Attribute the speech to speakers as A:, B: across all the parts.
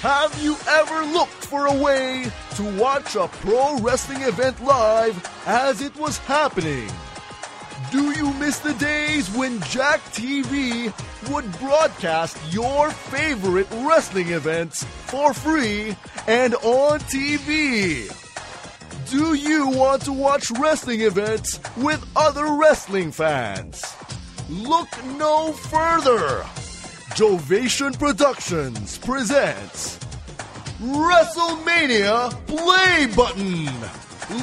A: Have you ever looked for a way to watch a pro wrestling event live as it was happening? Do you miss the days when Jack TV would broadcast your favorite wrestling events for free and on TV? Do you want to watch wrestling events with other wrestling fans? Look no further. Jovation Productions presents WrestleMania Play Button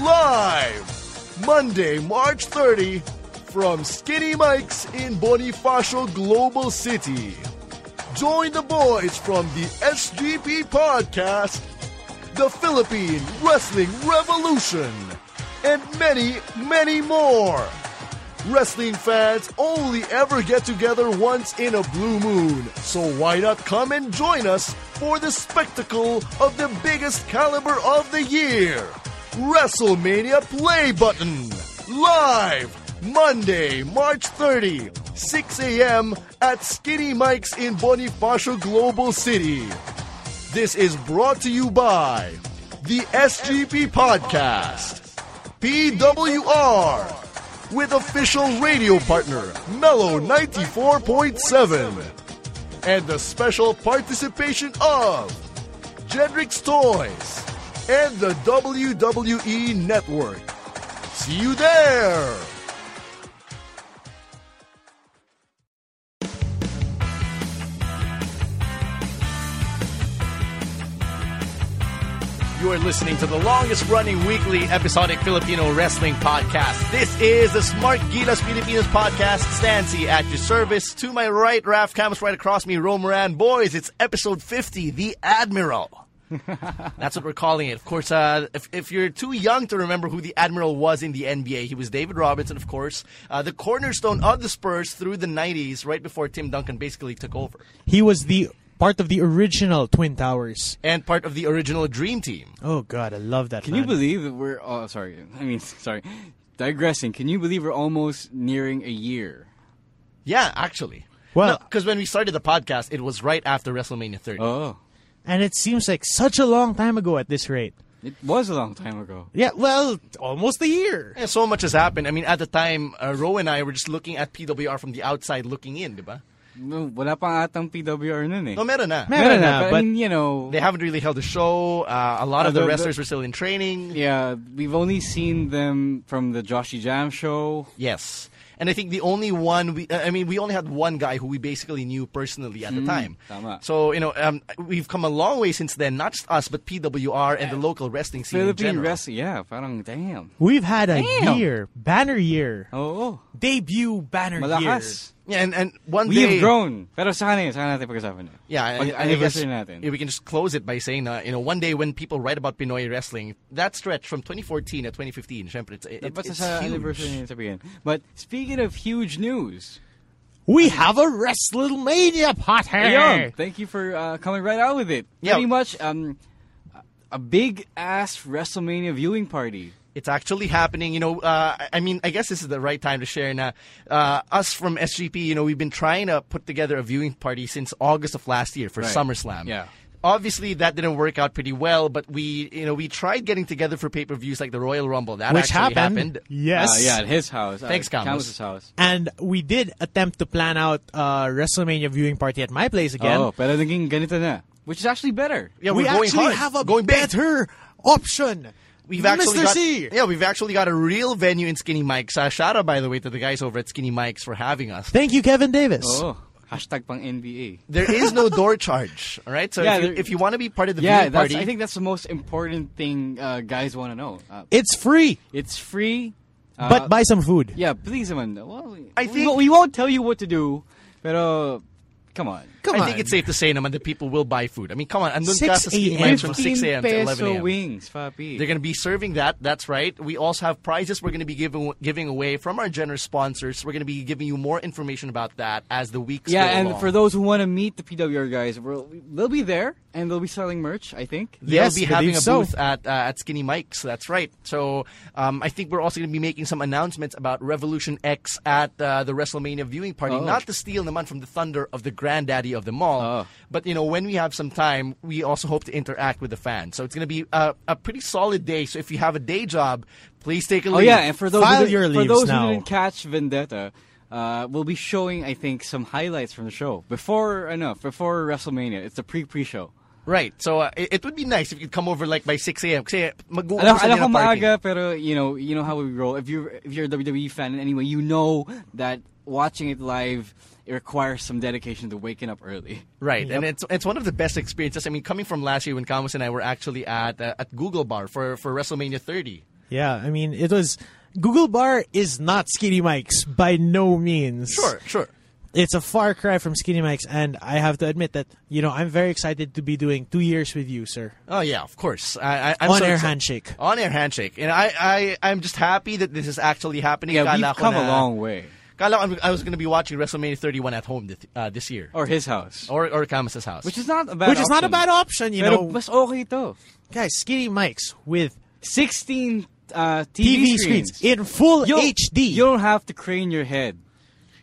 A: live Monday, March 30 from Skinny Mike's in Bonifacio Global City. Join the boys from the SGP podcast, the Philippine Wrestling Revolution, and many, many more. Wrestling fans only ever get together once in a blue moon, so why not come and join us for the spectacle of the biggest caliber of the year? WrestleMania Play Button! Live! Monday, March 30, 6 a.m. at Skinny Mike's in Bonifacio Global City. This is brought to you by the SGP Podcast, PWR, with official radio partner Mellow 94.7 and the special participation of Jedrick's Toys and the WWE Network. See you there!
B: You are listening to the longest running weekly episodic Filipino wrestling podcast. This is the Smart Gilas Filipinas podcast. Stancy at your service. To my right, Raf Camus, right across me, Romaran. Boys, it's episode 50, The Admiral. That's what we're calling it. Of course, uh, if, if you're too young to remember who the Admiral was in the NBA, he was David Robinson, of course, uh, the cornerstone of the Spurs through the 90s, right before Tim Duncan basically took over,
C: He was the part of the original Twin Towers.
B: and part of the original Dream Team.
C: Oh God, I love that.
D: Can
C: man.
D: you believe that we're? Oh, sorry. I mean, sorry. Digressing. Can you believe we're almost nearing a year?
B: Yeah, actually.
C: Well-
B: because when we started the podcast, it was right after WrestleMania 30.
D: Oh,
C: And it seems like such a long time ago at this rate.
D: it was a long time ago.
C: Yeah, well, almost a year.
B: Yeah, so much has happened. I mean, at the time, uh, Ro and I were just looking at PWR from the outside looking in, di ba?
D: No, wala pa atang PWR nun eh.
B: No, meron na.
C: Meron
D: Meron
C: na,
D: but,
C: but-
D: I mean, you know,
B: They haven't really held a show. Uh, a lot of the
D: Although the-
B: wrestlers were still in training.
D: yeah, we've only seen them from the Joshy Jam show.
B: Yes. And I think the only one we, uh, I mean, we only had one guy who we basically knew personally at the time.
D: Hmm, tama.
B: So, you know, um, we've come a long way since then, not just us, but PWR and the local wrestling scene. in
D: Philippine
B: general.
D: wrestling. Yeah, parang damn.
C: We've had a
D: Damn.
C: year, banner year,
B: Oh.
D: Oo.
C: debut banner year.
D: Malakas.
B: Yeah, and, and one day.
D: We've grown. Pero sana yun. Sana natin pag-usapan yun.
B: Yeah, I- I,
D: Pag-
B: I guess
D: anniversary natin.
B: yeah, we can just close it by saying, uh, you know, one day when people write about Pinoy wrestling, that stretch from 2014 to 2015, syempre, it's, it,
D: Dapat
B: it's
D: sa anniversary
B: huge.
D: natin sabihin. But speaking of huge news,
C: We have a WrestleMania pothead.
D: Ayun. Thank you for uh, coming right out with it.
B: Yeah.
D: Pretty much um, a big ass WrestleMania viewing party.
B: It's actually happening. You know, uh, I- I mean, I guess this is the right time to share. Now, uh, us from SGP, you know, we've been trying to put together a viewing party since August of last year for
D: Right.
B: SummerSlam.
D: Yeah.
B: Obviously, that didn't work out pretty well, but we, you know, we tried getting together for pay per views like the Royal Rumble. That
C: Which
B: actually
C: happened.
B: happened.
C: Yes.
D: Uh, yeah, at his house.
B: Thanks,
D: uh,
B: Camus.
D: Camus's house.
C: And we did attempt to plan out a WrestleMania viewing party at my place again.
D: Oh, pero naging ganito na. Which is actually better.
B: Yeah,
C: we
B: we're going
C: actually
B: hard,
C: have a
B: going big.
C: better option.
B: We've actually
C: Mr.
B: got,
C: C.
B: yeah, we've actually got a real venue in Skinny Mike's. Uh, shout out, by the way, to the guys over at Skinny Mike's for having us.
C: Thank you, Kevin Davis.
D: Oh, hashtag pang NBA.
B: There is no door charge, all right? So
D: Yeah,
B: if, you,
D: there-
B: if you want to be part of the
D: Yeah,
B: viewing
D: that's,
B: party,
D: I think that's the most important thing uh, guys want to know. Uh,
C: It's free,
D: it's free. Uh,
C: but buy some food.
D: yeah, please, man. Well,
B: I
D: we
B: think-
D: won't- we won't tell you what to do. Pero Come on.
C: Come
B: I
C: on.
B: think it's safe to say naman that people will buy food. I mean, come on. Andun ka sa
C: 6
B: ski
C: a.m.
B: mines from 6
D: 15
B: a.m. to 11
D: peso
B: a.m.
D: wings, papi.
B: They're going to be serving that. That's right. We also have prizes we're going to be giving giving away from our generous sponsors. We're going to be giving you more information about that as the weeks
D: yeah,
B: go
D: and
B: along.
D: for those who want to meet the PWR guys, we'll, they'll be there and they'll be selling merch, I think.
B: They'll
C: Yes,
B: be having a
C: believe so.
B: booth at uh, at Skinny Mike's. That's right. So um, I think we're also going to be making some announcements about Revolution X at uh, the WrestleMania viewing party.
D: Oh.
B: Not to steal naman from the thunder of the granddaddy of them all,
D: Oh.
B: but you know when we have some time, we also hope to interact with the fans. So it's going to be a, a pretty solid day. So if you have a day job, please take a
D: Oh
B: look.
D: yeah, and for those
C: File
D: who didn't,
C: your
D: for
C: leaves
D: those
C: now.
D: who didn't catch Vendetta, uh, we'll be showing I think some highlights from the show before enough before WrestleMania. It's a pre pre show.
B: Right. So uh, it, it would be nice if you'd come over like by 6 a.m. Kasi
D: Alam,
B: mag-uumpisa
D: alam
B: nila
D: ko
B: ang party.
D: maaga, pero you know, you know how we roll. If you're if you're a WWE fan in any way, you know that watching it live it requires some dedication to waking up early.
B: Right, and it's it's one of the best experiences. I mean, coming from last year when Camus and I were actually at uh, at Google Bar for, for WrestleMania 30.
C: Yeah, I mean, it was. Google Bar is not Skinny Mike's by no means.
B: sure.
C: It's a far cry from Skinny Mike's, and I have to admit that, you know, I'm very excited to be doing two years with you, sir.
B: Oh yeah, of course. I, I, I'm
C: On
B: so
C: air
B: excited.
C: handshake.
B: On air handshake, and I I I'm just happy that this is actually happening.
D: Yeah,
B: Kala
D: we've
B: ko
D: come
B: na-
D: a long way.
B: Kala ko I was going to be watching WrestleMania 31 at home this, uh, this year,
D: Or his house,
B: or or Camus's house.
D: which is not a bad
C: Oh. Which is not a
D: option.
C: bad option, you
D: Pero
C: know.
D: mas okay ito.
C: Guys, Skinny Mike's with
D: 16 uh, TV,
C: TV screens in full
D: You-
C: HD.
D: You don't have to crane your head.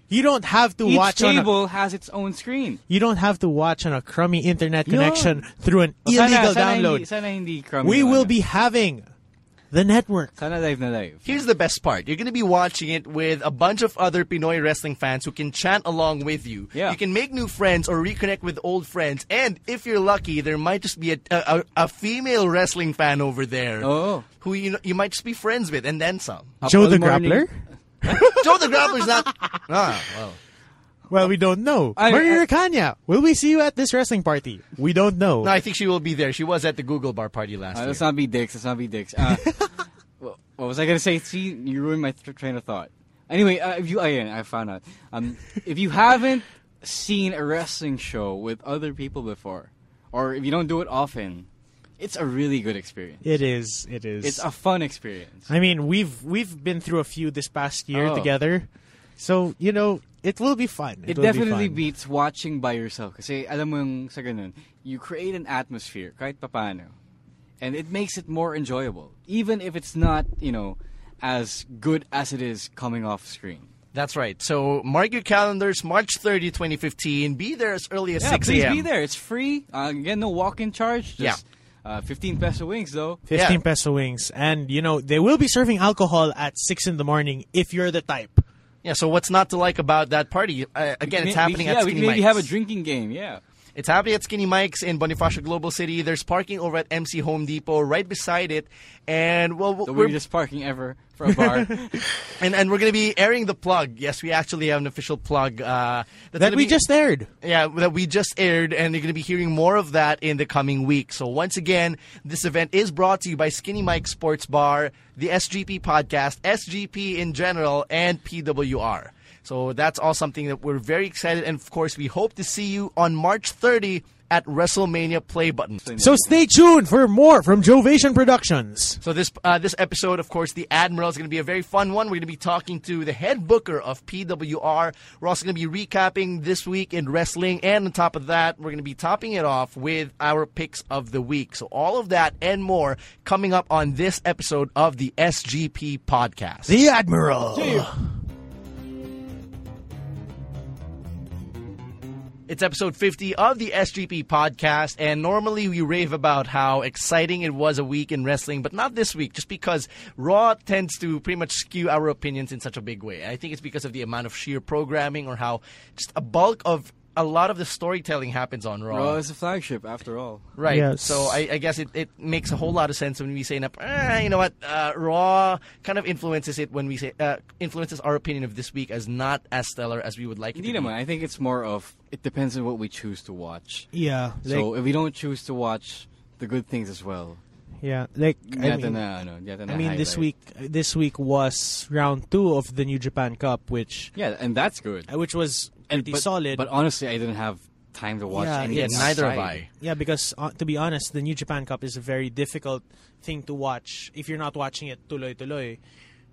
C: You don't have to
D: Each
C: watch on a,
D: table has its own screen.
C: you don't have to watch on a crummy internet
D: Yun.
C: connection through an
D: O, Oh, sana-
C: illegal
D: sana
C: download.
D: hindi- sana hindi crummy
C: we
D: yung
C: will
D: ano.
C: be having the network.
D: Sana live na live.
B: Here's the best part. You're going to be watching it with a bunch of other Pinoy wrestling fans who can chant along with you.
D: Yeah.
B: You can make new friends or reconnect with old friends. And if you're lucky, there might just be a, a, a female wrestling fan over there
D: Oh.
B: who you, know, you might just be friends with and then some.
C: Joe
D: all
C: the
D: morning.
C: Grappler?
B: Joe the Grappler's not. Ah, well.
C: Well, we don't know.
D: I-
C: Maria
D: I-
C: Kanya, will we see you at this wrestling party? We don't know.
B: No, I think she will be there. She was at the Google Bar party last
D: Uh,
B: year.
D: let's not be dicks. Let's not be dicks. Uh, wha- what was I gonna say? See, you ruined my th- train of thought. Anyway, uh, if you, I, I found out. Um, if you haven't seen a wrestling show with other people before, or if you don't do it often, it's a really good experience.
C: It is. It is.
D: It's a fun experience.
C: I mean, we've we've been through a few this past year
D: Oh.
C: together, so you know it will be fun.
D: It
C: will
D: definitely
C: be.
D: beats watching by yourself kasi alam mo yung sa ganun, you create an atmosphere kahit papano. And it makes it more enjoyable even if it's not, you know, as good as it is coming off screen.
B: That's right. So mark your calendars, March 30, 2015. Be there as early as
D: Yeah,
B: 6
D: please
B: a.m.
D: be there. It's free. Uh, again, no walk-in charge. Just, uh, 15 peso wings though.
C: Fifteen
B: Yeah.
C: peso wings, and you know they will be serving alcohol at six in the morning if you're the type.
B: Yeah, so what's not to like about that party? Uh, again, it's
D: May-
B: happening
D: we,
B: at
D: yeah,
B: Skinny
D: we can maybe
B: Mike's.
D: have a drinking game. Yeah.
B: It's happening at Skinny Mike's in Bonifacio Global City. There's parking over at MC Home Depot, right beside it, and well,
D: The
B: we're,
D: weirdest parking ever for a bar.
B: and, and we're going to be airing the plug. Yes, we actually have an official plug uh, that's
C: That
B: gonna
C: we
B: be-
C: just aired.
B: yeah that we just aired, and you're going to be hearing more of that in the coming week. So once again, this event is brought to you by Skinny Mike Sports Bar, the SGP podcast, SGP in general, and PWR. So that's all something that we're very excited, and of course, we hope to see you on March 30 at WrestleMania Play Button.
C: So stay tuned for more from Jovation Productions.
B: So this uh, this episode, of course, the Admiral is going to be a very fun one. We're going to be talking to the head booker of PWR. We're also going to be recapping this week in wrestling, and on top of that, we're going to be topping it off with our picks of the week. So all of that and more coming up on this episode of the SGP podcast.
C: The Admiral.
B: It's episode 50 of the SGP podcast, and normally we rave about how exciting it was a week in wrestling, but not this week, just because Raw tends to pretty much skew our opinions in such a big way. I think it's because of the amount of sheer programming or how just a bulk of a lot of the storytelling happens on Raw.
D: well, Oh, it's a flagship after all.
B: Right.
C: Yes.
B: So I, I guess it, it makes a whole lot of sense when we say, ah, you know what, uh, Raw kind of influences it when we say, uh, influences our opinion of this week as not as stellar as we would like it
D: Hindi
B: to be.
D: naman. I think it's more of it depends on what we choose to watch.
C: Yeah.
D: so
C: like-
D: if we don't choose to watch the good things as well, uh,
C: yeah. Like I
D: yata
C: mean,
D: na, ano, yata na
C: I mean this
D: highlight.
C: week this week was round two of the New Japan Cup, which
D: Yeah, and that's good.
C: which was pretty
D: but,
C: solid.
D: But honestly, I didn't have time to watch
C: Yeah,
D: any.
C: yeah,
D: of
C: neither
B: have
D: side.
B: I.
C: yeah, because uh, to be honest, the New Japan Cup is a very difficult thing to watch if you're not watching it tuloy tuloy.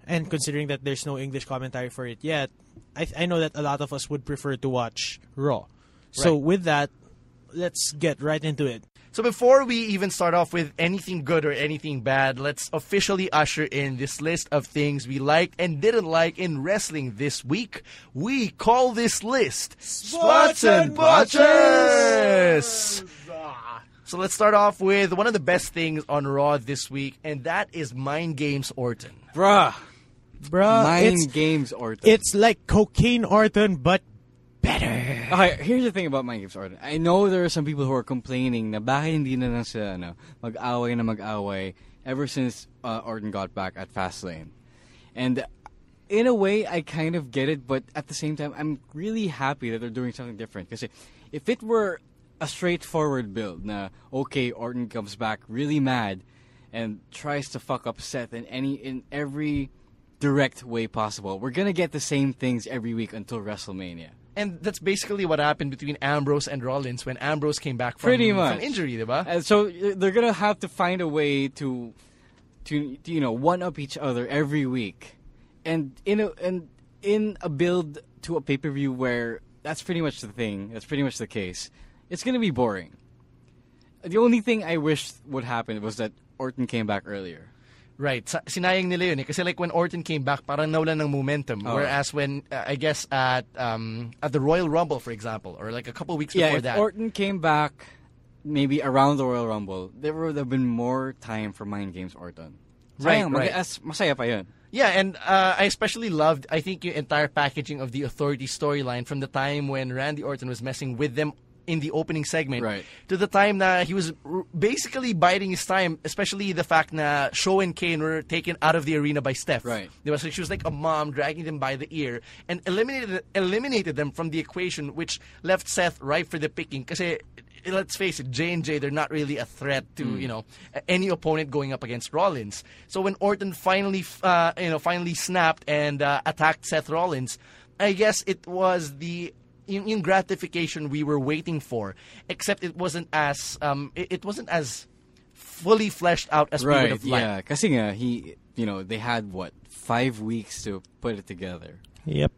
C: And considering that there's no English commentary for it yet, I, I know that a lot of us would prefer to watch Raw. So
B: Right.
C: with that, let's get right into it.
B: So before we even start off with anything good or anything bad, let's officially usher in this list of things we liked and didn't like in wrestling this week. We call this list Spots and Botches. So let's start off with one of the best things on Raw this week, and that is Mind Games Orton.
D: Bruh,
C: Bruh,
D: mind
C: it's,
D: games Orton.
C: it's like cocaine Orton, but
D: Okay, here's the thing about Mind Games Orton. I know there are some people who are complaining na bakit hindi na lang sila ano, mag-away na mag-away ever since uh, Orton got back at Fastlane. And in a way, I kind of get it, but at the same time, I'm really happy that they're doing something different. Because if it were a straightforward build na, okay, Orton comes back really mad and tries to fuck up Seth in, any, in every direct way possible, we're going to get the same things every week until WrestleMania.
B: And that's basically what happened between Ambrose and Rollins when Ambrose came back from,
D: pretty much
B: from injury, diba?
D: And so uh, they're gonna have to find a way to, to, to, you know, one up each other every week, and in a and in a build to a pay per view where that's pretty much the thing. That's pretty much the case. It's gonna be boring. The only thing I wished would happen was that Orton came back earlier.
B: Right. Sa- sinayang nila yun eh. Kasi like when Orton came back, parang nawalan ng momentum.
D: Oh.
B: Whereas when, uh, I guess, at um, at the Royal Rumble, for example, or like a couple weeks
D: yeah,
B: before
D: if
B: that.
D: Orton came back maybe around the Royal Rumble, there would have been more time for mind games Orton.
B: Right,
D: Sayang,
B: right.
D: mag- as- Masaya pa yun.
B: yeah, and uh, I especially loved, I think, yung entire packaging of the Authority storyline from the time when Randy Orton was messing with them in the opening segment
D: Right.
B: to the time na he was r- basically biding his time, especially the fact na Show and Kane were taken out of the arena by Steph.
D: Right.
B: There was she was like a mom dragging them by the ear and eliminated eliminated them from the equation, which left Seth ripe for the picking. Because let's face it, J and J they're not really a threat to
D: Hmm.
B: you know a- any opponent going up against Rollins. So when Orton finally f- uh, you know finally snapped and uh, attacked Seth Rollins, I guess it was the in, in gratification we were waiting for. Except it wasn't as um, it, it wasn't as fully fleshed out as we would
D: Right.
B: have liked.
D: Yeah. Kasi nga, uh, he, you know, they had what five weeks to put it together.
C: yep,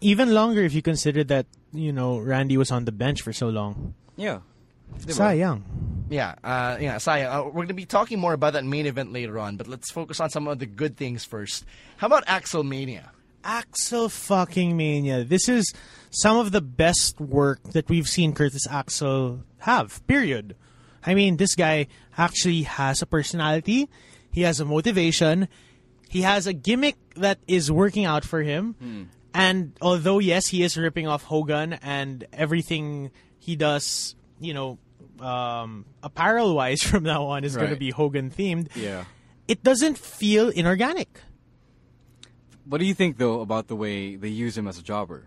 C: even longer if you consider that you know Randy was on the bench for so long.
D: Yeah. Diba?
C: Sayang.
B: Yeah, uh, yeah, Saya. Uh, we're going to be talking more about that main event later on, but let's focus on some of the good things first. How about Axel Mania?
C: Axel fucking Mania. This is some of the best work that we've seen Curtis Axel have, period. I mean, this guy actually has a personality, he has a motivation, he has a gimmick that is working out for him.
D: Hmm.
C: And although, yes, he is ripping off Hogan and everything he does, you know, um, apparel wise from now on is going to
D: Right.
C: be Hogan themed,
D: Yeah.
C: it doesn't feel inorganic.
D: What do you think though about the way they use him as a jobber?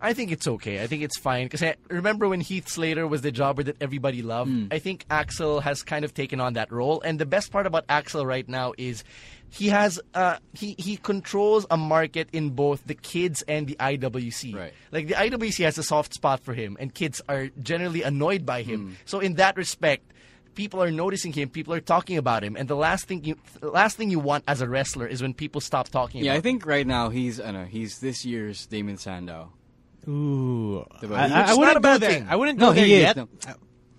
B: I think it's okay. I think it's fine because remember when Heath Slater was the jobber that everybody loved.
D: Mm.
B: I think Axel has kind of taken on that role, and the best part about Axel right now is he has uh, he he controls a market in both the kids and the IWC.
D: Right.
B: Like the IWC has a soft spot for him, and kids are generally annoyed by him.
D: Mm.
B: So in that respect, people are noticing him, people are talking about him, and the last thing you the last thing you want as a wrestler is when people stop talking.
D: Yeah,
B: about
D: I think right now he's, I know, he's this year's Damon Sandow.
C: Ooh, I,
D: Diba? Which
C: I,
B: is
C: I
B: not a
C: wouldn't go
B: bad
C: there.
B: thing.
C: I wouldn't
D: No,
C: go there
D: he is.
C: yet.
D: No.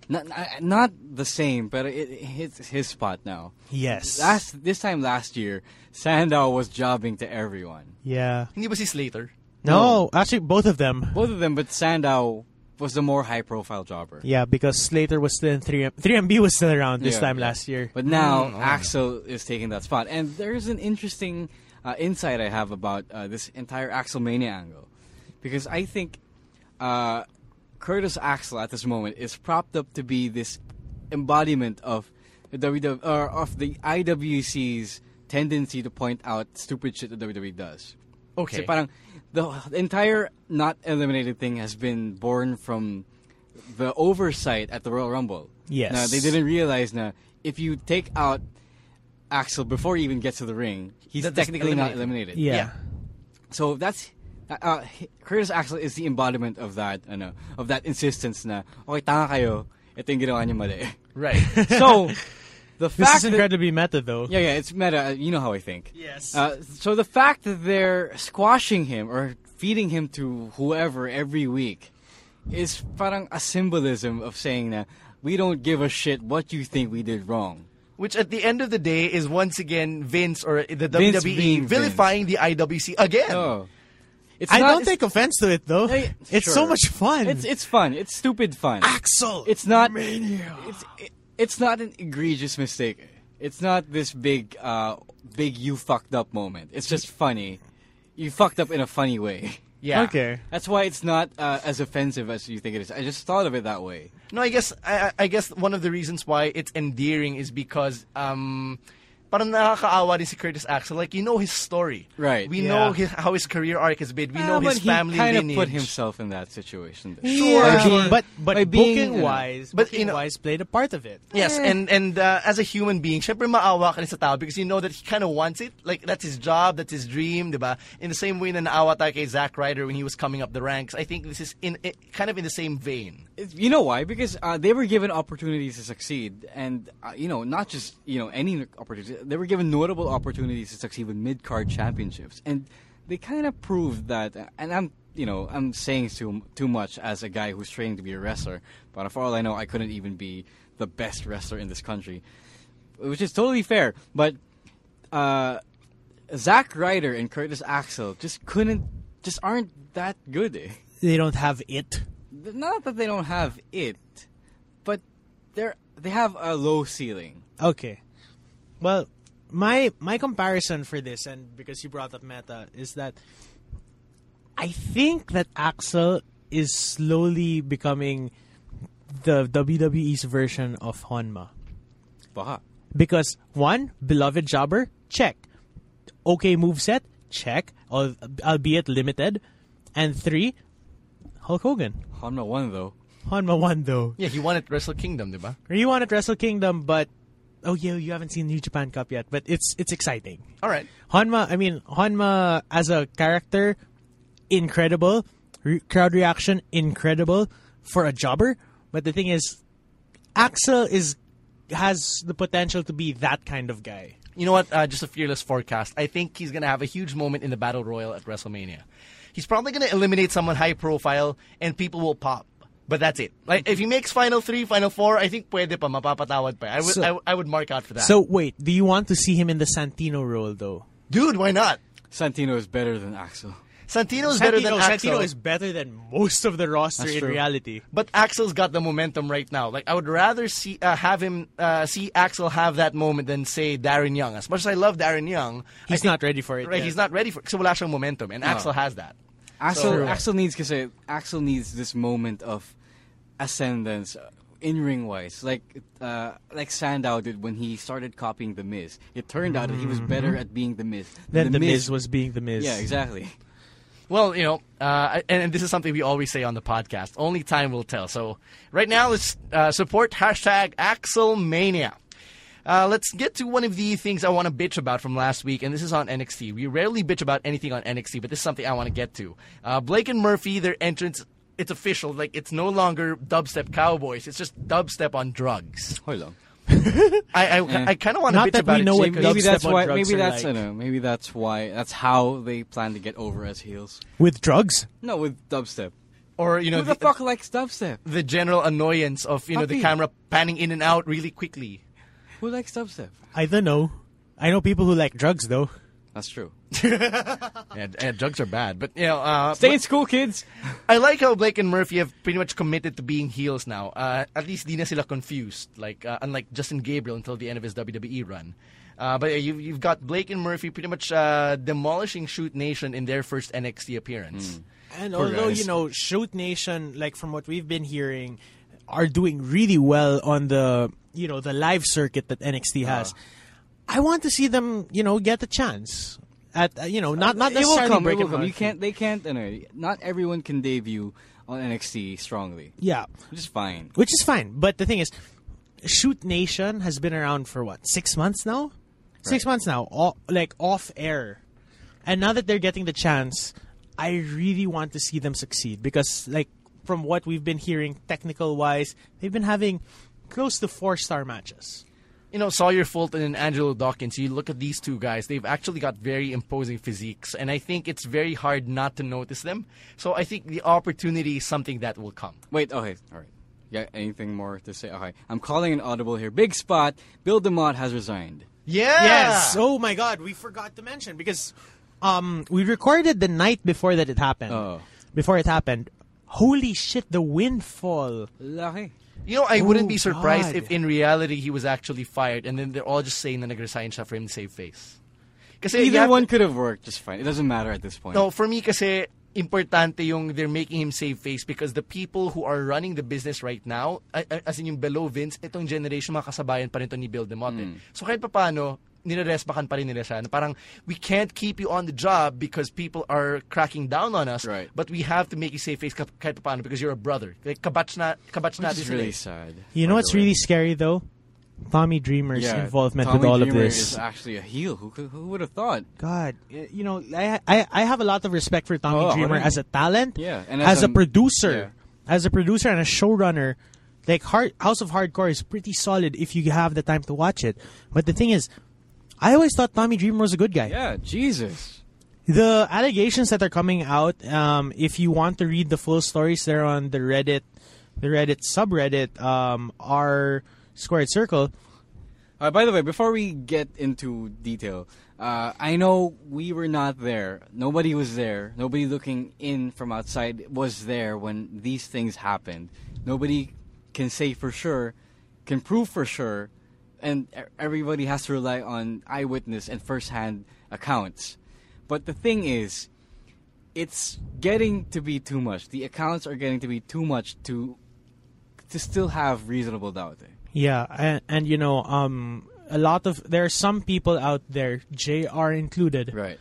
D: Not, I- not the same, but it, it, it's his spot now.
C: Yes.
D: Last this time last year, Sandow was jobbing to everyone,
C: yeah.
B: Hindi ba si Slater?
C: No, actually, both of them.
D: both of them. But Sandow was the more high-profile jobber.
C: Yeah, because Slater was still in 3M. 3MB was still around this
D: Yeah.
C: time last year.
D: But now Axel is taking that spot, and there's an interesting uh, insight I have about uh, this entire Axel Mania angle, because I think uh, Curtis Axel at this moment is propped up to be this embodiment of the WW or of the IWC's tendency to point out stupid shit that WWE does.
B: Okay.
D: Kasi parang the entire not eliminated thing has been born from the oversight at the Royal Rumble.
C: Yes.
D: Now, they didn't realize now if you take out Axel before he even gets to the ring, he's
B: That doesn't
D: technically not
B: eliminate him.
D: eliminated.
C: yeah.
B: yeah.
D: So that's uh, uh, he- Curtis Axel is the embodiment of that, ano, of that insistence na, okay, tanga kayo, ito yung ginawa niyo mali.
B: Right.
D: So, the
C: This
D: fact
C: is
D: that-
C: incredibly meta, though.
D: yeah, yeah, it's meta. uh, You know how I think.
C: Yes.
D: Uh, so the fact that they're squashing him or feeding him to whoever every week is parang a symbolism of saying that we don't give a shit what you think we did wrong.
B: Which at the end of the day is once again Vince or the
D: Vince Oh.
B: WWE
D: being
B: vilifying the IWC again.
D: No. It's
C: I
D: not-
C: don't
D: it's-
C: take offense to it, though.
D: Hey,
C: it's so
D: sure.
C: much fun.
D: It's it's fun. It's stupid fun.
C: Axel.
D: It's not. It's it, it's not an egregious mistake. It's not this big uh big you fucked up moment. It's just funny. You fucked up in a funny way.
B: Yeah.
C: Okay.
D: That's why it's not uh, as offensive as you think it is. I just thought of it that way.
B: No, I guess I, I I guess one of the reasons why it's endearing is because um parang nakakaawa din si Curtis Axel. Like you know his story.
D: Right.
B: We
D: Yeah.
B: know his, how his career arc has been. We know
D: Ah, but
B: his family
D: he kind
B: lineage.
D: of put himself in that situation.
C: Yeah,
D: By being-
C: But but
D: by being, uh,
C: booking wise,
B: but, you
C: booking
B: know-
C: wise played a part of it.
B: Yes, and and uh, as a human being, syempre maawa ka rin sa tao because you know that he kind of wants it. Like that's his job, that's his dream, di ba? In the same way na naawa tayo kay Zack Ryder when he was coming up the ranks, I think this is in i kind of in the same vein.
D: It's- You know why? Because uh, they were given opportunities to succeed, and uh, you know, not just you know any opportunities. They were given notable opportunities to succeed with mid card championships, and they kind of proved that. And I'm you know I'm saying too too much as a guy who's training to be a wrestler, but for all I know, I couldn't even be the best wrestler in this country, which is totally fair. But uh, Zack Ryder and Curtis Axel just couldn't, just aren't that good. Eh?
C: They don't have it.
D: not that they don't have it, but they're they have a low ceiling.
C: Okay. Well, my my comparison for this, and because you brought up meta, is that I think that Axel is slowly becoming the WWE's version of Honma.
D: Baka.
C: Because one, beloved jobber, check. Okay moveset, check. al- Albeit limited. And three, Hulk Hogan.
D: Honma one though.
C: Honma won though.
B: Yeah, he won at Wrestle Kingdom, di ba?
C: You won at Wrestle Kingdom, but oh yeah, you haven't seen New Japan Cup yet, but it's it's exciting.
B: All right.
C: Hanma, I mean Hanma as a character, incredible. Re- crowd reaction, incredible for a jobber. But the thing is, Axel is has the potential to be that kind of guy.
B: You know what? Uh, just a fearless forecast. I think he's going to have a huge moment in the Battle Royal at WrestleMania. He's probably going to eliminate someone high profile, and people will pop. But that's it. Like if he makes final three, final four, I think pwede pa mapapatawad pa. I would
C: So-
B: I, would- I would mark out for that.
C: So wait, do you want to see him in the Santino role though?
B: dude, why not?
D: Santino is better than Axel.
B: Santino's better than Axel.
C: Santino is better than most of the roster
D: That's
C: in
D: true.
C: reality.
B: But Axel's got the momentum right now. Like I would rather see uh, have him uh, see Axel have that moment than say Darren Young. As much as I love Darren Young,
C: He's not ready for it.
B: right?
C: yet.
B: He's not ready for it. So wala siyang momentum, and Axel has that.
D: Axel
B: True.
D: Axel needs kasi Axel needs this moment of ascendance in ring wise, like uh, like Sandow did when he started copying the Miz. It turned out that he was better at being the Miz.
C: Then
D: than
C: the, Miz was being the Miz.
D: Yeah, exactly.
B: Well, you know, uh, and, and this is something we always say on the podcast. Only time will tell. So right now, let's uh, support hashtag Axelmania. Uh, let's get to one of the things I want to bitch about from last week, and this is on NXT. We rarely bitch about anything on NXT, but this is something I want to get to. Uh, Blake and Murphy, their entrance, it's official. Like, it's no longer dubstep cowboys, it's just dubstep on drugs.
D: Hold on.
B: I, I, I kind of want to
C: Not
B: bitch
C: that
B: about
C: we
B: it
C: know
B: Jay,
C: what
B: 'cause-
C: dubstep
D: Maybe that's
C: on
D: why.
C: drugs
D: Maybe
C: are
D: that's
C: like-
D: I know, maybe that's why. That's how they plan to get over as heels.
C: With drugs?
D: No, with dubstep.
B: or, you know,
D: Who the fuck likes dubstep?
B: the general annoyance of, you know, the
D: Papi.
B: camera panning in and out really quickly.
D: Who likes dubstep?
C: I don't know. I know people who like drugs though.
D: That's true.
B: Yeah, d- yeah, drugs are bad, but you know, uh,
D: Stay in school, kids.
B: I like how Blake and Murphy have pretty much committed to being heels now. Uh, at least di na sila confused, like uh, unlike Justin Gabriel until the end of his WWE run. Uh, but uh, you've, you've got Blake and Murphy pretty much uh, demolishing Shoot Nation in their first NXT appearance.
C: And although you know Shoot Nation, like from what we've been hearing, are doing really well on the you know the live circuit that NXT has. I want to see them, you know, get a chance at uh, you know not not
D: it will
C: necessarily
D: come. It
C: break
D: will
C: them
D: come.
C: out.
D: You can't. They can't. Anyway, not everyone can debut on NXT strongly.
C: Yeah,
D: Which is fine.
C: which is fine. But the thing is, Shoot Nation has been around for what six months now, six months now, all, like off air, and now that they're getting the chance, I really want to see them succeed because, like, from what we've been hearing, technical wise, they've been having close to four star matches.
B: you know, Sawyer Fulton and Angelo Dawkins, you look at these two guys, they've actually got very imposing physiques, and I think it's very hard not to notice them. So I think the opportunity is something that will come.
D: Wait, okay, all right. Yeah, anything more to say? Okay, I'm calling an audible here. Big spot. Bill Demott has resigned.
B: Yeah!
C: Yes. Oh my God, we forgot to mention because um, we recorded the night before that it happened.
D: Oh.
C: Before it happened, holy shit, the windfall.
D: Laki.
B: You know, I wouldn't
C: Oh,
B: be surprised
C: God.
B: if in reality he was actually fired, and then they're all just saying na nag-resign siya for him to save face. Kasi you
D: Either
B: have
D: one
B: to-
D: could have worked just fine. It doesn't matter at this point.
B: No, for me kasi importante yung they're making him save face because the people who are running the business right now, a- a- as in yung below Vince, itong generation mga kasabayan pa rin to ni Bill DeMotte.
D: Hmm.
B: So kahit papaano, nire-respectan pa rin nila siya. Na Parang, we can't keep you on the job because people are cracking down on us,
D: Right.
B: but we have to make you save face ka- kahit papaano because you're a brother. Like, kabatch, na, kabatch
D: Which
B: natin
D: is
B: sila
D: really
B: eh.
D: sad.
C: You know
D: by
C: what's
D: the way.
C: really scary though? Tommy Dreamer's
D: Yeah,
C: involvement
D: Tommy
C: with all
D: Dreamer
C: of this.
D: is actually a heel. Who could, who would have thought?
C: God, y- you know, I I, I have a lot of respect for Tommy
D: Oh,
C: Dreamer
D: alright.
C: as a talent,
D: Yeah, and
C: as,
D: as
C: a,
D: a-
C: producer, as a producer and a showrunner. Like Heart, House of Hardcore is pretty solid if you have the time to watch it. But the thing is, I always thought Tommy Dreamer was a good guy.
D: Yeah, Jesus.
C: The allegations that are coming out, um, if you want to read the full stories, they're on the Reddit, the Reddit subreddit, um, r squared circle.
D: Uh, by the way, before we get into detail, uh, I know we were not there. Nobody was there. Nobody looking in from outside was there when these things happened. Nobody can say for sure, can prove for sure, and e- everybody has to rely on eyewitness and firsthand accounts. But the thing is, it's getting to be too much. The accounts are getting to be too much to to still have reasonable doubt.
C: Yeah, and, and you know, um, a lot of there are some people out there, JR included,
D: Right.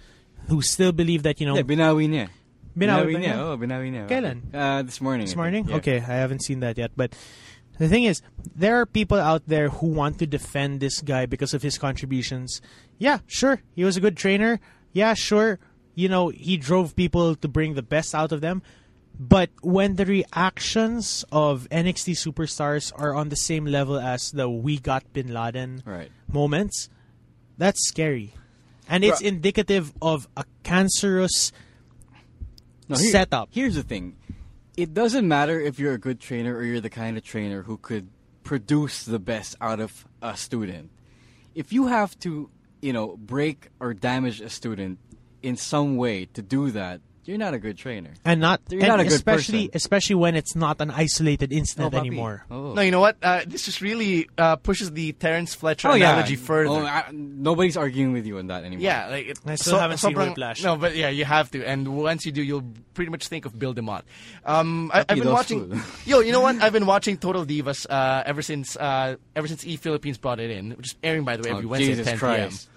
C: who still believe that you know
D: Yeah, binawi niya.
C: Um, Binawi ba niya?
D: Oh, binawi niya.
C: Kailan?
D: Uh, this morning.
C: this
D: I think.
C: morning.
D: Yeah.
C: Okay, I haven't seen that yet, but the thing is, there are people out there who want to defend this guy because of his contributions. Yeah, sure, he was a good trainer. Yeah, sure, you know, he drove people to bring the best out of them. But when the reactions of NXT superstars are on the same level as the "We got Bin Laden"
D: Right.
C: moments, that's scary. And it's
D: Right.
C: indicative of a cancerous.
D: No,
C: Setup.
D: Here's the thing. It doesn't matter if you're a good trainer or you're the kind of trainer who could produce the best out of a student. If you have to, you know, break or damage a student in some way to do that, you're not a good trainer.
C: And not,
D: You're
C: and
D: not a good
C: especially
D: person.
C: especially when it's not an isolated incident
D: Oh, papi.
C: anymore.
D: Oh.
B: No, you know what? Uh, this just really uh, pushes the Terrence Fletcher
D: Oh, yeah.
B: analogy further.
D: Oh, I- nobody's arguing with you on that anymore.
B: Yeah, like it,
C: I still haven't seen
B: sobrang-
C: Whiplash.
B: No, but yeah, you have to, and once you do, you'll pretty much think of Bill Demott. Um, I, I've been
D: those
B: watching.
D: two.
B: yo, you know what? I've been watching Total Divas uh, ever since uh, ever since E Philippines brought it in, which is airing by the way
D: Oh,
B: every Wednesday
D: Jesus
B: at 10
D: Christ.
B: p.m.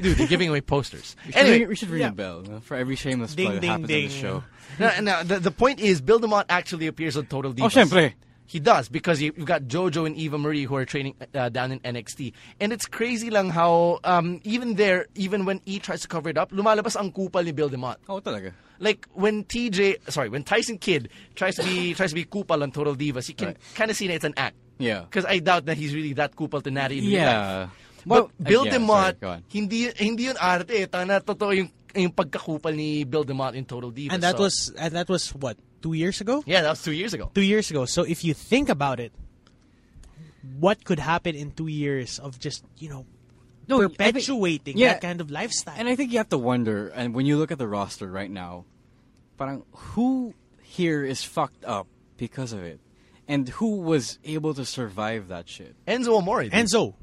B: Dude, they're giving away posters.
D: We should,
B: anyway,
D: ring, we should ring a bell uh, for every shameless
C: Ding,
D: plug that
C: ding,
D: happens on
C: ding.
D: the show.
B: no, no, the, the point is, Bill Demott actually appears on Total Divas.
D: Oh, syempre.
B: He does because you- you've got JoJo and Eva Marie who are training uh, down in NXT, and it's crazy lang how um, even there, even when E tries to cover it up, lumalabas ang kupal ni Bill Demott.
D: Oh, talaga.
B: Like when TJ, sorry, when Tyson Kidd tries to be tries to be kupal on Total Divas, you can
D: Right.
B: kind of see that it's an act.
D: Yeah.
B: Because I doubt that he's really that kupal to Natty in real
D: Yeah.
B: life.
D: Well,
B: But Bill
D: yeah, sorry,
B: Demott,
D: go on.
B: hindi hindi yun arte. eh. Tanga na, totoo yung yung pagkakupal ni Bill Demott in Total Divas.
C: And that
B: So-
C: was and that was what two years ago.
B: yeah, that was two years ago.
C: Two years ago. So if you think about it, what could happen in two years of just you know
D: No, I think-
C: perpetuating
D: yeah.
C: that kind of lifestyle?
D: And I think you have to wonder, and when you look at the roster right now, parang who here is fucked up because of it, and who was able to survive that shit?
B: Enzo Amore, dude.
C: Enzo,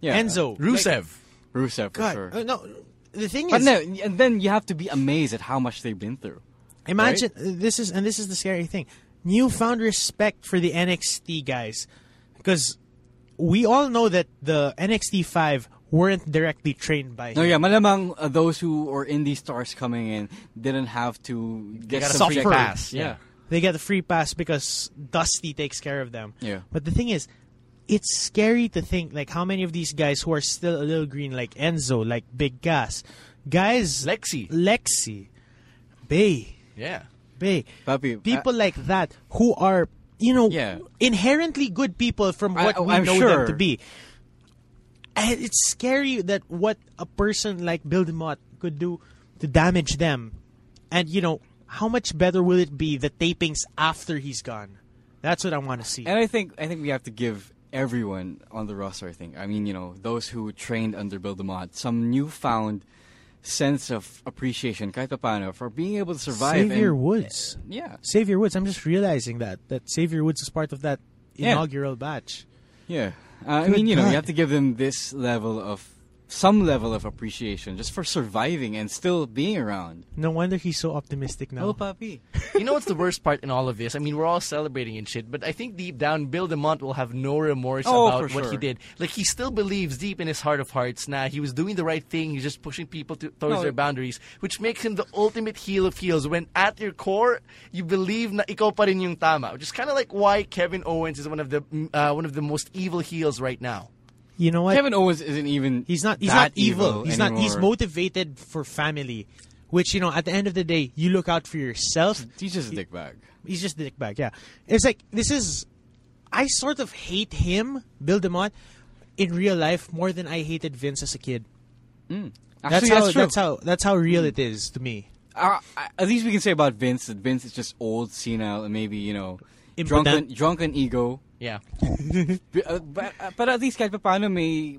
D: Yeah,
C: Enzo,
B: Rusev.
D: Rusev, for
C: God,
D: sure.
C: uh, no. The thing
D: But
C: is,
D: no, and then you have to be amazed at how much they've been through.
C: Imagine uh, this is and this is the scary thing. Newfound respect for the NXT guys because we all know that the NXT 5 weren't directly trained by
D: No,
C: him.
D: yeah, malamang uh, those who are indie stars coming in didn't have to get
B: got a
D: subjected-
B: free pass, yeah.
D: Yeah.
C: They get a free pass because Dusty takes care of them.
D: Yeah.
C: But the thing is, it's scary to think like how many of these guys who are still a little green like Enzo, like Big Gas, guys
B: Lexi.
C: Lexi, Bay,
B: Yeah.
C: Bay.
D: Papi, I-
C: people like that who are you know
D: Yeah.
C: inherently good people from
D: I-
C: what we
D: I'm
C: know
D: sure.
C: them to be. And it's scary that what a person like Bildemot could do to damage them, and you know how much better will it be the tapings after he's gone. That's what I want to see.
D: And I think I think we have to give everyone on the roster. I think. I mean, you know, those who trained under Bill Demott, some newfound sense of appreciation, kahit paano, for being able to survive.
C: Xavier
D: and,
C: Woods.
D: Yeah.
C: Xavier Woods. I'm just realizing that that Xavier Woods is part of that
D: Yeah.
C: inaugural batch.
D: Yeah. Uh, I
C: Good
D: mean, you know,
C: God.
D: you have to give them this level of some level of appreciation just for surviving and still being around.
C: No wonder he's so optimistic now.
D: Oh, papi.
B: You know what's the worst part in all of this? I mean, we're all celebrating and shit, but I think deep down, Bill DeMont will have no remorse
D: Oh,
B: about
D: for
B: what he
D: sure.
B: did. Like, he still believes deep in his heart of hearts, nah, he was doing the right thing, he's just pushing people to, towards
D: No.
B: their boundaries, which makes him the ultimate heel of heels when at your core, you believe na ikaw pa rin yung tama. Which is kind of like why Kevin Owens is one of the mm, uh, one of the most evil heels right now.
C: You know what?
D: Kevin Owens isn't even.
C: He's not. He's
D: that
C: not evil. He's not. He's
D: anymore.
C: motivated for family, which you know. At the end of the day, you look out for yourself.
D: He's just a dickbag.
C: He's just a dickbag. Yeah. It's like this is. I sort of hate him, Bill Demott, in real life more than I hated Vince as a kid. That's
D: Actually,
C: how.
D: true. Mm.
C: how. That's how real it is to me.
D: uh, at least we can say about Vince that Vince is just old, senile, and maybe you know,
C: Impotent.
D: drunken, drunken ego.
B: Yeah.
D: B- uh, But, uh, but at least kahit paano may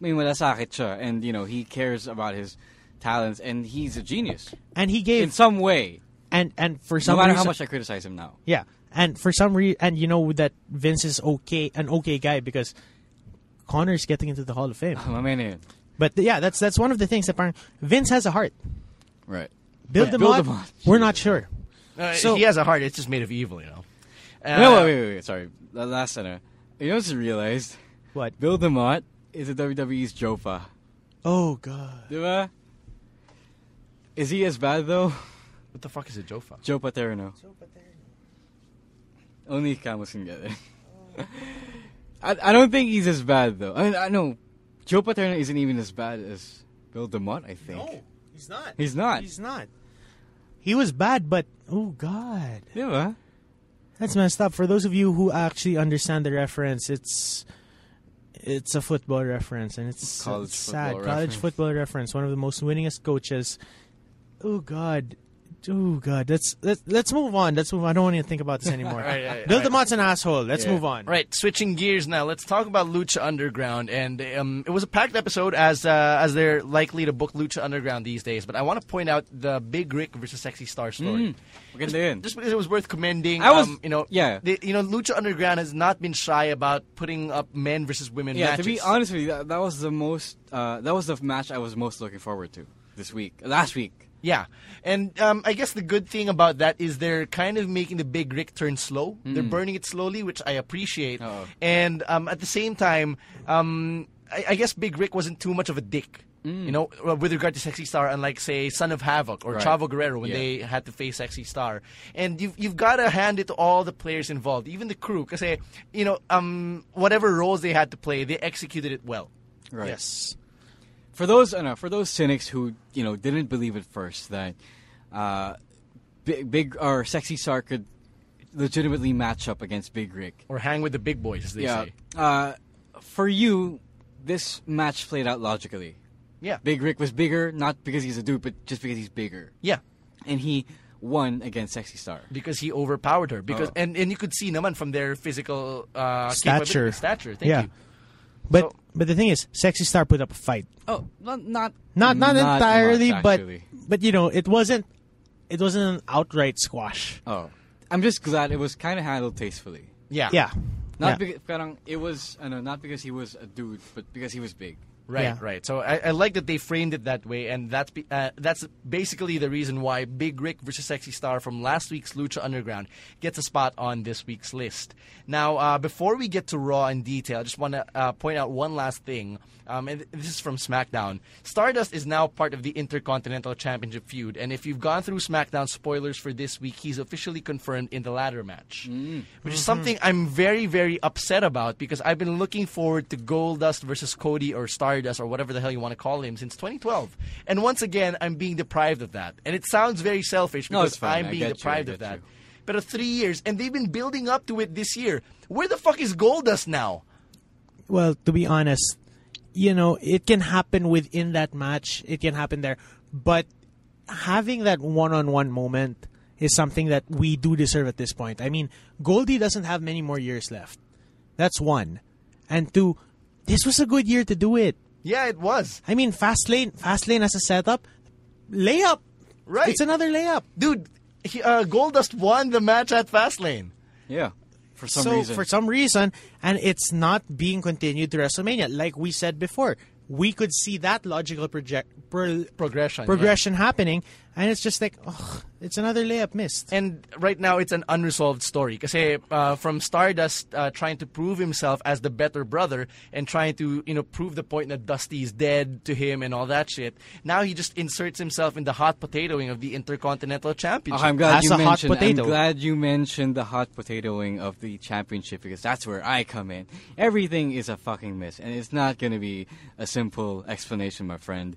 D: may malasakit siya, and you know he cares about his talents, and he's a genius
C: And he
D: in
C: gave.
D: some way.
C: and and for
D: No
C: some
D: matter how
C: reason-
D: much I criticize him now.
C: Yeah, and for some reason, and you know that Vince is okay, an okay guy because Connor's getting into the Hall of Fame.
D: My man, yun.
C: But yeah, that's that's one of the things that parang- Vince has a heart.
D: right?
C: Build
D: But
C: them
D: Bill
C: up.
D: DeMott-
C: We're not sure.
B: Uh,
C: So-
B: he has a heart, it's just made of evil, you know. Uh,
D: no, wait, wait, wait, wait. Sorry, The last center. You know what I realized?
C: What?
D: Bill Demott is a WWE's Jofa.
C: Oh god.
D: Diba? Is he as bad though?
B: What the fuck is a Jofa?
D: Joe Paterno. Only Camus can get it. I, I don't think he's as bad though. I mean, I know Joe Paterno isn't even as bad as Bill Demont. I think.
C: he's not.
D: He's not.
C: He's not. He was bad, but oh god,
D: Diba?
C: that's messed up. For those of you who actually understand the reference, it's it's a football reference, and it's
D: College
C: it's sad.
D: football
C: College
D: reference.
C: football reference. One of the most winningest coaches. Oh god. Oh god, let's let's let's move on. Let's move on. I don't want to think about this anymore.
B: Right, right,
C: Bill
B: right.
C: DeMott's an asshole. Let's move on.
B: Right, switching gears now. Let's talk about Lucha Underground, and um, it was a packed episode as uh, as they're likely to book Lucha Underground these days. But I want to point out the Big Rick versus Sexy Star story.
D: Maganda Mm. yun.
B: Just because it was worth commending,
D: I was-
B: um, you know,
D: yeah.
B: the, you know, Lucha Underground has not been shy about putting up men versus women
D: yeah,
B: matches.
D: to be honest with you, that, that was the most. Uh, that was the match I was most looking forward to this week. Last week.
B: Yeah, and um, I guess the good thing about that is they're kind of making the big Rick turn slow.
D: Hmm.
B: They're burning it slowly, which I appreciate.
D: Oo.
B: And um, at the same time, um, I, I guess Big Rick wasn't too much of a dick. You know, uh, with regard to Sexy Star, unlike say Son of Havoc or
D: Hmm. Right.
B: Chavo Guerrero when
D: Yeah.
B: they had to face Sexy Star, and you've you've got to hand it to all the players involved, even the crew, because you know, um, whatever roles they had to play, they executed it well.
D: Right.
C: Yes.
D: for those uh, no, for those cynics who you know didn't believe at first that uh, big, big or sexy star could legitimately match up against Big Rick.
B: Or hang with the big boys, as they
D: yeah.
B: say.
D: Uh, for you, this match played out logically.
B: Yeah,
D: Big Rick was bigger, not because he's a dude, but just because he's bigger.
B: yeah.
D: And he won against Sexy Star.
B: because he overpowered her. Because
D: Oh.
B: and, and you could see naman from their physical uh,
C: Stature.
B: capability- stature. Thank
C: Yeah.
B: you.
C: But
B: So-
C: but the thing is, Sexy Star put up a fight.
D: Oh, not not
C: Not not,
D: much,
C: entirely, but
D: actually.
C: but you know, it wasn't it wasn't an outright squash.
D: oh, I'm just glad it was kind of handled tastefully.
B: Yeah,
C: Yeah.
D: Not
C: yeah.
D: because parang it was ano, not because he was a dude, but because he was big.
B: Right,
C: Yeah.
B: right. So I, I like that they framed it that way, and that's be, uh, that's basically the reason why Big Rick versus Sexy Star from last week's Lucha Underground gets a spot on this week's list. Now, uh, before we get to Raw in detail, I just want to uh, point out one last thing. Um, and this is from SmackDown. Stardust is now part of the Intercontinental Championship feud, and if you've gone through SmackDown spoilers for this week, he's officially confirmed in the ladder match,
D: Mm.
B: which is something I'm very, very upset about because I've been looking forward to Goldust versus Cody or Stardust or whatever the hell you want to call him since 2012, and once again I'm being deprived of that. And it sounds very selfish
D: No, it's
B: because
D: fine.
B: I'm
D: I
B: being
D: get you, I
B: deprived of
D: get
B: that.
D: you.
B: But of three years, and they've been building up to it this year. Where the fuck is Goldust now?
C: Well, to be honest, you know, it can happen within that match. It can happen there. But having that one on one moment is something that we do deserve at this point. I mean, Goldie doesn't have many more years left. That's one. And two, this was a good year to do it.
B: Yeah, it was.
C: I mean, Fastlane, Fastlane as a setup, layup.
B: Right.
C: It's another layup.
B: Dude, he, uh, Goldust won the match at Fastlane.
D: Yeah. For some
C: so
D: reason.
C: for some reason, and it's not being continued to WrestleMania, like we said before. We could see that logical project pro-
B: Progression,
C: progression happening, and it's just like, oh, it's another layup missed.
B: And right now, it's an unresolved story. Kasi uh, from Stardust uh, trying to prove himself as the better brother and trying to, you know, prove the point that Dusty is dead to him and all that shit, now he just inserts himself in the hot potatoing of the Intercontinental Championship.
D: Oh, I'm glad
C: As
D: you
C: a hot
D: mentioned.
C: potato.
D: I'm glad you mentioned the hot potatoing of the championship because that's where I come in. Everything is a fucking mess, and it's not going to be a simple explanation, my friend.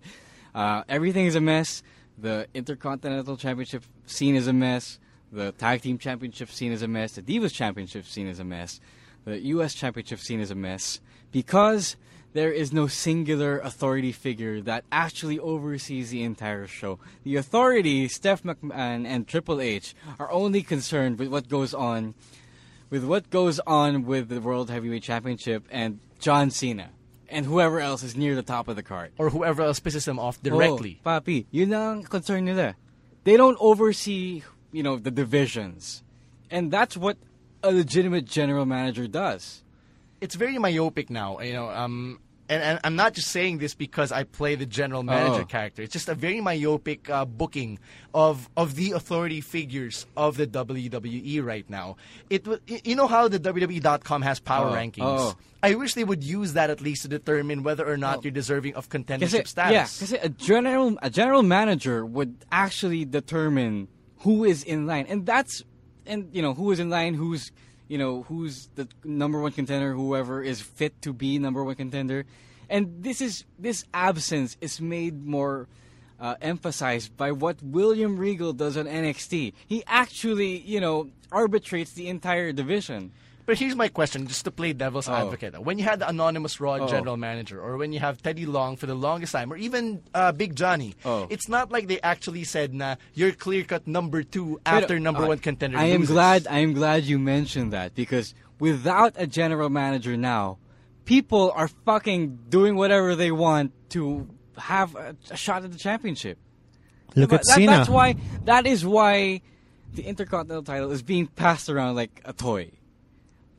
D: Uh, everything is a mess. The Intercontinental Championship scene is a mess. The Tag Team Championship scene is a mess. The Divas Championship scene is a mess. The U.S. Championship scene is a mess because there is no singular authority figure that actually oversees the entire show. The authority, Steph McMahon and Triple H, are only concerned with what goes on, with what goes on with the World Heavyweight Championship and John Cena, and whoever else is near the top of the card.
B: or whoever else pisses him off directly.
D: Oh, papi, yun ang concern nila. They don't oversee, you know, the divisions, and that's what a legitimate general manager does.
B: it's very myopic now. You know, um, and, and I'm not just saying this because I play the general manager
D: Oh.
B: character. It's just a very myopic uh, booking of of the authority figures of the WWE right now. It wa- y- you know how the WWE.com has power
D: Oh,
B: rankings.
D: oh.
B: I wish they would use that at least to determine whether or not you're deserving of contendership status.
D: Yeah, kasi a general a general manager would actually determine who is in line, and that's and you know who is in line, who's you know who's the number one contender, whoever is fit to be number one contender, and this is this absence is made more. Uh, emphasized by what William Regal does on NXT. He actually, you know, arbitrates the entire division.
B: But here's my question, just to play devil's
D: Oh.
B: advocate. When you had the anonymous Raw general manager, or when you have Teddy Long for the longest time, or even uh, Big Johnny,
D: Oh.
B: it's not like they actually said, "Nah, you're clear cut number two after
D: Pero-
B: number
D: okay.
B: one contender."
D: I am
B: loses."
D: glad. I am glad you mentioned that because without a general manager now, people are fucking doing whatever they want to have a, a shot at the championship.
C: Look
D: But that- That's why. That is why the Intercontinental title is being passed around like a toy.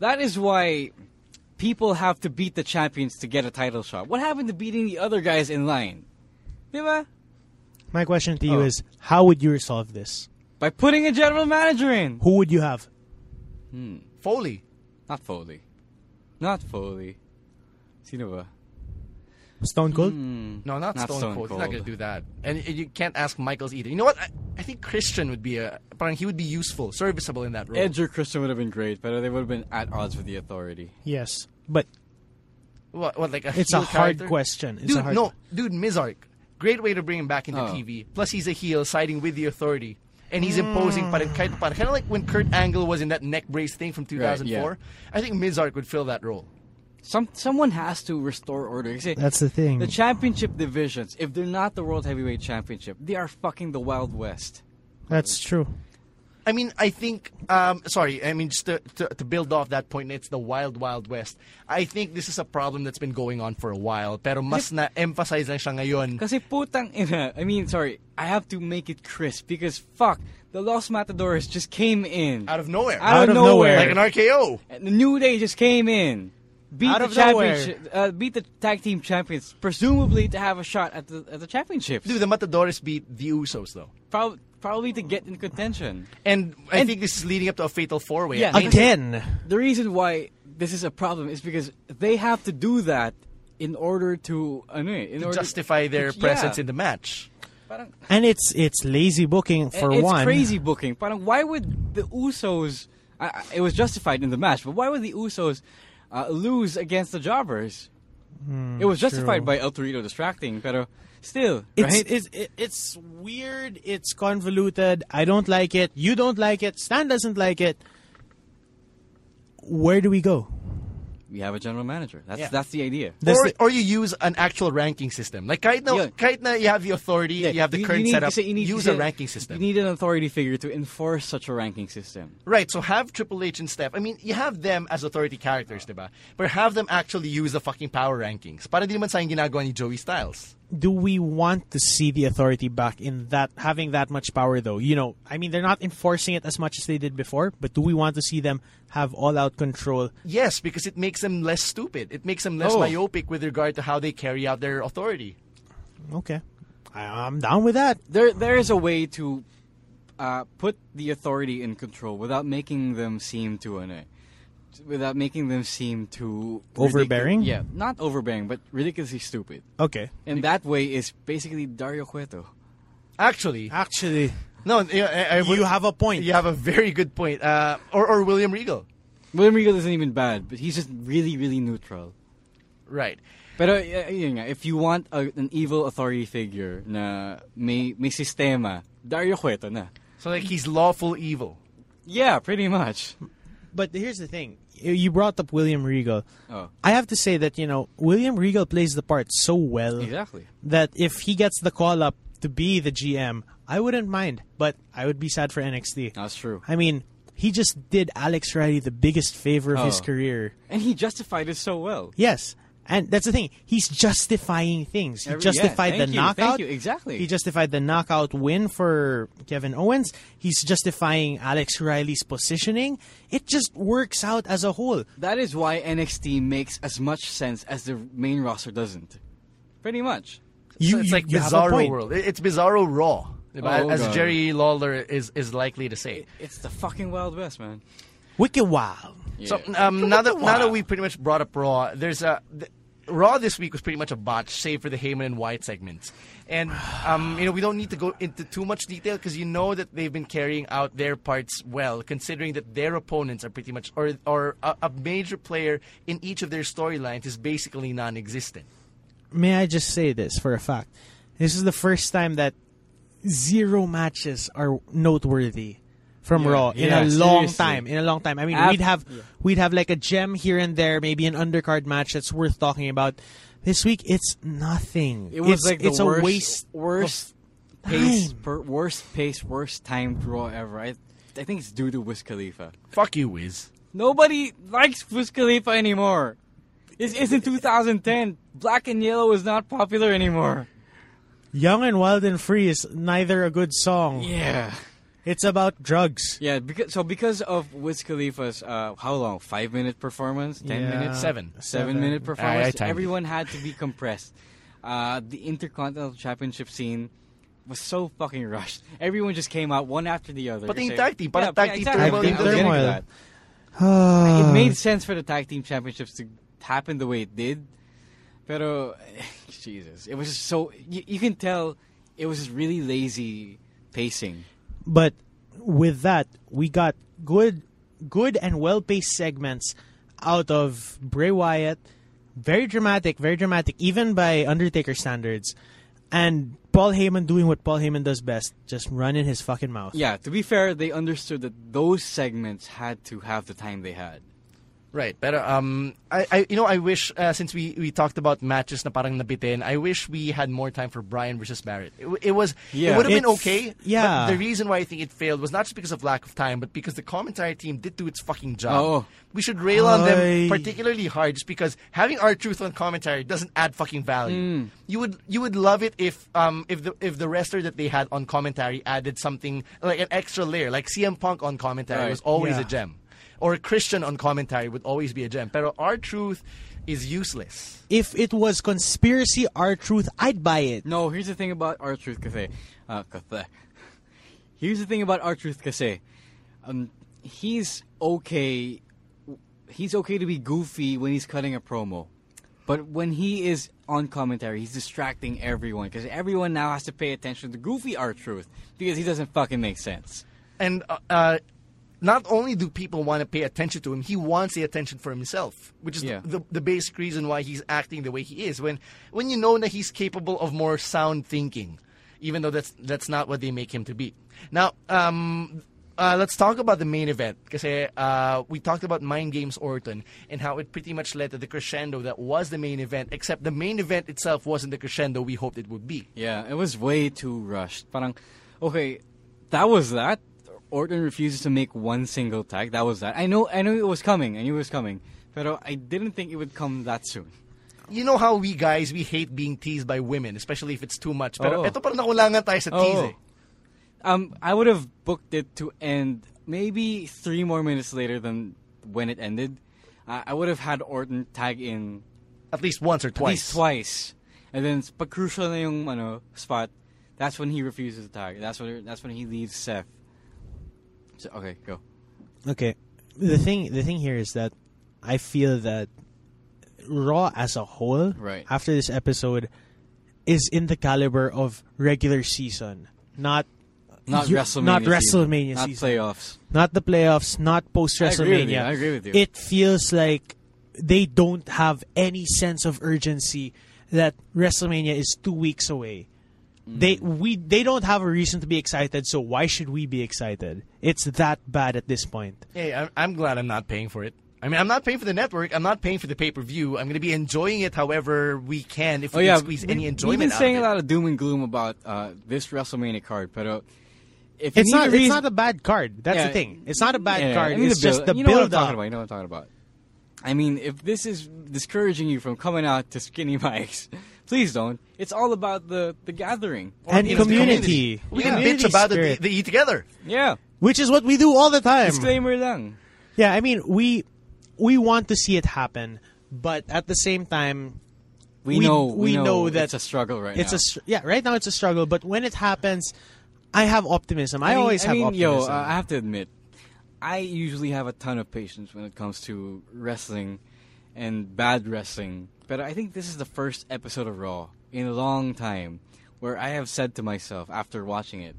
D: That is why people have to beat the champions to get a title shot. What happened to beating the other guys in line? Diba?
C: My question to you
D: Oh.
C: is, how would you resolve this?
D: By putting a general manager in.
C: Who would you have?
B: Foley.
D: Not Foley. Not Foley. Sino ba?
C: Stone Cold?
D: Hmm.
B: No, not,
D: Not
B: Stone,
D: Stone
B: Cold. He's not
D: Cold.
B: going to do that. And y- you can't ask Michaels either. You know what? I, I think Christian would be a. Parang he would be useful, serviceable in that role.
D: Edge or Christian would have been great, but they would have been at odds with the authority.
C: Yes, but
B: What, what, like a
C: It's
B: heel
C: a hard
B: character?
C: question. It's
B: dude,
C: a hard-
B: no, dude, Mizark. Great way to bring him back into
D: Oh.
B: TV. Plus, he's a heel siding with the authority. And he's
C: Hmm.
B: imposing pa rin kahit pa Kind of like when Kurt Angle was in that neck brace thing from 2004. I think Mizark would fill that role.
D: Some someone has to restore order. Kasi
C: That's the thing.
D: The championship divisions, if they're not the World Heavyweight Championship, they are fucking the Wild West.
C: that's true.
B: I mean, I think. Um, sorry, I mean, just to, to, to build off that point, it's the wild, wild west. I think this is a problem that's been going on for a while. Pero mas na emphasize na siya ngayon.
D: Kasi putang ina. I mean, sorry, I have to make it crisp because fuck, the Lost Matadors just came in
B: Out of nowhere.
D: Out,
C: Out
D: of,
C: of
D: nowhere.
C: nowhere.
B: like an RKO.
D: And the New Day just came in, beat
C: Out
D: the
C: of nowhere.
D: championship, uh, beat the tag team champions, presumably to have a shot at the at the championships.
B: Dude, the Matadores beat the Usos, though.
D: Prob- probably to get in contention.
B: And I
D: And-
B: think this is leading up to a fatal four way.
D: Yeah.
C: Again.
D: The reason why this is a problem is because they have to do that in order to ano eh, in
B: to
D: order
B: justify their
D: Yeah.
B: presence in the match.
D: Parang,
C: And it's it's lazy booking for
D: it's
C: one.
D: crazy booking. Parang why would the Usos? I, I- it was justified in the match, but why would the Usos uh, lose against the Jobbers? it was justified
C: true.
D: by El Torito distracting, pero still,
C: It's,
D: right?
C: it's it- it's weird. It's convoluted. I don't like it. You don't like it. Stan doesn't like it. Where do we go?
D: we have a general manager. That's
B: Yeah.
D: that's the idea.
C: That's
B: or,
C: the-
B: or you use an actual ranking system. Like kahit na,
D: Yeah.
B: kahit na you have the authority, you have the current
D: need-
B: setup,
D: kasi you need-
B: use
D: kasi
B: a ranking system.
D: You need an authority figure to enforce such a ranking system.
B: right, so have Triple H and Steph. I mean, you have them as authority characters, diba? But have them actually use the fucking power rankings. Para di naman sa yung ginagawa ni Joey Styles.
C: do we want to see the authority back in that having that much power though you know i mean they're not enforcing it as much as they did before but do we want to see them have all out control
B: Yes, because it makes them less stupid. It makes them less
D: Oh.
B: myopic with regard to how they carry out their authority.
C: okay I, i'm down with that
D: There, there is a way to uh, put the authority in control without making them seem to an, without making them seem too ridicu-
C: Overbearing?
D: Yeah, not overbearing, but ridiculously stupid.
C: okay
D: And that way is basically Dario Cueto.
B: Actually,
C: actually
B: no, I, I- I would-
C: you have a point
B: You have a very good point. Uh, or, or William Regal.
D: William Regal isn't even bad, but he's just really, really neutral.
B: Right.
D: Pero uh, yun nga, if you want a, an evil authority figure na may may sistema, Dario Cueto na.
B: So like he's lawful evil.
D: Yeah, pretty much.
C: but here's the thing You- you brought up william regal
D: Oh.
C: i have to say that you know william regal plays the part so well
D: Exactly.
C: that if he gets the call up to be the gm i wouldn't mind but i would be sad for nxt
D: That's true.
C: I mean, he just did Alex Riley the biggest favor of his
D: Oh.
C: career.
D: And he justified it so well.
C: Yes. And that's the thing. He's justifying things. He
D: Every- yeah,
C: justified
D: thank
C: the
D: you, thank
C: knockout.
D: you, exactly.
C: He justified the knockout win for Kevin Owens. He's justifying Alex Riley's positioning. It just works out as a whole.
D: That is why NXT makes as much sense as the main roster doesn't. Pretty much.
C: You,
B: so it's
C: you-
B: like
C: you have a
B: bizarro
C: point.
B: world. It- It's bizarro raw. diba?
D: Oh,
B: As
D: God.
B: Jerry Lawler is, is likely to say.
D: It's the fucking Wild West, man.
C: Wicked wild.
B: So um, now that now that we pretty much brought up Raw, there's a th- Raw this week was pretty much a botch, save for the Heyman and Wyatt segments. And um, you know we don't need to go into too much detail because you know that they've been carrying out their parts well, considering that their opponents are pretty much or or a, a major player in each of their storylines is basically non-existent.
C: May I just say this for a fact? This is the first time that zero matches are noteworthy from
D: Yeah,
C: Raw in a
D: yeah,
C: long
D: seriously.
C: time. In a long time. I mean,
D: Ab-
C: we'd have we'd have like a gem here and there, maybe an undercard match that's worth talking about. This week, it's nothing.
D: It was
C: it's,
D: like the
C: it's
D: worst,
C: a waste.
D: worst pace,
C: time.
D: per, worst pace, worst timed Raw ever. I, I think it's due to Wiz Khalifa.
B: Fuck you, Wiz.
D: Nobody likes Wiz Khalifa anymore. This isn't 2010. Black and yellow is not popular anymore.
C: Young and Wild and Free is neither a good song.
D: Yeah.
C: It's about drugs.
D: Yeah, because so because of Wiz Khalifa's uh, how long? Five minute performance, ten
C: Yeah.
D: minutes,
B: Seven.
D: seven,
C: Seven.
D: minute
B: I- I
D: performance.
B: timed it.
D: everyone had to be compressed. Uh, the Intercontinental Championship scene was so fucking rushed. Everyone just came out one after the other.
B: Pati yung
D: Say-
B: tag team, parang
D: yeah,
B: tag team
D: exactly.
C: turmoil.
D: I was getting to that. It made sense for the tag team championships to happen the way it did, pero Jesus, it was just so you, you can tell it was just really lazy pacing.
C: But with that, we got good, good and well-paced segments out of Bray Wyatt. Very dramatic, very dramatic, even by Undertaker standards. And Paul Heyman doing what Paul Heyman does best, just running his fucking mouth.
D: Yeah, to be fair, they understood that those segments had to have the time they had.
B: Right, pero um, I, I you know I wish uh, since we, we talked about matches na parang nabitin, I wish we had more time for Brian versus Barrett. It, w- it was it
D: Yeah.
B: would have been
C: It's-
B: okay.
C: yeah.
B: but the reason why I think it failed was not just because of lack of time, but because the commentary team did do its fucking job.
D: Oh.
B: We should rail on them
C: Ay.
B: particularly hard just because having our truth on commentary doesn't add fucking value. You would you would love it if um if the if the wrestler that they had on commentary added something like an extra layer, like CM Punk on commentary
D: Right.
B: was always a
C: Yeah.
B: gem or Christian on commentary would always be a gem. Pero our truth is useless.
C: If it was conspiracy or truth, I'd buy it.
D: No, here's the thing about our truth Cathay. Uh, Cathay. Here's the thing about our truth Cathay. Um, he's okay. He's okay to be goofy when he's cutting a promo. But when he is on commentary, he's distracting everyone because everyone now has to pay attention to Goofy R Truth because he doesn't fucking make sense.
B: And uh, uh, not only do people want to pay attention to him, he wants the attention for himself, which is
D: Yeah.
B: the, the, the basic reason why he's acting the way he is. When when you know that he's capable of more sound thinking, even though that's that's not what they make him to be. Now, um, uh, let's talk about the main event because uh, we talked about Mind Games Orton and how it pretty much led to the crescendo that was the main event. Except the main event itself wasn't the crescendo we hoped it would be.
D: Yeah, it was way too rushed. Parang, okay, that was that. Orton refuses to make one single tag. That was that. I know, I knew it was coming. I knew it was coming. But I didn't think it would come that soon.
B: you know how we guys we hate being teased by women, especially if it's too much. Pero
D: Oo.
B: eto parang nakulangan tayo sa tease. eh.
D: Oh. Um, I would have booked it to end maybe three more minutes later than when it ended. Uh, I would have had Orton tag in
B: At least once or
D: at
B: twice.
D: least twice, and then pag crucial na yung ano spot, that's when he refuses to tag. That's when that's when he leaves Seth. So okay, go.
C: Okay. The thing the thing here is that I feel that Raw as a whole
D: Right.
C: after this episode is in the caliber of regular season, not
D: Not
C: you-
D: WrestleMania.
C: not
D: season.
C: WrestleMania
D: Not
C: season.
D: playoffs.
C: not the playoffs, not post
D: I agree with
C: WrestleMania.
D: you. I agree with you.
C: It feels like they don't have any sense of urgency that WrestleMania is two weeks away.
D: Mm.
C: They we they don't have a reason to be excited, so why should we be excited? It's that bad at this point.
B: Hey, I'm, I'm glad I'm not paying for it. I mean, I'm not paying for the network. I'm not paying for the pay per view. I'm going to be enjoying it however we can if
D: Oh
B: we
D: yeah,
B: can squeeze any
D: we-
B: enjoyment
D: We've been
B: out
D: saying
B: of
D: a
B: it.
D: lot of doom and gloom about uh, this WrestleMania card, but uh, if you
C: It's
D: need
C: not.
D: a reason,
C: It's not a bad card. That's
D: Yeah.
C: the thing. It's not a bad
D: Yeah,
C: card.
D: I mean,
C: it's just the
D: you know
C: build
D: what I'm talking
C: up.
D: about. You know what I'm talking about. I mean, if this is discouraging you from coming out to Skinny Mike's, please don't. It's all about the the gathering
C: And
D: It's the
C: community.
B: We
C: Yeah.
B: can
C: Community
B: bitch about
C: spirit.
B: it. They, they eat together.
D: Yeah.
C: which is what we do all the time.
D: Disclaimer lang.
C: Yeah, I mean, we we want to see it happen, but at the same time,
D: We,
C: We-
D: know.
C: we know that
D: it's a struggle right
C: it's
D: now.
C: a str- yeah. Right now, it's a struggle, but when it happens, I have optimism. I,
D: mean-
C: always have
D: I mean,
C: optimism.
D: Yo, uh, I have to admit, I usually have a ton of patience when it comes to wrestling and bad wrestling. But I think this is the first episode of Raw in a long time where I have said to myself after watching it,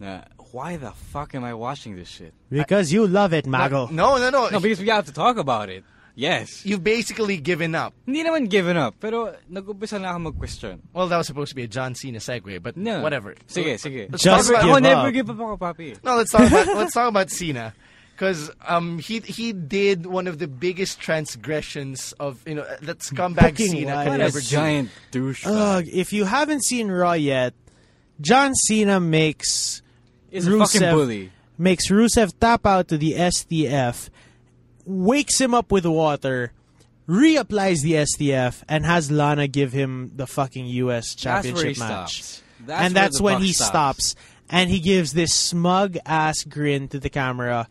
D: nah, "Why the fuck am I watching this shit?"
C: because you love it, Mago.
B: No, no, no.
D: No, because we have to talk about it. Yes.
B: You've basically given up.
D: Hindi naman given up, pero nag-umpisa na ako mag-question.
B: Well, that was supposed to be a John Cena segue, but
D: No.
B: whatever.
D: Sige, sige.
C: Just
B: talk about-
C: give
D: Ako,
C: up.
D: never give up ako, papi.
B: No, let's talk about let's talk about Cena because um, he he did one of the biggest transgressions of you know uh, that scumbag
C: Booking
B: Cena
C: wise.
B: could
C: What
D: What
C: a
D: a
B: ever do.
D: giant douche.
C: Ugh, if you haven't seen Raw yet, John Cena makes
D: He's a fucking bully.
C: makes Rusev tap out to the STF, wakes him up with water, reapplies the STF, and has Lana give him the fucking US
D: That's
C: Championship
D: where he
C: match.
D: stops. That's
C: and
D: where
C: that's
D: the
C: when
D: buck
C: he
D: stops.
C: stops. And he gives this smug ass grin to the camera,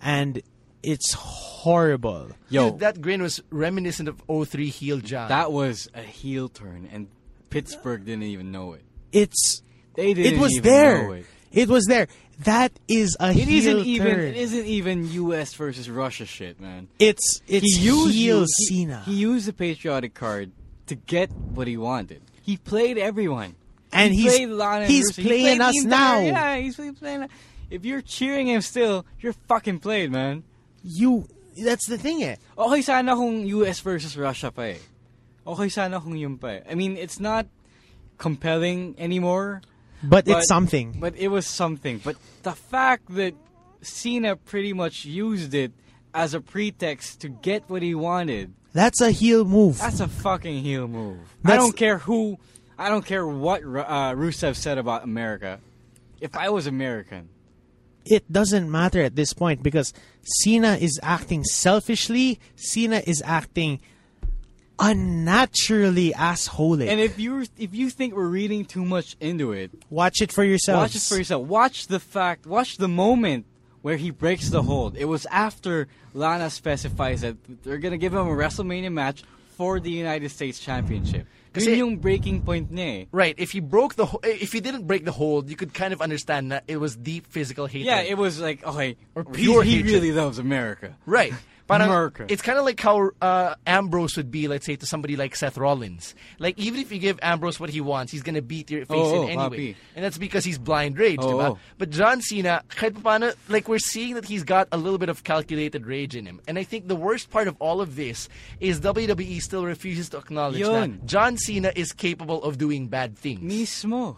C: and it's horrible.
D: Yo,
B: Dude, that grin was reminiscent of 03 heel John.
D: That was a heel turn, and Pittsburgh didn't even know it.
C: It's
D: They didn't.
C: it was
D: even
C: there.
D: Know it.
C: It was there. That is a
D: It
C: heel
D: isn't even.
C: turn.
D: It isn't even U.S. versus Russia shit, man.
C: it's it's
D: he used
C: heel
D: he-
C: Cena.
D: He, used the patriotic card to get what he wanted. He played everyone,
C: And
D: he
C: he's-
D: played Lana and
C: he's
D: Rusev. He
C: playing
D: played the
C: us
D: entire-
C: now.
D: Yeah, he's playing. playing if you're cheering him still, you're fucking played, man.
C: you. That's the thing, eh?
D: Okay sana kung US versus Russia pa eh. Okay sana kung yun pa eh. I mean, it's not compelling anymore.
C: But, it's something.
D: But it was something. But the fact that Cena pretty much used it as a pretext to get what he wanted,
C: That's a heel move.
D: that's a fucking heel move. I
C: That's-
D: don't care who, I don't care what Ru- uh, Rusev said about America. If I was American,
C: It doesn't matter at this point because Cena is acting selfishly. Cena is acting unnaturally assholey.
D: and if you if you think we're reading too much into it,
C: Watch it for yourself.
D: Watch it for yourself. Watch the fact. Watch the moment where he breaks the hold. It was after Lana specifies that they're gonna give him a WrestleMania match for the United States Championship.
B: Kasi-
D: Yun yung breaking point niya. eh.
B: right. If he broke the ho- if he didn't break the hold, you could kind of understand that it was deep physical hatred.
D: Yeah, it was like okay,
B: Or
D: he-
B: pure
D: he,
B: hatred.
D: really loves America.
B: right. Parang,
D: America.
B: It's kind of like how uh, Ambrose would be, let's say, to somebody like Seth Rollins. Like, even if you give Ambrose what he wants, he's gonna beat your face
D: Oo,
B: in anyway.
D: papi.
B: And that's because he's blind rage,
D: Oo.
B: diba? But John Cena, kahit paano, like, we're seeing that he's got a little bit of calculated rage in him. And I think the worst part of all of this is WWE still refuses to acknowledge
D: Yun.
B: that John Cena is capable of doing bad things.
D: Mismo.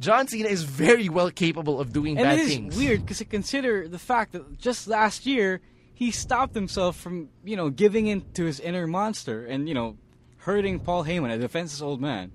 B: John Cena is very well capable of doing
D: And
B: bad
D: it is
B: things.
D: weird because consider the fact that just last year he stopped himself from you know giving in to his inner monster and you know hurting Paul Heyman, a defenseless old man.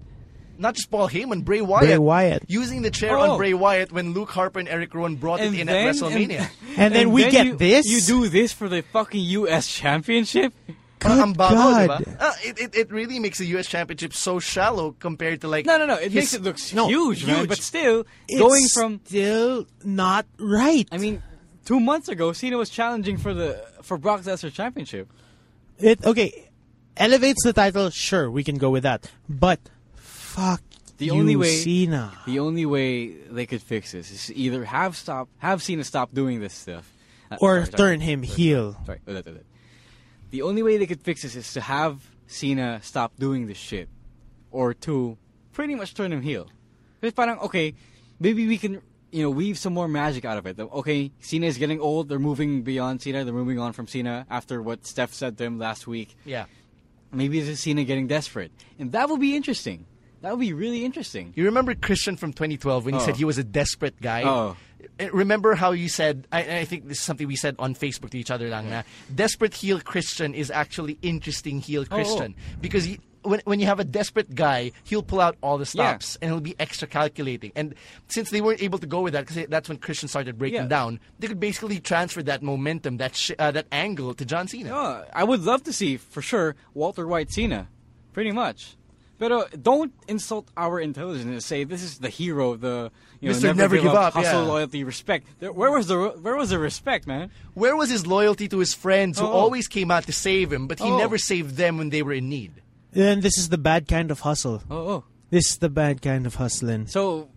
B: Not just Paul Heyman, Bray Wyatt.
C: Bray Wyatt.
B: Using the chair
D: Oh.
B: on Bray Wyatt when Luke Harper and Eric Rowan brought
D: And
B: it in
D: then-
B: at WrestleMania.
C: And then we get
D: you-
C: this?
D: You do this for the fucking U.S. Championship?
C: Good
B: Ang babaw,
C: God.
B: diba? Ah, it, it, it really makes the U.S. Championship so shallow compared to like.
D: No, no, no. It
C: His-
D: makes it look s-
C: no,
D: huge, man.
C: huge.
D: But still,
C: It's
D: going from
C: still not right.
D: I mean, two months ago, Cena was challenging for the for Brock Lesnar championship.
C: it okay elevates the title. Sure, we can go with that, but fuck
D: The
C: you,
D: only way
C: Cena.
D: the only way they could fix this is either have stop have Cena stop doing this stuff, Uh,
C: Or
D: sorry, sorry,
C: turn him
D: sorry,
C: heel.
D: Sorry, sorry. Uh, that- that- that. the only way they could fix this is to have Cena stop doing this shit, or to pretty much turn him heel. It's parang okay, maybe we can you know weave some more magic out of it. Okay, Cena is getting old. They're moving beyond Cena. They're moving on from Cena after what Steph said to him last week.
B: Yeah.
D: Maybe this is Cena getting desperate, and that would be interesting. That would be really interesting.
B: You remember Christian from 2012 when he
D: Oh.
B: said he was a desperate guy?
D: Oh.
B: Eh, Remember how you said, I, I think this is something we said on Facebook to each other lang na, desperate heel Christian is actually interesting heel
D: Oh.
B: Christian. Because he, when, when you have a desperate guy, he'll pull out all the
D: Yeah.
B: stops and he'll be extra calculating. And since they weren't able to go with that, because that's when Christian started breaking
D: Yeah.
B: down, they could basically transfer that momentum, that, sh- uh, that angle to John Cena.
D: Uh, I would love to see for sure Walter White Cena, pretty much. But uh, don't insult our intelligence and say this is the hero, the you know,
B: Mr.
D: never,
B: Never Give Up,
D: hustle,
B: yeah.
D: loyalty, respect. There, where was the where was the respect, man?
B: Where was his loyalty to his friends who
D: Oh.
B: always came out to save him, but he
D: Oh.
B: never saved them when they were in need?
C: Then this is the bad kind of hustle.
D: Oh, oh.
C: This is the bad kind of hustling.
D: so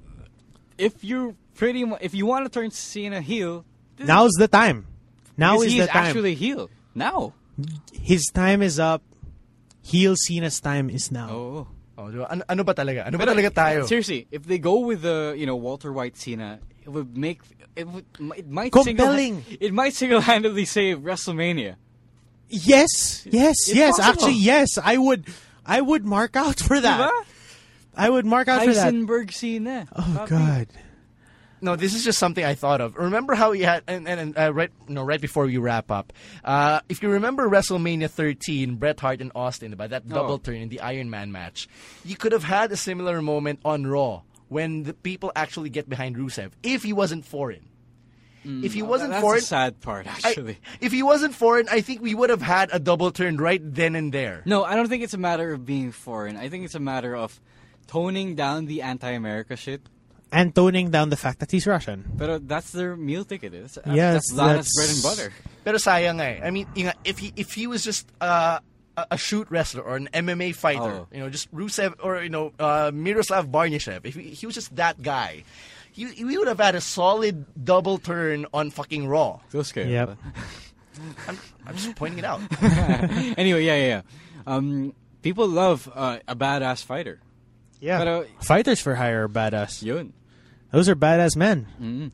D: if you pretty mu- if you want to turn Cena heel, this
C: Now's the time. Now
D: is,
C: is
D: he
C: the
D: is
C: time.
D: actually heel now.
C: His time is up. Heel Cena's time is now.
D: Oh.
B: Oh, diba? Ano, ano ba talaga? Ano ba talaga tayo?
D: Seriously, if they go with the you know Walter White Cena, it would make it would it might
C: Compelling.
D: Single, it might single-handedly save WrestleMania.
C: Yes, yes,
D: It's
C: yes.
D: possible.
C: Actually, yes. I would, I would mark out for that.
D: Diba?
C: I would mark out for that.
D: Heisenberg Cena.
C: Oh God.
B: No, this is just something I thought of. Remember how we had and, and, and uh, right no right before we wrap up. Uh, if you remember WrestleMania 13, Bret Hart and Austin about that double
D: Oh.
B: turn in the Iron Man match, you could have had a similar moment on Raw when the people actually get behind Rusev if he wasn't foreign. if he wasn't
D: That's
B: foreign,
D: the sad part,
B: I-
D: actually.
B: if he wasn't foreign, I think we would have had a double turn right then and there.
D: no, I don't think it's a matter of being foreign. I think it's a matter of toning down the anti-America shit.
C: And toning down the fact that he's Russian.
D: But uh, that's their meal ticket. It's, uh,
C: Yes,
D: that's Lana's
C: that's-
D: bread and butter.
B: Pero sayang eh. I mean, yun nga, if he if he was just uh, a a shoot wrestler or an MMA fighter,
D: Oh.
B: you know, just Rusev or you know uh, Miroslav Barnishev, if he, he was just that guy, he, we would have had a solid double turn on fucking Raw.
D: So scared.
C: Yep.
D: uh,
B: I'm, I'm just pointing it out.
D: anyway, yeah, yeah, yeah. Um, people love uh, a badass fighter.
C: Yeah.
D: But, uh,
C: Fighters for hire are badass.
D: Yun.
C: Those are badass men.
D: Mm.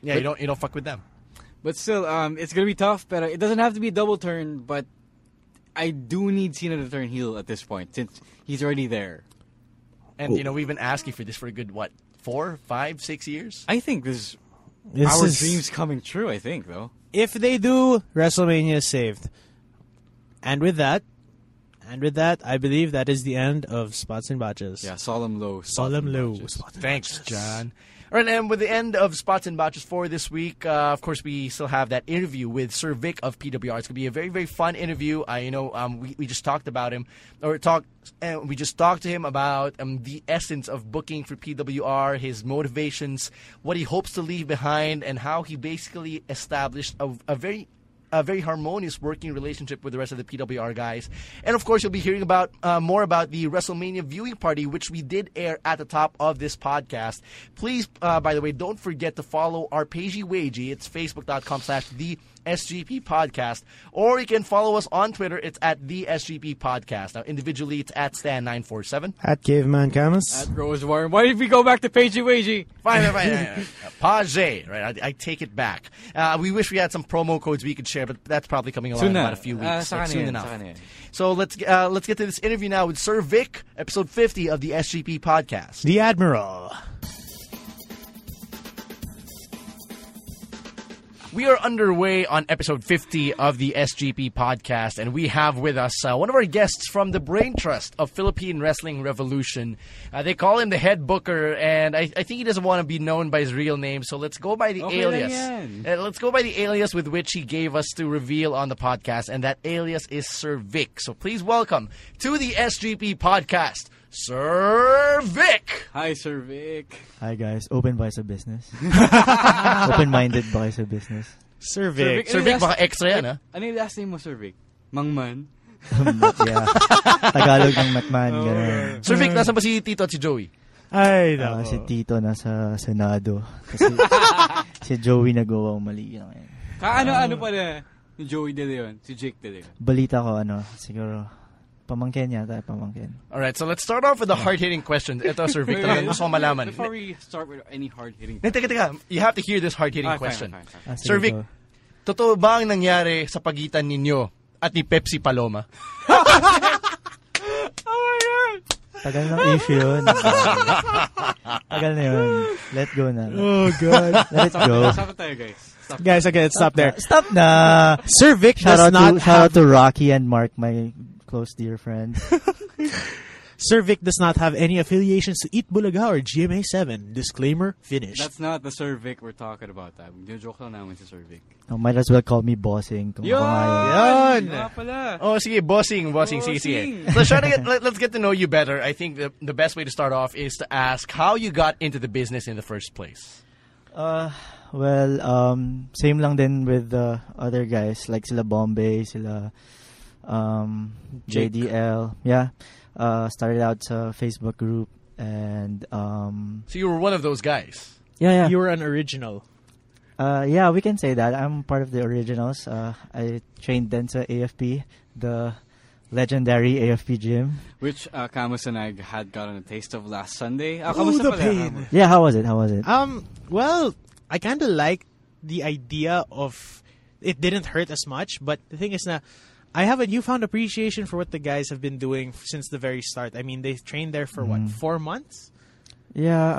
B: Yeah, you don't you don't fuck with them.
D: But still, um, it's gonna be tough. But uh, it doesn't have to be a double turn. But I do need Cena to turn heel at this point since he's already there.
B: And you know, we've been asking for this for a good what four, five, six years.
D: I think this is
C: This
D: our
C: is-
D: dreams coming true. I think though.
C: If they do, WrestleMania is saved. And with that, and with that, I believe that is the end of Spots and Botches.
D: Yeah, solemn low. spots
C: Solemn
D: and
C: low.
D: notches.
C: Spots and
B: Thanks,
C: Botches.
B: John. All right, and with the end of Spots and Botches for this week, uh, of course, we still have that interview with Sir Vic of PWR. It's going to be a very, very fun interview. I you know um, we, we just talked about him, or talked, uh, we just talked to him about um, the essence of booking for PWR, his motivations, what he hopes to leave behind, and how he basically established a, a very a very harmonious working relationship with the rest of the PWR guys. And of course, you'll be hearing about uh, more about the WrestleMania viewing party, which we did air at the top of this podcast. Please, uh, by the way, don't forget to follow our Pagey Wagey. It's facebook.com slash the SGP Podcast. Or you can follow us on Twitter. It's at the SGP Podcast. Now, individually, it's at Stan947.
C: At Caveman Camus.
D: That rose wire. Why did we go back to Pagey Wagey?
B: Fine, fine, fine. fine, fine. Page, right? I, I take it back. Uh, we wish we had some promo codes we could share, but that's probably coming along
D: Soon
B: in
D: na.
B: about a few weeks.
D: Uh,
B: like,
D: saka na
B: soon
D: yan,
B: enough.
D: saka na yan.
B: So let's uh, let's get to this interview now with Sir Vic, episode fifty of the SGP podcast.
C: The Admiral.
B: We are underway on episode 50 of the SGP podcast, and we have with us uh, one of our guests from the Brain Trust of Philippine Wrestling Revolution. Uh, they call him the head booker, and I, I think he doesn't want to be known by his real name, so let's go by the
D: Okay lang
B: alias.
D: yan.
B: Uh, let's go by the alias with which he gave us to reveal on the podcast, and that alias is Sir Vic. So please welcome to the SGP podcast, Sir Vic.
D: Hi, Sir Vic.
E: Hi guys, open ba kayo sa business? Open-minded ba kayo sa business?
C: Sir
D: Sir
C: Vic.
D: Vic,
B: Sir
D: ano yung
B: Vic,
D: last-
B: baka extra yan, ha?
D: Ano yung last name mo, Sir Vic? Mangman?
E: Um, yeah. Tagalog ng Matman,
C: Oh,
E: gano'n.
B: Sir Vic, nasa ba si Tito at si Joey?
C: Ay,
E: Ah,
C: nako.
E: si Tito nasa Senado. Kasi si Joey nagawa mali na ngayon.
D: Kaano-ano pala ni Joey De Leon, si Jake De Leon.
E: Balita ko ano, siguro pamangkin yata, pamangkin.
B: All right, so let's start off with the hard-hitting question. Ito, Sir Vic, talaga gusto ko malaman.
D: Before we start with any hard-hitting...
B: Hey, teka, teka. You have to hear this hard-hitting
D: Ah, fine,
B: question.
D: fine, fine, fine.
E: Ah, sige,
B: Sir Vic,
E: go.
B: totoo ba ang nangyari sa pagitan ninyo at ni Pepsi Paloma?
E: Tagal ng issue yun. Tagal na yun. Let go na.
C: Oh, God.
E: Let
D: Stop,
E: go.
D: stop na tayo, guys. Stop.
C: Guys, okay, let's stop there.
E: Stop na!
C: Sir Vic
E: Shout
C: does
E: out,
C: not
E: to, shout out
C: have,
E: to Rocky and Mark, my close dear friends.
C: Sir Vic does not have any affiliations to Eat Bulaga or GMA7. Disclaimer, finished.
D: That's not the Sir Vic we're talking about. That. Joke lang namin si Sir Vic.
E: Oh, might as well call me bossing. Kung ako nga yun.
D: Yun! Nga pala.
B: Oh, sige, bossing, bossing, sige, sige.
D: Bossing.
B: So, try to get, let, us get to know you better. I think the, the best way to start off is to ask how you got into the business in the first place.
E: Uh, Well, um, same lang din with the other guys, like sila Bombay, sila um,
C: Jake.
E: JDL. Yeah, uh, started out sa Facebook group and um,
B: So you were one of those guys.
E: yeah, yeah,
C: You were an original.
E: uh, yeah. We can say that I'm part of the originals. Uh, I trained then sa AFP, the legendary AFP gym.
D: Which uh, Camus and I had gotten a taste of last Sunday. Ah,
C: Oh,
D: kamusta
C: the
D: pala,
C: pain.
D: Camus?
E: Yeah, how was it? How was it?
C: Um, well, I kind of like the idea of it didn't hurt as much, but the thing is na I have a newfound appreciation for what the guys have been doing f- since the very start. I mean, they trained there for what, four months?
E: Yeah,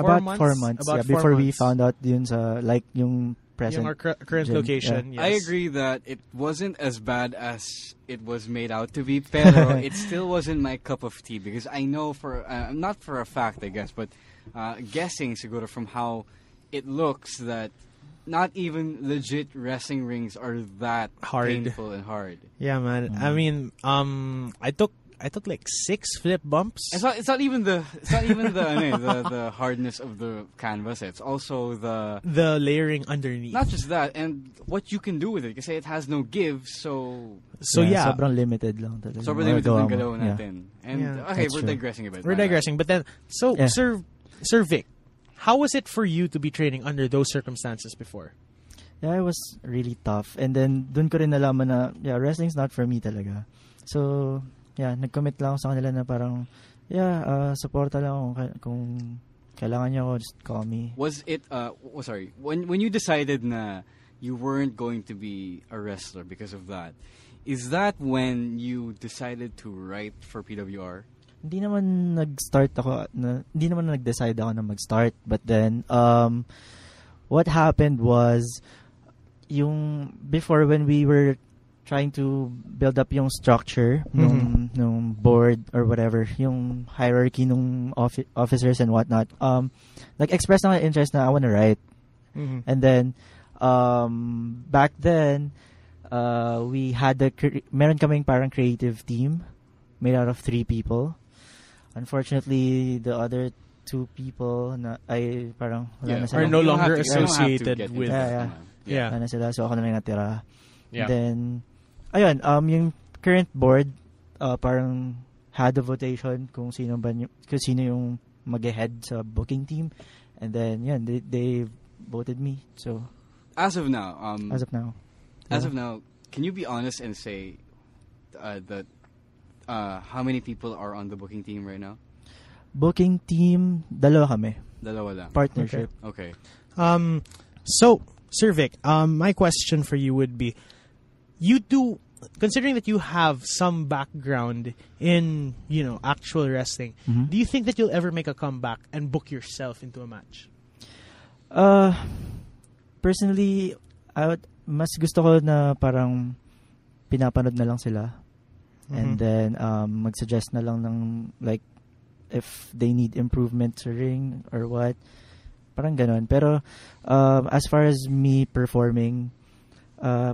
C: Four
E: about
C: months?
E: four months.
C: About
E: yeah,
C: four
E: before we
C: months.
E: found out yun sa like yung present
C: Yung our cur- current
E: gym.
C: location.
D: I
C: yes.
D: agree that it wasn't as bad as it was made out to be, pero it still wasn't my cup of tea because I know for uh, not for a fact, I guess, but uh, guessing siguro from how it looks that not even legit wrestling rings are that
C: Hard.
D: painful and hard.
C: Yeah, man. I mean, um, I took I took like six flip bumps.
D: It's not. It's not even the. It's not even the, ano eh, the the hardness of the canvas. eh. It's also the.
C: the layering underneath.
D: Not just that, and what you can do with it. Kasi it has no give, so
C: so yeah,
E: sobrang limited lang talaga.
D: sobrang limited
E: Magagawa
D: ng
E: mo.
D: galaw
E: Yeah.
D: natin. And
C: Yeah.
D: okay,
E: That's
D: we're
E: true.
D: digressing a bit. uh,
C: we're
D: My bad.
C: digressing. But then, so
E: Yeah.
C: Sir Sir Vic, how was it for you to be training under those circumstances before?
E: Yeah, it was really tough. And then, dun ko rin nalaman na, yeah, wrestling's not for me talaga. So, yeah, nag-commit lang ako sa kanila na parang, yeah, uh, supporta lang ako kung- kung kailangan niyo ako, just call me.
D: Was it? Uh, w- sorry. When when you decided na you weren't going to be a wrestler because of that, is that when you decided to write for PWR?
E: Hindi naman nag-start ako, na, hindi naman nag-decide ako na mag-start. But then, um, what happened was, yung before when we were trying to build up yung structure nung nung board or whatever yung hierarchy nung offi- officers and whatnot um like express na ako interest na I wanna write
C: Mm-hmm.
E: and then um back then uh we had the cre- meron kaming parang creative team made out of three people unfortunately the other two people na ay parang wala na
C: Are
E: silang-
C: no
D: You don't have
C: longer
D: to- you don't have to
C: associated
D: get
C: with-
D: into
E: Yeah,
D: that,
E: yeah.
D: you know.
E: Wala na sila, so ako na lang natira.
B: Yeah.
E: Then, ayun, um, yung current board, uh, parang had a votation kung sino ba yung, kung sino yung mag-head sa booking team. And then, yun, they, they voted me. So,
D: As of now, um,
E: as of now.
D: As of now, can you be honest and say uh, that uh, how many people are on the booking team right now?
E: Booking team, dalawa kami.
D: Dalawa lang.
E: Partnership.
D: okay.
C: Um, so, Sir Vic, um, my question for you would be: You do, considering that you have some background in you know actual wrestling, do you think that you'll ever make a comeback and book yourself into a match?
E: Uh, personally, I would, mas gusto ko na parang pinapanood na lang sila.
C: Mm-hmm.
E: And then, um, mag-suggest na lang ng, like, if they need improvement sa ring or what. Parang ganon. Pero, um, as far as me performing, uh,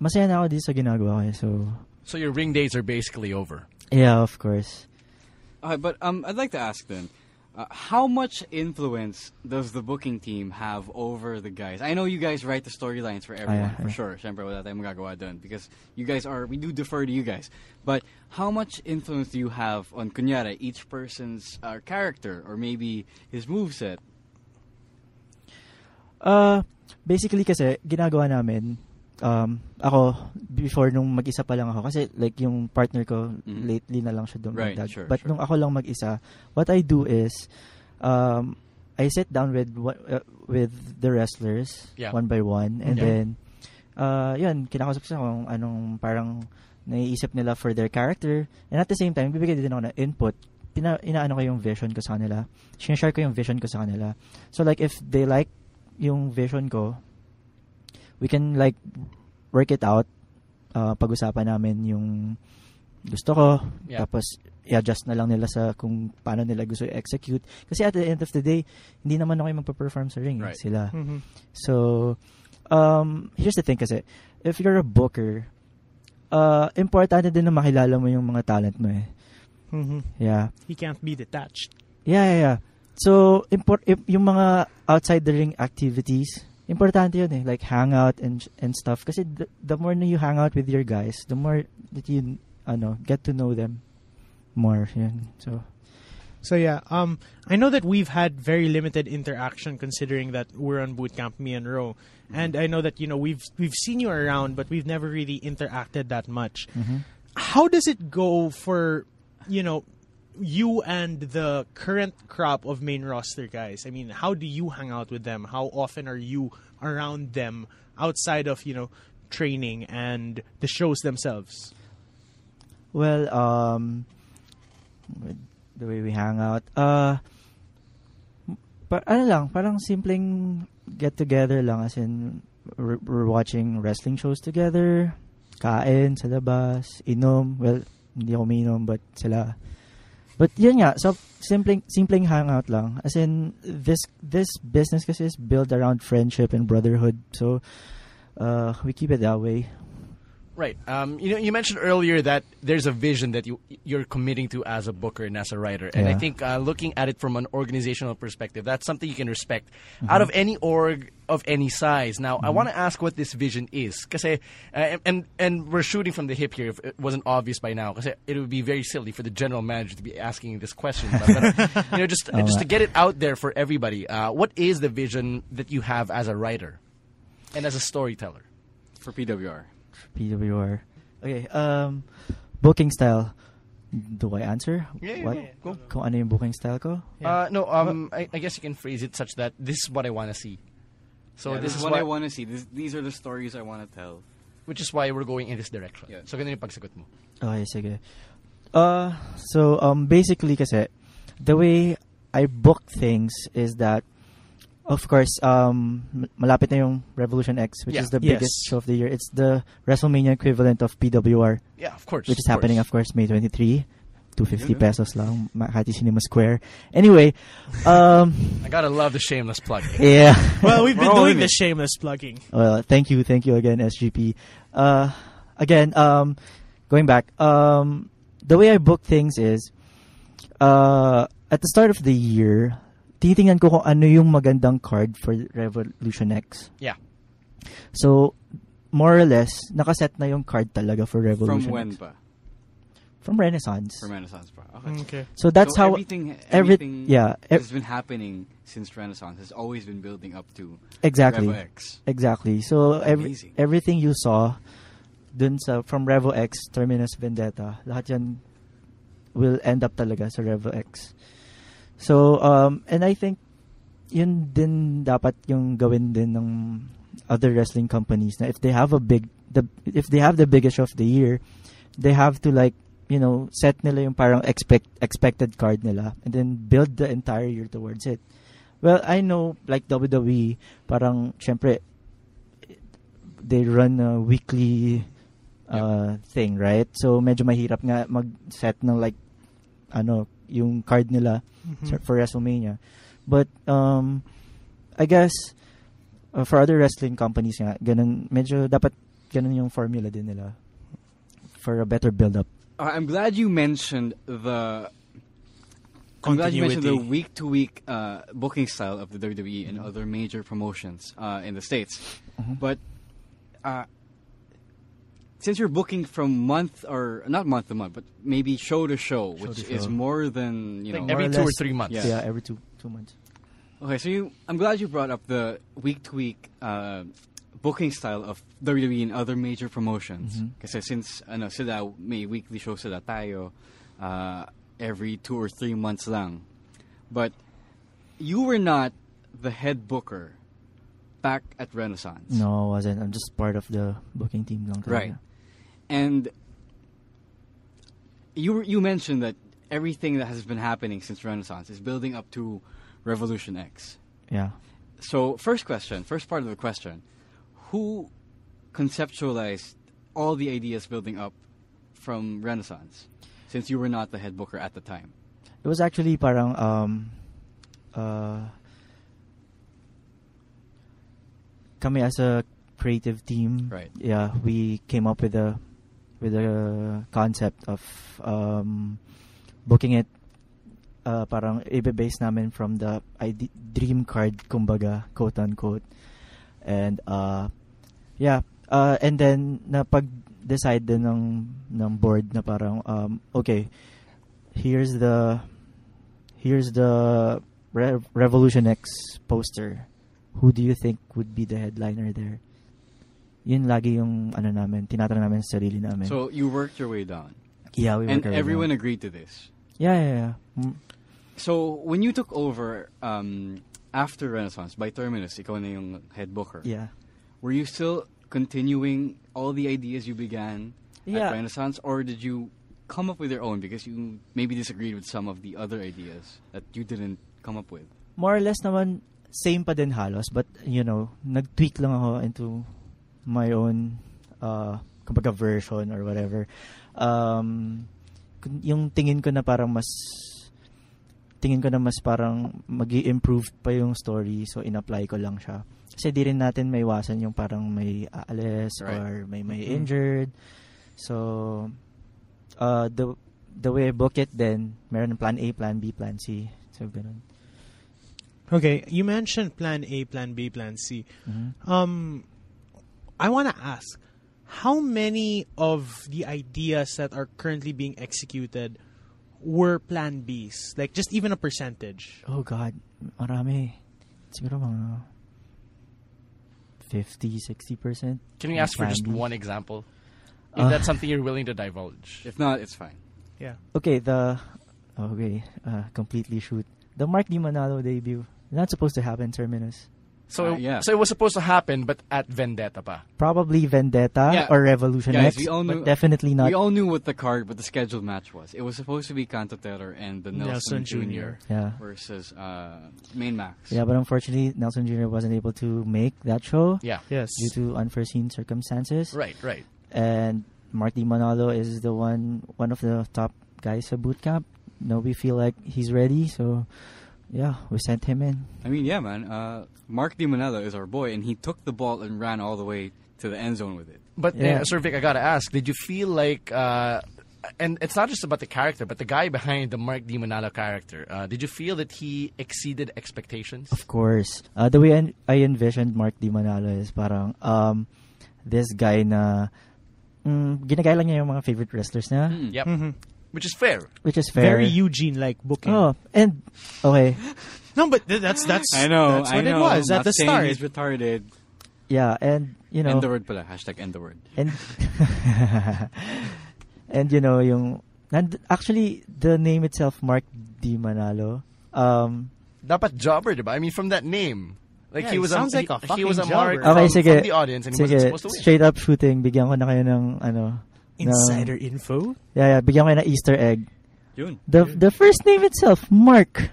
E: masaya na ako dito sa ginagawa ko. eh. So,
B: So your ring days are basically over.
E: yeah, of course.
D: Alright, but um, I'd like to ask then, uh, how much influence does the booking team have over the guys? I know you guys write the storylines for everyone,
E: Ah, yeah,
D: for
E: yeah.
D: sure. Siyempre, wala tayong magagawa dun because you guys are, we do defer to you guys. But how much influence do you have on, kunyari, each person's uh, character or maybe his moveset?
E: Uh, basically kasi, ginagawa namin, um, ako, before nung mag-isa pa lang ako, kasi like yung partner ko,
D: Mhm.
E: lately na lang siya dumagdag.
D: Right, sure,
E: But
D: sure.
E: nung ako lang mag-isa, what I do is, um, I sit down with wa- uh, with the wrestlers,
B: Yeah.
E: one by one, and
B: Yeah.
E: then, uh, yun, kinakausap ko kung anong parang naiisip nila for their character, and at the same time, bibigay din ako ng input pina, inaano ko yung vision ko sa kanila. Sinashare ko yung vision ko sa kanila. So like if they like yung vision ko, we can like work it out. Uh, pag-usapan namin yung gusto ko.
B: Yeah.
E: Tapos i-adjust na lang nila sa kung paano nila gusto i-execute. Kasi at the end of the day, hindi naman ako yung magpa-perform sa ring. eh,
B: Right.
E: Sila.
C: Mm-hmm.
E: So, um, here's the thing kasi, if you're a booker, uh, importante din na makilala mo yung mga talent mo eh.
C: Mm-hmm.
E: Yeah.
C: He can't be detached.
E: Yeah, yeah, yeah. So, impor- i- yung mga outside the ring activities, importante yun eh. Like, hangout and and stuff. Kasi the, the more na you hang out with your guys, the more that you, ano, get to know them more. Yun. So,
C: So yeah, um, I know that we've had very limited interaction considering that we're on boot camp, me and Ro,
D: Mm-hmm.
C: and I know that you know we've we've seen you around, but we've never really interacted that much.
D: Mm-hmm.
C: How does it go for you know you and the current crop of main roster guys? I mean, how do you hang out with them? How often are you around them outside of you know training and the shows themselves?
E: well, um, with the way we hang out, uh, pa- ano lang, parang simpleng get-together lang. As in, we're, we're watching wrestling shows together, kain sa labas, inom. Well, hindi ako umiinom, but sila. But yun nga, so simpleng, simpleng hangout lang. As in, this, this business kasi is built around friendship and brotherhood. So, uh, we keep it that way.
B: Right. Um, you know, you mentioned earlier that there's a vision that you you're committing to as a booker and as a writer, and I
E: Yeah.
B: think uh, looking at it from an organizational perspective, that's something you can respect out of any org of any size. Now, I want to ask what this vision is, because uh, and and we're shooting from the hip here. If it wasn't obvious by now, because it would be very silly for the general manager to be asking this question. But, but, you know, just just to get it out there for everybody, uh, what is the vision that you have as a writer and as a storyteller?
D: for PWR.
E: PWR. Okay, um, booking style. Do I answer?
B: Yeah, yeah,
E: What?
B: yeah, go.
E: Kung ano yung booking style ko?
B: Uh, no, um, I, I guess you can phrase it such that this is what I want to see. So
D: Yeah,
B: this, is
D: Oh, what
B: why,
D: I want to see. This, these are the stories I want to tell.
B: which is why we're going in this direction.
D: Yeah.
B: So ganun yung pagsagot mo.
E: Okay, sige. Uh, so, um, basically kasi, the way I book things is that, of course, um, m- malapit na yung Revolution X, which
B: Yeah.
E: is the
C: Yes.
E: biggest show of the year. It's the WrestleMania equivalent of PWR,
B: Yeah, of course.
E: which is
B: of
E: happening,
B: course.
E: of course, May 23. 250
D: Yun, yun.
E: pesos lang, Makati Cinema Square. Anyway, um,
B: I gotta love the shameless plug.
E: yeah.
C: Well, we've been
D: all
C: doing
D: in
C: the
D: it.
C: shameless plugging.
E: Well, Uh, thank you, thank you again, SGP. Uh, again, um, going back, um, the way I book things is, uh, at the start of the year, titingnan ko kung ano yung magandang card for Revolution X.
B: yeah,
E: So, more or less, nakaset na yung card talaga for
D: From
E: Revolution.
D: when
E: X.
D: pa?
E: From Renaissance.
D: From Renaissance pa. Okay.
C: Okay.
E: So Mm. that's
D: So
E: how
D: everything,
E: every-
D: everything
E: yeah, e- ev-
D: has been happening since Renaissance has always been building up to
E: exactly.
D: Revo X.
E: Exactly. So every,
D: Amazing.
E: everything you saw dun sa from Revo X Terminus Vendetta, lahat 'yan will end up talaga sa Revo X. So um and I think yun din dapat yung gawin din ng other wrestling companies na if they have a big the if they have the biggest show of the year, they have to like you know set nila yung parang expect expected card nila and then build the entire year towards it. Well, I know like WWE parang syempre they run a weekly uh, thing, right? So medyo mahirap nga mag-set ng like ano, yung card nila
D: Mm-hmm.
B: Hmm.
E: sa- for WrestleMania. But um I guess uh, for other wrestling companies nga, ganun medyo dapat ganun yung formula din nila for a better build up.
D: Uh, I'm glad you mentioned the. I'm glad you mentioned the
C: Continuity.
D: week to week booking style of the WWE and other major promotions uh, in the States. But uh, since you're booking from month or not month to month, but maybe show to show, which
E: to
D: is
E: show.
D: more than, you know,
B: Like every
E: More
B: two or
E: less-
B: three months.
D: Yeah.
E: Yeah, every two two months.
D: Okay, so you, I'm glad you brought up the week-to-week uh, booking style of WWE and other major promotions. Kasi since ano sila may weekly show sila tayo uh, every two or three months lang. But you were not the head booker back at Renaissance.
E: No, I wasn't. I'm just part of the booking team lang talaga.
D: Right. And you you mentioned that everything that has been happening since Renaissance is building up to Revolution X.
E: Yeah.
D: So, first question, first part of the question, who conceptualized all the ideas building up from Renaissance? Since you were not the head booker at the time.
E: It was actually parang um uh kami as a creative team.
D: Right.
E: Yeah, we came up with a with a concept of um booking it uh, parang ibe-base namin from the ID- dream card kumbaga quote unquote and uh yeah uh and then napag decide din ng ng board na parang um okay here's the here's the Re- Revolution X poster. Who do you think would be the headliner there? Yun lagi yung ano namin, tinatanong namin sa sarili namin.
D: So you worked your way down.
E: yeah, we
D: and
E: work our way
D: everyone
E: around.
D: agreed to this.
E: Yeah, yeah, yeah. Mm,
D: So when you took over um, after Renaissance by Terminus, ikaw na yung head booker.
E: yeah.
D: Were you still continuing all the ideas you began
E: Yeah.
D: at Renaissance, or did you come up with your own because you maybe disagreed with some of the other ideas that you didn't come up with?
E: More or less naman same pa din halos, but you know, nag-tweak lang ako into my own uh kumbaga version or whatever. Um kun- yung tingin ko na parang mas tingin ko na mas parang mag improve pa yung story so in-apply ko lang siya. Kasi di rin natin maiwasan yung parang may aalis
D: Right.
E: or may may injured. So uh the the way I book it then meron ng plan A, plan B, plan C. So ganun.
C: Okay, you mentioned plan A, plan B, plan C.
E: Mm-hmm.
C: Um, I want to ask how many of the ideas that are currently being executed were plan Bs? Like, just even a percentage.
E: Oh God, marami. Siguro mga 50, 60%.
F: Can we ask for just
E: Plan B.
F: one example? If
E: Uh,
F: that's something you're willing to divulge.
D: If not, it's fine.
C: Yeah.
E: Okay, the... Okay, uh, completely shoot. The Mark Di Manalo debut. Not supposed to happen, Terminus.
F: So,
D: Uh, yeah.
F: so it was supposed to happen, but at Vendetta pa.
E: Probably Vendetta
D: Yeah.
E: or Revolution
D: Guys,
E: X,
D: we all knew-
E: but definitely not.
D: We all knew what the card, what the scheduled match was. It was supposed to be Cantatero and the Nelson,
C: Nelson Jr..
E: Yeah.
D: versus uh, Main Max.
E: yeah, but unfortunately, Nelson Jr. wasn't able to make that show
F: Yeah.
C: Yes.
E: due to unforeseen circumstances.
F: Right, right.
E: and Mark Di Manalo is the one one of the top guys at boot camp. Now we feel like he's ready, so yeah, we sent him in.
D: I mean, yeah, man. Uh, Mark DiManello is our boy, and he took the ball and ran all the way to the end zone with it.
F: But
E: Yeah.
F: uh, Sir Vic, I gotta ask: Did you feel like, uh, and it's not just about the character, but the guy behind the Mark Di Manalo character? Uh, did you feel that he exceeded expectations?
E: Of course, uh, the way I, I envisioned Mark Di Manalo is parang um, this guy na mm, ginagaya lang niya yung mga favorite wrestlers niya,
B: Yep.
C: Mm-hmm.
B: Which is fair.
E: which is fair.
C: Very Eugene like booking.
E: Oh, and okay,
C: No, but th- that's that's
D: I know.
C: that's
D: I
C: what it
D: know.
C: was at
D: Not
C: the
D: saying
C: start.
D: He's retarded.
E: yeah, and you know,
D: End the word pala. Hashtag end the word.
E: and and you know yung nand- actually the name itself Mark Di Manalo um
B: Dapat jobber, diba? I mean, from that name. Like
C: Yeah,
B: he
C: he
B: was
C: sounds
B: a,
C: like a
B: he- he
C: fucking
B: was a mark
C: jobber.
E: okay
B: from,
E: sige
B: from the audience and he
E: sige
B: wasn't supposed to win.
E: straight up shooting bigyan ko na kayo ng ano ng-
C: Insider info.
E: yeah yeah bigyan ko kayo ng easter egg
D: Yun.
E: the the first name itself Mark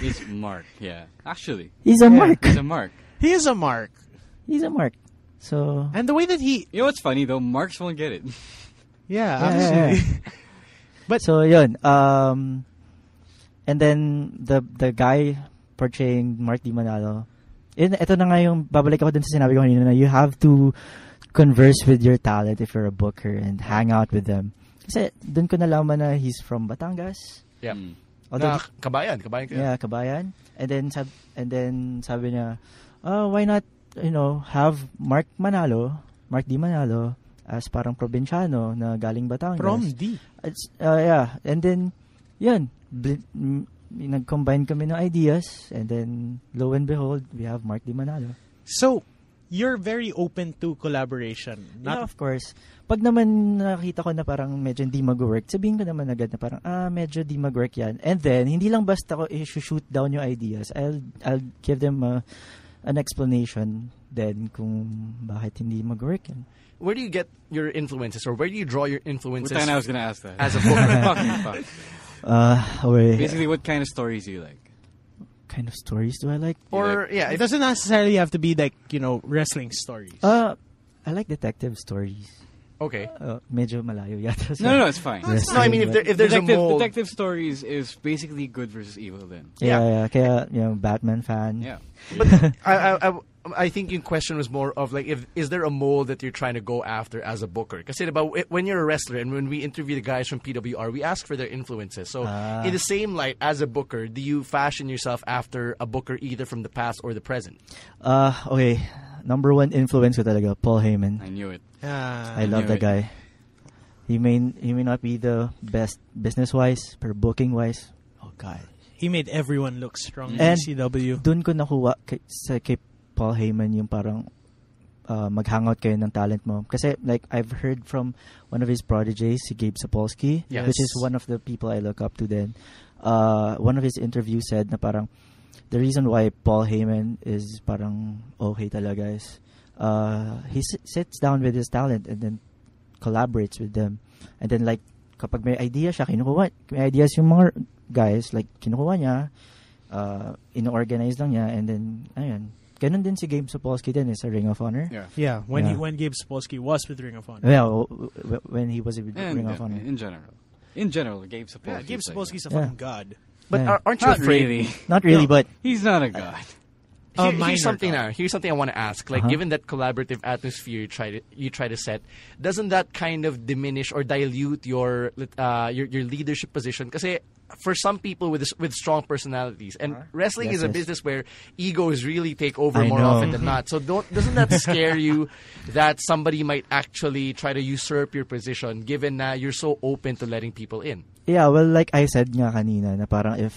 D: He's Mark. Yeah. Actually,
E: he's a Mark
D: he's a Mark.
C: He is a mark,
E: he's a Mark so
C: and the way that he
D: You know what's funny though? Marks won't get it.
C: yeah,
E: Yeah, yeah,
C: absolutely. But-
E: so yun um and then the the guy portraying Mark Di Manalo yun, ito na nga yung babalik ako dun sa sinabi ko kanina na you have to converse with your talent if you're a booker and hang out with them kasi dun ko nalaman na he's from Batangas
B: Yep.
D: Hmm.
E: although
B: Na, kabayan, kabayan ka.
E: yeah, kabayan. And then sab and then sabi niya, "Oh, why not, you know, have Mark Manalo, Mark Di Manalo as parang probinsyano na galing Batangas."
C: From D.
E: It's- uh, yeah, and then 'yun, bl- m- nag-combine kami ng ideas and then lo and behold, we have Mark Di Manalo.
C: So you're very open to collaboration.
E: Yeah,
C: Not
E: of course. Pag naman nakita ko na parang medyo hindi mag-work, sabihin ko naman agad na parang, ah, medyo di mag-work yan. And then, hindi lang basta ko i-shoot down yung ideas. I'll, I'll give them a, an explanation then kung bakit hindi mag-work yan.
B: Where do you get your influences or where do you draw your
D: What
B: influences
D: time I was gonna ask that.
B: as a booker?
D: Fucking fuck.
E: Uh, okay.
D: Basically, what kind of stories do you like?
E: kind of stories do I like?
B: or, yeah,
C: it
B: if,
C: doesn't necessarily have to be like you know wrestling stories.
E: Uh, I like detective stories.
B: okay.
E: Uh, medyo malayo yata. sa-
D: No, no, no, it's fine.
B: No, I mean, if, there, if there's
D: detective,
B: a mold,
D: detective stories is basically good versus evil. Then,
E: Yeah, yeah. Kaya, you know, Batman fan.
D: yeah,
B: But I, I, I, I think your question was more of like, if is there a mold that you're trying to go after as a booker? Because about when you're a wrestler and when we interview the guys from PWR, we ask for their influences. So
D: Ah.
B: in the same light as a booker, do you fashion yourself after a booker either from the past or the present?
E: Uh, okay. Number one influence ko talaga, Paul Heyman.
D: I knew it.
C: Ah.
E: I love
D: knew
E: that
D: it.
E: guy. He may he may not be the best business wise, pero booking wise, oh god.
C: he made everyone look strong in E
E: And-
C: CW.
E: Doon ko nakuha kay, sa kay Paul Heyman yung parang uh, mag-hangout kayo ng talent mo. Kasi like I've heard from one of his prodigies, si Gabe Sapolsky,
B: Yes.
E: which is one of the people I look up to then. Uh, one of his interviews said na parang the reason why Paul Heyman is parang okay talaga is uh, he s- sits down with his talent and then collaborates with them. And then like kapag may idea siya, kinukuha, may ideas yung mga guys, like kinukuha niya, uh, in-organize lang niya, and then, ayun. Ganun din si Gabe Sapolsky din eh, sa Ring of Honor.
D: Yeah,
C: Yeah, when he
E: Yeah.
C: when Gabe Sapolsky was with Ring of Honor.
E: Well, w- w- when he was with
D: and
E: Ring
D: uh,
E: of Honor.
D: in general, in general, Gabe Sapolsky.
C: Yeah, Gabe
D: is like
C: Sapolsky's a
E: Yeah.
C: fucking god.
B: But
E: Yeah.
B: are, aren't
D: that.
B: you
D: not
B: afraid?
D: really.
E: Not really, but
D: He's not a god.
C: A
B: Here-
C: minor
B: here's something
C: god.
B: now. Here's something I want to ask. Like,
E: Uh, Uh-huh.
B: given that collaborative atmosphere you try to you try to set, doesn't that kind of diminish or dilute your uh, your, your leadership position? Because for some people with this, with strong personalities, and wrestling is
E: Yes,
B: a
E: yes.
B: business where egos really take over
E: I
B: more
E: know.
B: often
E: Mm-hmm.
B: than not. So, don't doesn't that scare you that somebody might actually try to usurp your position? Given that you're so open to letting people in.
E: yeah, well, like I said nga kanina, na parang if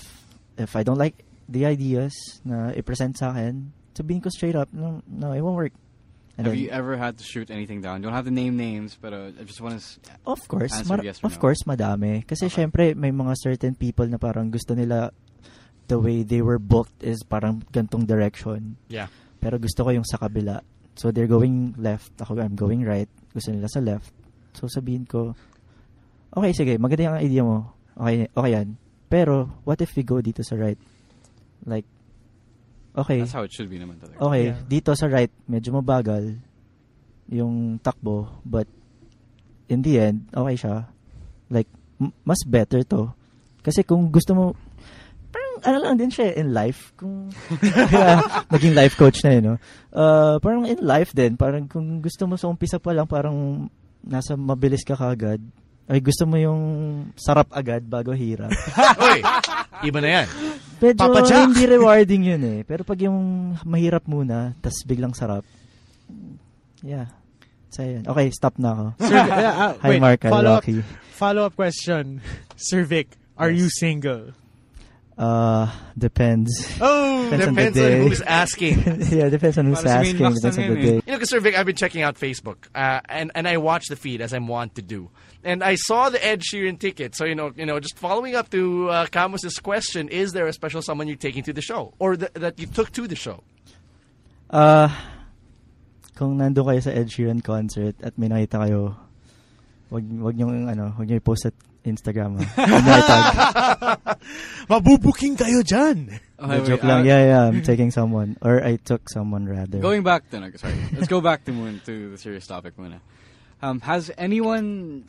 E: if I don't like the ideas na i-present sa akin, sabihin ko straight up, no, no it won't work. And
D: Have
E: then-
D: you ever had to shoot anything down? You don't have to name names, but uh, I just want to.
E: Of course,
D: Answer
E: mar-
D: yes or no.
E: of course madami kasi syempre may mga certain people na parang gusto nila the way they were booked is parang gantong direction.
B: Yeah.
E: Pero gusto ko yung sa kabila. So they're going left, ako I'm going right. Gusto nila sa left. So sabihin ko, okay sige, maganda yung idea mo. Okay, okay yan. Pero what if we go dito sa right? Like okay.
D: That's how it should be, naman talaga.
E: Okay,
C: Yeah.
E: dito sa right, medyo mabagal yung takbo, but in the end, okay siya. Like, m- mas better to. Kasi kung gusto mo, parang ano lang din siya eh, in life. Kung, kaya naging life coach na yun, no? Uh, parang in life din, parang kung gusto mo sa umpisa pa lang, parang nasa mabilis ka kagad, ay gusto mo yung sarap agad bago hirap.
B: Oy, iba na yan.
E: Medyo
C: Papa Jack.
E: hindi rewarding yun eh. Pero pag yung mahirap muna, tas biglang sarap, yeah. So, yun. Okay, stop na ako.
C: Sir, uh, uh,
E: Hi,
C: wait,
E: Mark. I'm
C: follow
E: Rocky.
C: Up, follow up question, Sir Vic. Are you single?
E: Uh, depends.
C: Oh,
E: Depends on the
B: Depends on
E: day.
B: who's asking.
E: yeah, depends on who's
D: Para sa main
E: asking.
D: box
E: Depends
D: lang
E: on the
D: yun eh.
E: day.
B: You know, because Sir Vic, I've been checking out Facebook, uh, and and I watch the feed as I'm wont to do, and I saw the Ed Sheeran ticket. So you know, you know, just following up to uh, Camus's question: Is there a special someone you're taking to the show, or th- that you took to the show?
E: Uh, kung nandun kayo sa Ed Sheeran concert at may nakita kayo, wag, wag niyong, ano, wag niyo i-post sa Instagram. ah. Wag niyo i-tag.
C: mabubuking kayo dyan.
D: Okay, wait,
E: joke
D: uh,
E: lang. Yeah, yeah, I'm taking someone. Or I took someone rather.
D: Going back then, okay, sorry. Let's go back to moon to the serious topic muna. Um, has anyone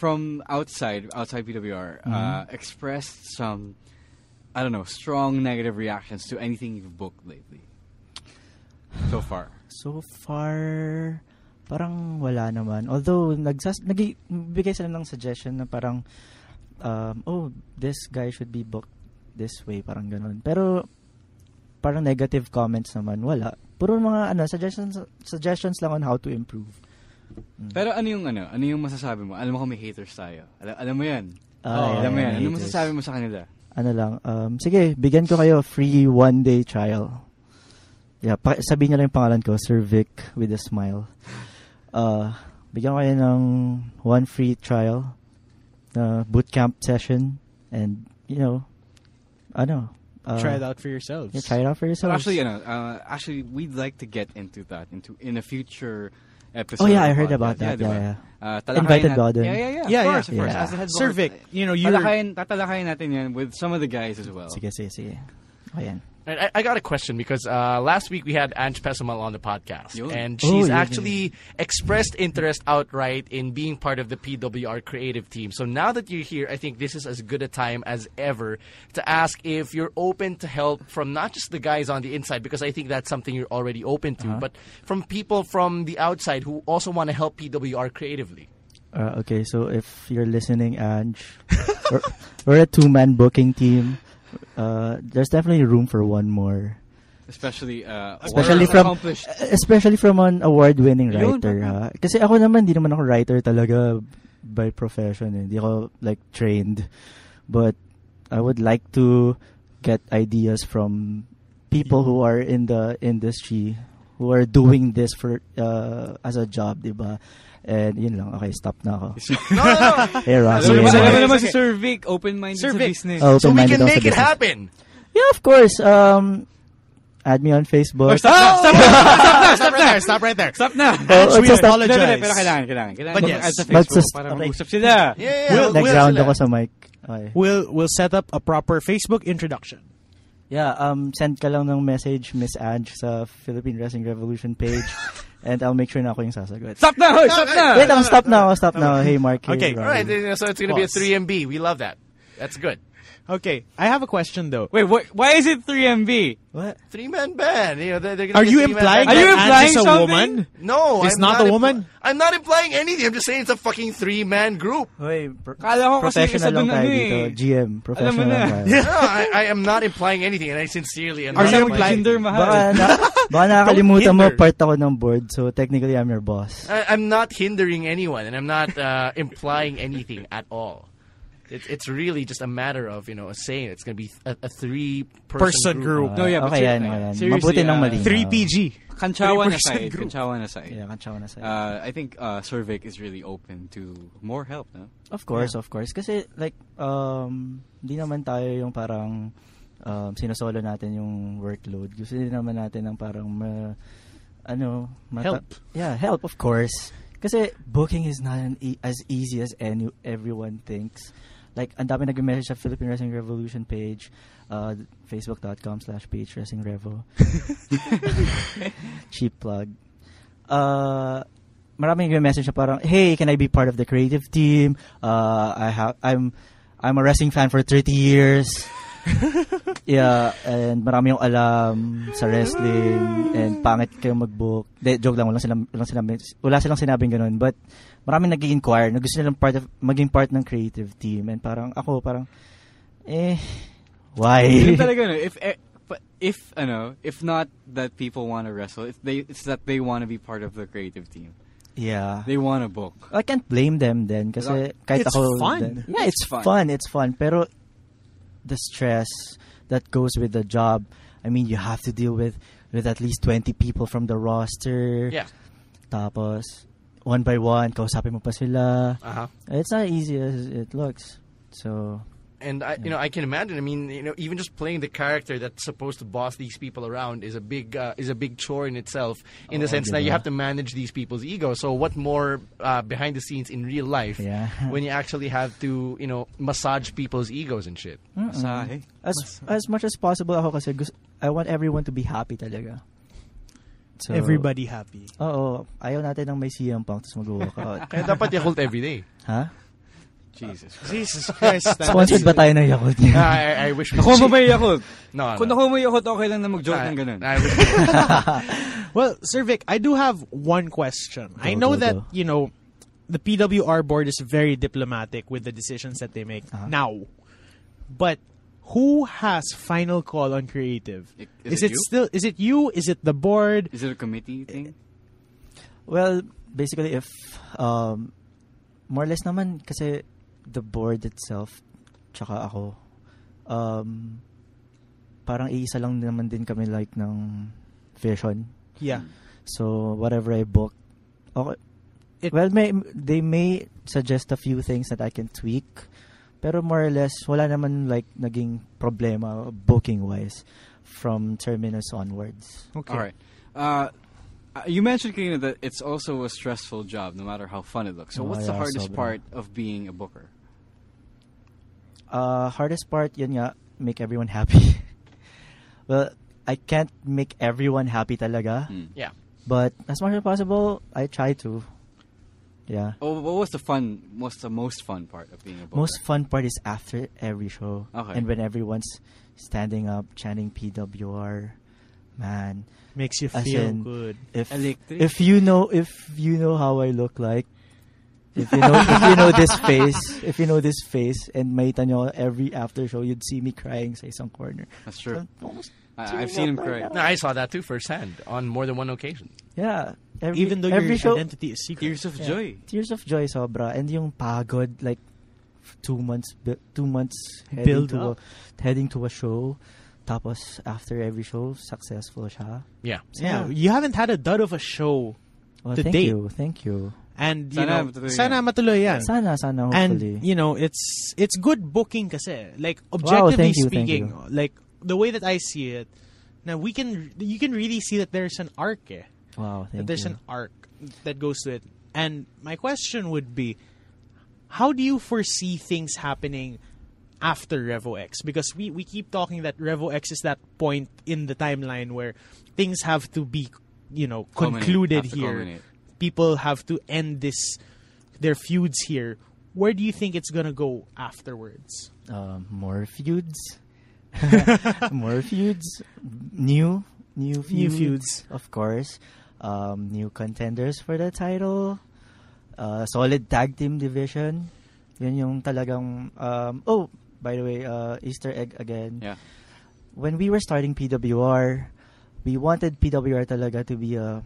D: from outside outside PWR uh, expressed some I don't know strong negative reactions to anything you've booked lately so far?
E: So far, parang wala naman. Although, nagsas nag bigay sila ng suggestion na parang, um, oh, this guy should be booked this way, parang ganun. Pero, parang negative comments naman, wala. Puro mga ano, suggestions suggestions lang on how to improve.
D: Pero ano yung ano? Ano yung masasabi mo? Alam mo kung may haters tayo. Alam, alam mo yan.
E: Ah,
D: alam mo
E: yeah,
D: yan. Ano
E: haters.
D: masasabi mo sa kanila?
E: Ano lang, um, sige, bigyan ko kayo free one-day trial. Yeah, pa- sabihin niyo lang yung pangalan ko, Sir Vic with a smile. Uh, bigyan ko kayo ng one free trial na bootcamp session and, you know, ano, uh,
C: Try it out for yourselves.
E: yeah, try it out for
D: So
E: yourself.
D: actually, you know, uh, actually, we'd like to get into that into in a future episode.
E: Oh, yeah,
D: of
E: I
D: the
E: heard
D: podcast.
E: about that.
D: diba?
E: Yeah, yeah.
D: Uh, talakayin
E: Invited
D: nat-
E: ba ako dun?
D: Yeah, yeah, yeah.
C: Yeah,
D: of course,
C: yeah.
D: of course.
E: Yeah. Oh,
D: As the head
C: Sir
D: board,
C: Vic, you know, you're
D: talakayin, tatalakayin natin yan with some of the guys as well.
E: sige, sige, sige. Ayan.
B: And I, I got a question because uh, last week we had Ange Pesamal on the podcast,
D: Yun.
B: and
E: Oh,
B: she's
E: yeah,
B: actually expressed interest outright in being part of the PWR creative team. So now that you're here, I think this is as good a time as ever to ask if you're open to help from not just the guys on the inside, because I think that's something you're already open
E: Uh-huh.
B: to, but from people from the outside who also want to help PWR creatively.
E: Uh, okay, so if you're listening, Ange, we're, we're a two-man booking team. Uh, there's definitely room for one more.
D: Especially, uh,
E: Especially
D: world
E: from-
D: accomplished.
E: Especially from an award-winning
D: Yun,
E: writer.
D: tama.
E: ha? Kasi ako naman, di naman ako writer talaga by profession. eh. Hindi ako like trained. But I would like to get ideas from people who are in the industry who are doing this for uh, as a job, di ba? And yun lang. Okay, stop na ako.
B: No, no, no.
E: Hey, Rocky.
D: Alam mo naman- alam
E: yeah.
D: mo
B: Sige,
D: naman si
B: sige.
D: Sir Vic, open-minded
C: Sir
D: sa
C: Vic.
D: business.
E: Oh,
B: so we
E: open-minded
B: can
E: ako sa
B: make it
E: business.
B: happen.
E: Yeah, of course. Um, add me on Facebook.
D: Oh, stop, na, stop, na,
C: Stop there. Stop right there.
D: stop na!
C: Ange,
E: Oh,
C: we
E: just-
D: No, no, no,
C: apologize.
D: pero kailangan, kailangan. Kailangan
C: But
D: mag-
C: yes.
D: add sa
E: But
D: Facebook
E: just-
D: para
E: okay.
D: mag-usap sila.
B: Yeah, yeah,
C: Will-
B: we'll- we'll
E: Nag-round
B: sila.
E: ako sa mic. Okay.
C: We'll we'll set up a proper Facebook introduction.
E: Yeah, um, send ka lang ng message, Miss Ange, sa Philippine Wrestling Revolution page. and I'll make sure na ako yung sasagot.
D: Stop na, hoy, stop na!
E: Wait, I'm stop now, stop now. Hey, Mark. hey,
C: Okay,
E: Robbie.
B: All right, so it's going to be a
C: Pause.
B: 3MB. We love that. That's good.
C: Okay, I have a question though.
D: Wait, wh- why is it 3MB?
E: What?
B: Three man band. You know, they're, they're gonna
C: Are
B: be a
C: you
B: three-man
C: implying
B: band.
D: Are you
C: that Ange
D: implying
C: is a
D: something?
C: woman?
B: No,
C: It's
B: I'm
C: not a woman?
B: I'm not implying anything. I'm just saying it's a fucking three man group.
E: Hoy, pro-
D: Kala ko kasi
E: professional
D: isa
E: lang
D: dun
E: tayo
D: ano eh.
E: dito. GM, professional
D: na.
E: lang tayo.
B: No, I, I am not implying anything, and I sincerely am.
C: Are
B: not
C: you
D: Mag-
C: implying-
D: Jinder Mahal.
E: Baka, na, baka nakakalimutan mo,
B: hinder.
E: part ako ng board. So, technically, I'm your boss.
B: I, I'm not hindering anyone, and I'm not uh, implying anything at all. It's it's really just a matter of you know saying it's going to be a, a three
C: Person group.
D: No, yeah, but
E: Ah, okay, yan,
D: seriously,
E: okay, yan.
D: seriously,
E: Mabuti nang
D: ah,
E: mali.
C: Three PG.
D: Kanchawan
C: 3%
D: aside,
C: group.
D: Kanchawan aside.
E: Yeah, kantsawa na sa'yo.
D: Uh, I think uh, Survik is really open to more help, no?
E: Of course, of course. Kasi like um hindi naman tayo yung parang um, sinosolo natin yung workload. Gusto din naman natin ng parang ma- ano, mata-
C: Help.
E: Yeah, help of course. Kasi booking is not an e- as easy as any everyone thinks. Like, ang dami nag-message sa Philippine Wrestling Revolution page, uh, facebook.com slash page Wrestling Revo. Cheap plug uh, maraming nagme-message na parang, "Hey, can I be part of the creative team? Uh, I have I'm I'm a wrestling fan for 30 years." yeah, and marami yung alam sa wrestling and pangit kayo mag-book. De, joke lang, wala silang wala silang wala silang sinabing ganun, but maraming nag-inquire na gusto nilang part of, maging part ng creative team and parang ako parang eh why?
D: Yun talaga, no? If, eh, but if, ano, if not that people want to wrestle, if they, it's that they want to be part of the creative team.
E: Yeah.
D: They want a book.
E: I can't blame them then kasi
C: It's
E: kahit ako
C: fun.
E: din-
D: Yeah,
E: yeah,
D: it's
E: it's
D: fun.
E: fun. It's fun. Pero the stress that goes with the job. I mean, you have to deal with with at least 20 people from the roster.
F: Yeah.
E: Tapos one by one, kausapin mo pa sila.
F: Uh-huh.
E: It's not easy as it looks. So,
F: And I, you know, I can imagine. I mean, you know, even just playing the character that's supposed to boss these people around is a big uh, is a big chore in itself. In the
E: Oo,
F: sense
E: di
F: that you
E: ba?
F: have to manage these people's ego. So what more uh, behind the scenes in real life
E: Yeah.
F: when you actually have to, you know, massage people's egos and shit.
D: Masahe.
E: as as much as possible ako kasi gusto, I want everyone to be happy talaga. So,
C: Everybody happy.
E: Oo. Ayaw natin ng may CM Punk tapos mag-walk out.
F: Kaya Eh, dapat Yakult every day.
E: ha?
D: Jesus.
C: Jesus Christ.
E: Sponsored ba tayo ng Yakult
F: I,
E: niya?
F: Ah, I, I wish. we-
D: Nakuha mo ba yung Yakult? Ah,
F: No,
D: Kung
F: no.
D: nakuha mo yung Yakult, okay lang na mag-joke
F: I,
D: ng ganun.
F: I wish we-
C: Well, Sir Vic, I do have one question. I know
E: go,
C: that,
E: go.
C: you know, the PWR board is very diplomatic with the decisions that they make
E: Uh-huh.
C: now. But who has final call on creative?
D: I- is it you?
C: still is it you? Is it the board?
D: Is it a committee thing?
E: Well, basically if um more or less naman kasi the board itself tsaka ako um parang iisa lang naman din kami like ng vision.
C: Yeah.
E: So whatever I book okay
C: It-
E: well may they may suggest a few things that I can tweak pero more or less wala naman like naging problema booking wise from Terminus onwards.
C: Okay.
D: All right. Uh, uh, you mentioned Karina that it's also a stressful job, no matter how fun it looks. So,
E: Oh,
D: what's the
E: yeah,
D: hardest
E: sobra.
D: part of being a booker?
E: Uh, hardest part, yun nga, make everyone happy. well, I can't make everyone happy talaga.
F: yeah.
E: But as much as possible, I try to. Yeah.
D: Oh, what was the fun? What's the most fun part of being a booker?
E: Most fun part is after every show.
D: Okay.
E: And when everyone's standing up, chanting PWR. Man.
C: Makes you
E: As
C: feel
E: in-
C: good.
E: If,
D: Electric.
E: if you know if you know how I look like, if you know if you know this face, if you know this face, and makita nyo every after show, you'd see me crying sa isang corner.
D: That's true.
E: Almost
D: I, I've seen him cry.
F: No, I saw that too firsthand on more than one occasion.
E: Yeah. Every,
C: Even though
E: every
C: your
E: show,
C: identity is secret.
D: Tears of joy.
E: Tears of Joy sobra and yung pagod like f- two months bu- two months heading
C: Build
E: to
C: up.
E: a heading to a show tapos after every show successful siya.
F: Yeah.
E: So,
C: Yeah. You haven't had a dud of a show.
E: Well,
C: to
E: thank
C: date.
E: you. Thank you.
C: And you
D: Sana
C: know,
D: matuloy
C: sana
D: yan.
C: matuloy yan.
E: Sana sana hopefully.
C: And you know, it's it's good booking kasi. Like
E: Wow,
C: objectively
E: thank you, thank
C: speaking,
E: you.
C: like the way that I see it, now we can you can really see that there's an arc. Eh?
E: wow,
C: That
E: thank
C: there's
E: you.
C: an arc that goes to it. And my question would be, how do you foresee things happening after Revo X? Because we we keep talking that Revo X is that point in the timeline where things have to be, you know,
D: Culminate,
C: concluded
D: have to
C: here
D: culminate.
C: people have to end this their feuds here. Where do you think it's gonna go afterwards?
E: Um, more feuds. more feuds. New new feuds,
C: New feuds.
E: of course. Um, new contenders for the title. Uh, solid tag team division. Yun yung talagang um, oh, by the way, uh, Easter egg again.
D: Yeah.
E: When we were starting PWR, we wanted PWR talaga to be a,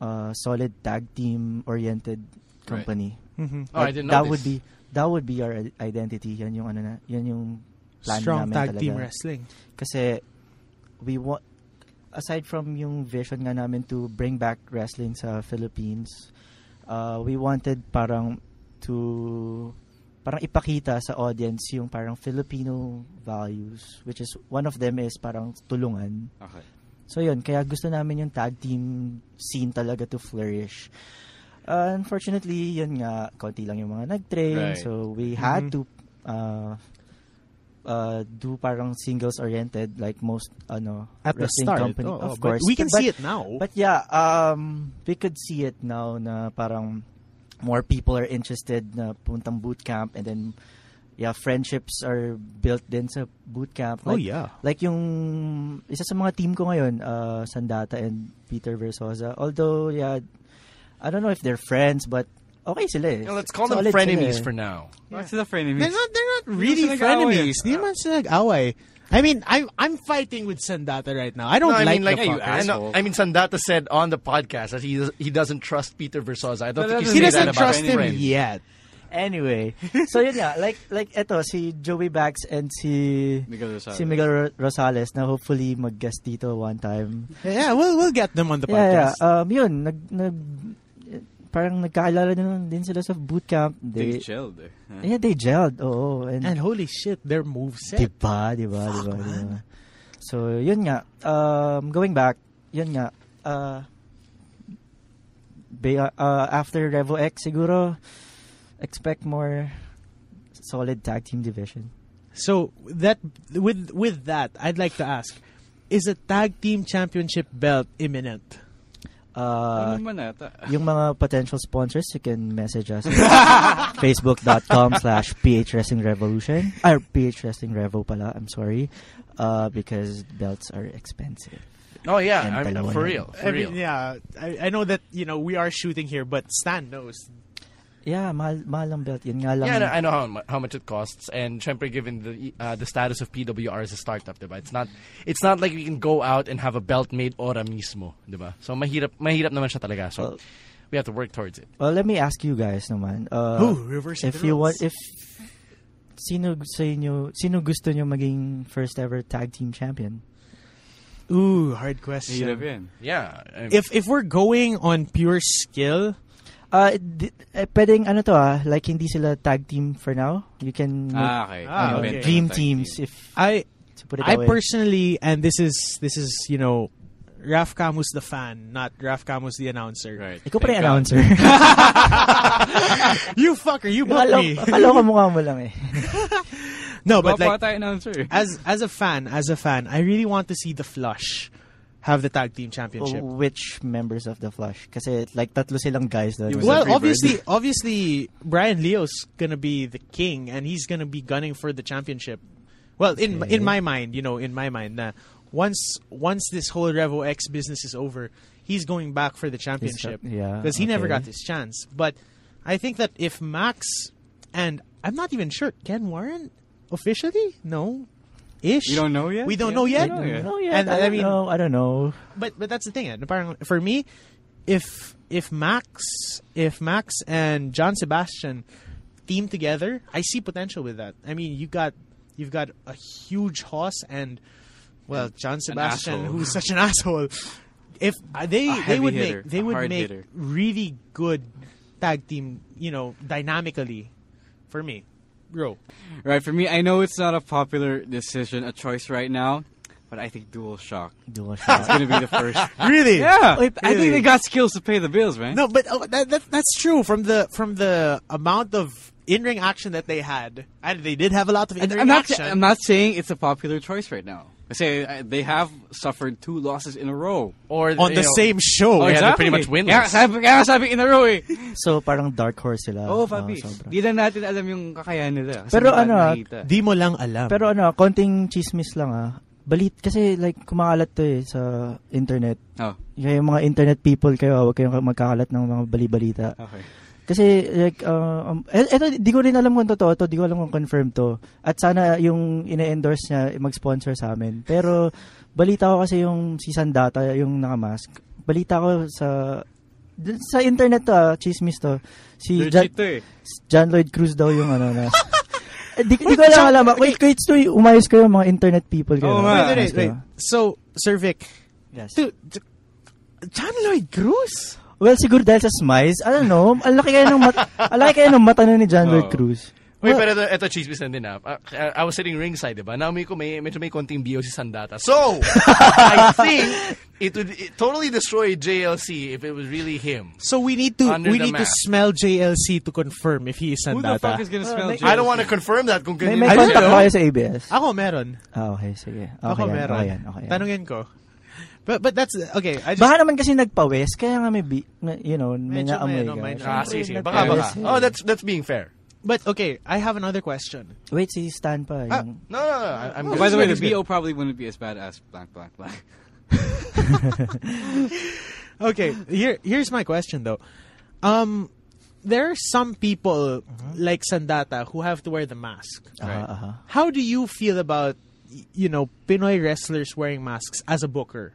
E: a solid tag team oriented
D: Right.
E: company.
C: Mm-hmm.
F: Oh, I didn't know this.
E: that would be that would be our identity. Yan yung ano na, yan yung plan
C: Strong
E: namin
C: tag
E: talaga.
C: team wrestling.
E: Kasi we want aside from yung vision nga namin to bring back wrestling sa Philippines, uh, we wanted parang to parang ipakita sa audience yung parang Filipino values which is one of them is parang tulungan.
D: Okay.
E: So yun, kaya gusto namin yung tag team scene talaga to flourish. Uh, unfortunately, yun nga, konti lang yung mga nag-train.
D: Right.
E: So we
C: Mm-hmm.
E: had to uh, uh, do parang singles-oriented like most ano
C: At the
E: wrestling
C: start,
E: company.
C: oo,
E: of
C: Oh, but
E: course.
C: we can
E: But-
C: see it now.
E: But yeah, um, we could see it now na parang more people are interested na puntang boot camp and then yeah, friendships are built din sa boot camp.
C: Oh, yeah.
E: Like yung isa sa mga team ko ngayon, uh, Sandata and Peter Versosa. Although, yeah, I don't know if they're friends, but okay sila eh.
F: You know, let's call them
E: Solid sila
F: frenemies
E: eh.
F: for now.
D: What's the friend of
C: They're
D: me?
C: not they're not
D: Hindi
C: really
F: ah.
D: naman sila nag-away.
C: frenemies. Di man sila nag-away. I mean, I'm I'm fighting with Sandata right now. I don't
F: No, I
C: like,
F: mean, like,
C: the
F: yeah, I,
C: fucker.
F: know- I mean, Sandata said on the podcast that he he doesn't trust Peter Versosa. I don't
D: But
F: think
D: that
F: he's
C: he
F: said that about
C: doesn't trust
F: his
C: him
F: friend.
C: yet.
E: Anyway, so yun nga, like, like eto, si Joey Bax and si
D: Miguel Rosales.
E: si Miguel Ro- Rosales na hopefully mag-guest dito one time.
C: Yeah, we'll we'll get them on the
E: Yeah, yeah.
C: podcast.
E: Um, yun, nag, nag, parang nagkakilala din, din sila sa bootcamp. They,
D: Things gelled there. huh?
E: yeah, they gelled. Oo. And,
C: And holy shit, their moveset.
E: Diba, diba, diba, diba. So, yun nga. Um, going back, yun nga. Uh, be, uh, uh, after Revo X, siguro, expect more solid tag team division.
C: So that with with that, I'd like to ask: Is a tag team championship belt imminent?
E: Uh,
D: Ano naman ata?
E: yung mga potential sponsors, you can message us facebook.com slash PH Wrestling Revolution. Or PH Wrestling Revo pala, I'm sorry. Uh, because belts are expensive.
F: Oh
E: And
F: yeah, I'm,
E: dalawa
F: for
E: na.
F: real, for
C: I
F: real.
C: mean, yeah, I, I know that you know we are shooting here, but Stan knows.
E: Yeah, mahal, mahal ang belt. Yun nga lang.
F: Yeah, I know, I know how, mu- how much it costs, and syempre, given the uh, the status of PWR as a startup, diba? It's not it's not like we can go out and have a belt made ora mismo, diba? So mahirap mahirap naman siya talaga. So
E: Well-
F: we have to work towards it.
E: Well, let me ask you guys naman. Uh,
C: Ooh, reverse
E: if
C: the
E: you
C: roles.
E: want if sino gu- sa inyo sino gusto nyo maging first ever tag team champion?
C: Ooh, hard question.
D: Hirap yan.
F: Yeah. I-
C: If if we're going on pure skill,
E: Uh, di, eh, pwedeng ano to ah, like hindi sila tag team for now. You can
D: Ah,
C: Ah,
D: okay.
E: you know,
C: okay.
E: Mm. dream teams if
C: I
E: to put it
C: I
E: that way.
C: personally, and this is this is you know, Raf Camus the fan, not Raf Camus the announcer.
D: Right.
E: Ikaw pa rin
D: Thank
E: announcer.
C: You fucker, you bought
E: Akala
C: me.
E: akala ko mukha mo lang eh.
C: No,
D: God.
C: but
D: Ikaw pa
C: like
D: tayo announcer.
C: as as a fan, as a fan, I really want to see the Flush have the tag team championship.
E: Oh, Which members of the Flash? Kasi like tatlo silang guys doon.
D: Yung Was
C: Well,
D: that Freebird?
C: obviously, obviously, Brian Leo's gonna be the king, and he's gonna be gunning for the championship. Well, in in my mind, you know, in my mind, na once once this whole Revo X business is over, he's going back for the championship.
E: yeah,
C: because he never got
E: okay.
C: his chance. But I think that if Max and I'm not even sure Ken Warren officially no. Ish.
D: We don't know yet?
C: We don't
D: Yeah,
C: know
D: we
C: yet.
D: don't know yet.
E: Oh, yeah,
C: ano, eh. And
E: I,
C: I
E: don't
C: mean,
E: know. I don't know.
C: but but that's the thing. eh. Parang for me, if if Max if Max and John Sebastian team together, I see potential with that. I mean, you got you've got a huge horse and well, John Sebastian,
D: asshole.
C: who's such an asshole. If uh, they
D: A
C: they would
D: heavy hitter,
C: make they
D: a
C: would
D: hard
C: make
D: hitter.
C: really good tag team, you know, dynamically for me. Bro.
D: Right, for me, I know it's not a popular decision, a choice right now, but I think Dual Shock
E: Dual
D: is
E: shot.
D: going to be the first.
C: Really?
D: yeah, I
C: really?
D: think they got skills to pay the bills, man.
C: No, but uh, that, that, that's true from the from the amount of in-ring action that they had, and they did have a lot of
D: And
C: in-ring
D: I'm not.
C: action.
D: I'm not saying it's a popular choice right now. I say uh, they have suffered two losses in a row.
F: or
C: on
F: you
C: the
F: know,
C: same
D: Oh,
C: show.
F: yeah, they're pretty much winless.
D: Kaya sabi, kaya sabi in a row
C: Oh,
D: eh.
E: so parang dark horse sila.
D: Oo, oh, Fabi.
E: sobra.
D: Di na natin alam yung kakayahan nila. Kasi
E: Pero
D: wala
E: ano, ah,
D: nakita.
C: Di mo lang alam.
E: Pero ano, konting chismis lang ah. Balit kasi like kumakalat to eh sa internet.
D: Oh,
E: Kaya yung mga internet people kayo, ah, huwag kayong magkakalat ng mga bali-balita.
D: okay.
E: Kasi like uh, um, eh, eto di ko rin alam kung totoo to, di ko alam kung confirm to. At sana yung ine-endorse niya eh, mag-sponsor sa amin. Pero balita ko kasi yung si Sandata yung naka-mask. Balita ko sa dun- sa internet to, ah, chismis to. Si
D: Legit
E: Jan,
D: to eh.
E: John Lloyd Cruz daw yung ano na. Eh, di, di ko alam alam. Wait, wait, story. Umayos kayo mga internet people kayo.
D: Oo
C: wait, wait,
D: nga.
E: Umayos
C: wait,
E: kayo.
C: wait. So, Sir Vic,
E: Yes.
C: dude, d- John Lloyd Cruz.
E: Well, siguro dahil sa smiles, I don't know, ang laki kaya ng, mat- ang laki kaya ng mata nun ni John
D: Oo.
E: Lloyd Cruz.
F: Wait,
E: Well-
F: pero ito, ito chismis na din ah. Ah, ah, I was sitting ringside, diba? Naumi ko may, medyo may konting BO si Sandata. So, I think it would it totally destroy JLC if it was really him.
C: So we need to
F: Under
C: we
F: the
C: need to
F: mask.
C: smell JLC to confirm if he is
D: Who the fuck is
C: Sandata.
D: gonna smell
F: I don't want to confirm that kung
E: May,
F: ganyan.
E: may
C: I don't
E: contact
C: know.
E: ba kayo sa ABS?
C: Ako meron.
E: Ah, okay, sige. Okay
C: Ako
E: yan,
C: meron.
E: okay yan, okay yan.
C: Tanungin ko. But but that's okay. I just
E: Baka naman kasi nagpawis, kaya nga may, bi- na- you know, may
C: Medyo may
E: naamoy
C: ano,
E: ka.
C: may-
F: Ah,
E: Siyempre,
F: sige, sige.
E: nagpawis
F: Baka, baka.
E: eh.
F: Oh, that's, that's being fair.
C: but okay. I have another question.
E: Wait, si Stan pa. Yung,
F: Ah, No, no, no. I- I'm
D: Oh,
F: good.
D: by the way, the
F: It's good.
D: BO probably wouldn't be as bad as blank, blank, blank.
C: okay, here here's my question though. Um there are some people like Sandata who have to wear the mask.
E: aha, aha.
C: How do you feel about y- you know Pinoy wrestlers wearing masks as a booker.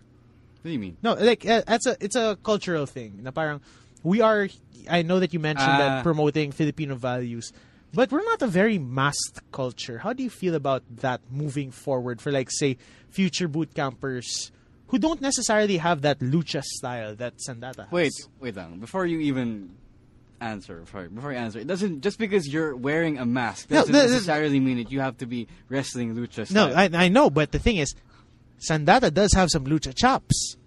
D: What do you mean?
C: No, like uh, that's a it's a cultural thing. Na parang we are. I know that you mentioned
D: Ah.
C: that promoting Filipino values, but we're not a very masked culture. How do you feel about that moving forward for like say future boot campers who don't necessarily have that lucha style that Sandata has?
D: Wait, wait, lang. Before you even answer, sorry, before you answer, it doesn't just because you're wearing a mask
C: No,
D: doesn't
C: th- th-
D: necessarily mean that you have to be wrestling lucha
C: no,
D: style.
C: I, I know, but the thing is, Sandata does have some lucha chops.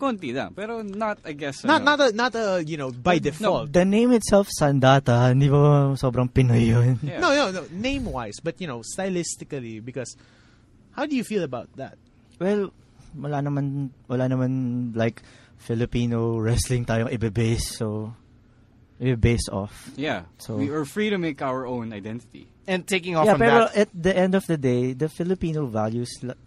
D: konti lang, pero not, I guess.
C: Not
D: ano.
C: not a, not a you know by default.
E: The name itself, Sandata, hindi ba sobrang Pinoy yun?
D: Yeah.
C: No, no, no. Name wise, but you know, stylistically, because how do you feel about that?
E: Well, wala naman, wala naman like Filipino wrestling tayong ibe-base, so ibe-base off.
D: Yeah,
E: So-
D: we are free to make our own identity.
B: And taking off
E: yeah,
B: from
E: pero
B: that,
E: at the end of the day, the Filipino values la-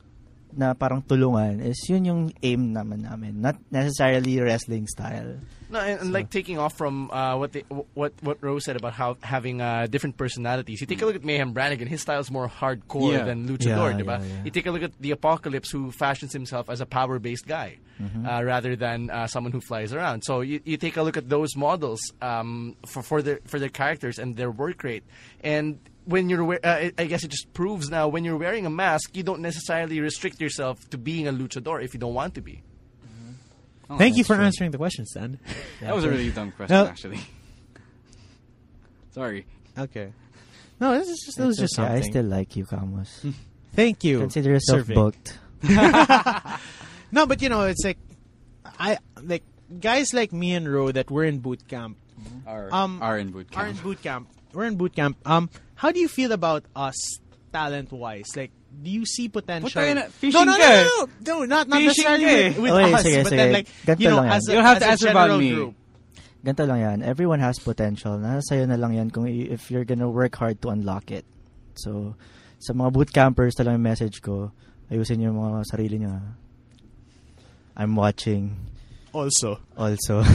E: na parang tulungan is yun yung aim naman namin. Not necessarily wrestling style.
B: No, and, and like taking off from uh, what they, what what Rose said about how having uh, different personalities. You take a look at Mayhem Brannigan; his style is more hardcore
D: Yeah.
B: than
E: Mm. Yeah,
B: luchador,
E: yeah,
B: diba?
E: yeah.
B: You take a look at the Apocalypse, who fashions himself as a power-based guy
E: Mm-hmm.
B: uh, rather than uh, someone who flies around. So you, you take a look at those models um, for for their for their characters and their work rate, and when you're, we- uh, I- I guess it just proves now when you're wearing a mask, you don't necessarily restrict yourself to being a luchador if you don't want to be.
E: Oh,
C: Thank you for answering the question, Stan.
D: That was a really dumb question,
C: No.
D: actually. Sorry.
C: okay. No, this is just it was just
E: It's okay, I
C: something.
E: still like you, Camus.
C: Thank you.
E: Consider yourself
C: Serving.
E: booked.
C: No, but you know, it's like I like guys like me and Ro that were in boot camp.
D: Our,
C: Um,
D: our in boot camp.
C: Are in boot camp. We're in boot camp. Um, how do you feel about us talent wise? Like, do you see potential?
D: Puta yun na,
C: no,
D: fishing
C: no, no,
D: ka eh.
C: no, no, no, not not
D: Fishing
C: necessarily
D: ka eh.
C: with, with
E: Oh, wait,
C: us,
E: sige,
C: but
E: sige.
C: then like you
E: Ganito
C: know,
E: lang
C: as
E: yan.
C: a,
D: You don't have
C: as
D: to
C: a
D: answer about
C: general
D: me.
C: group.
E: Ganito lang yan. Everyone has potential. Nasa sa'yo na lang yan kung i- if you're gonna work hard to unlock it. So, sa mga boot campers talagang yung message ko, ayusin niyo yung mga sarili niyo. ha. I'm watching
C: Also,
E: also.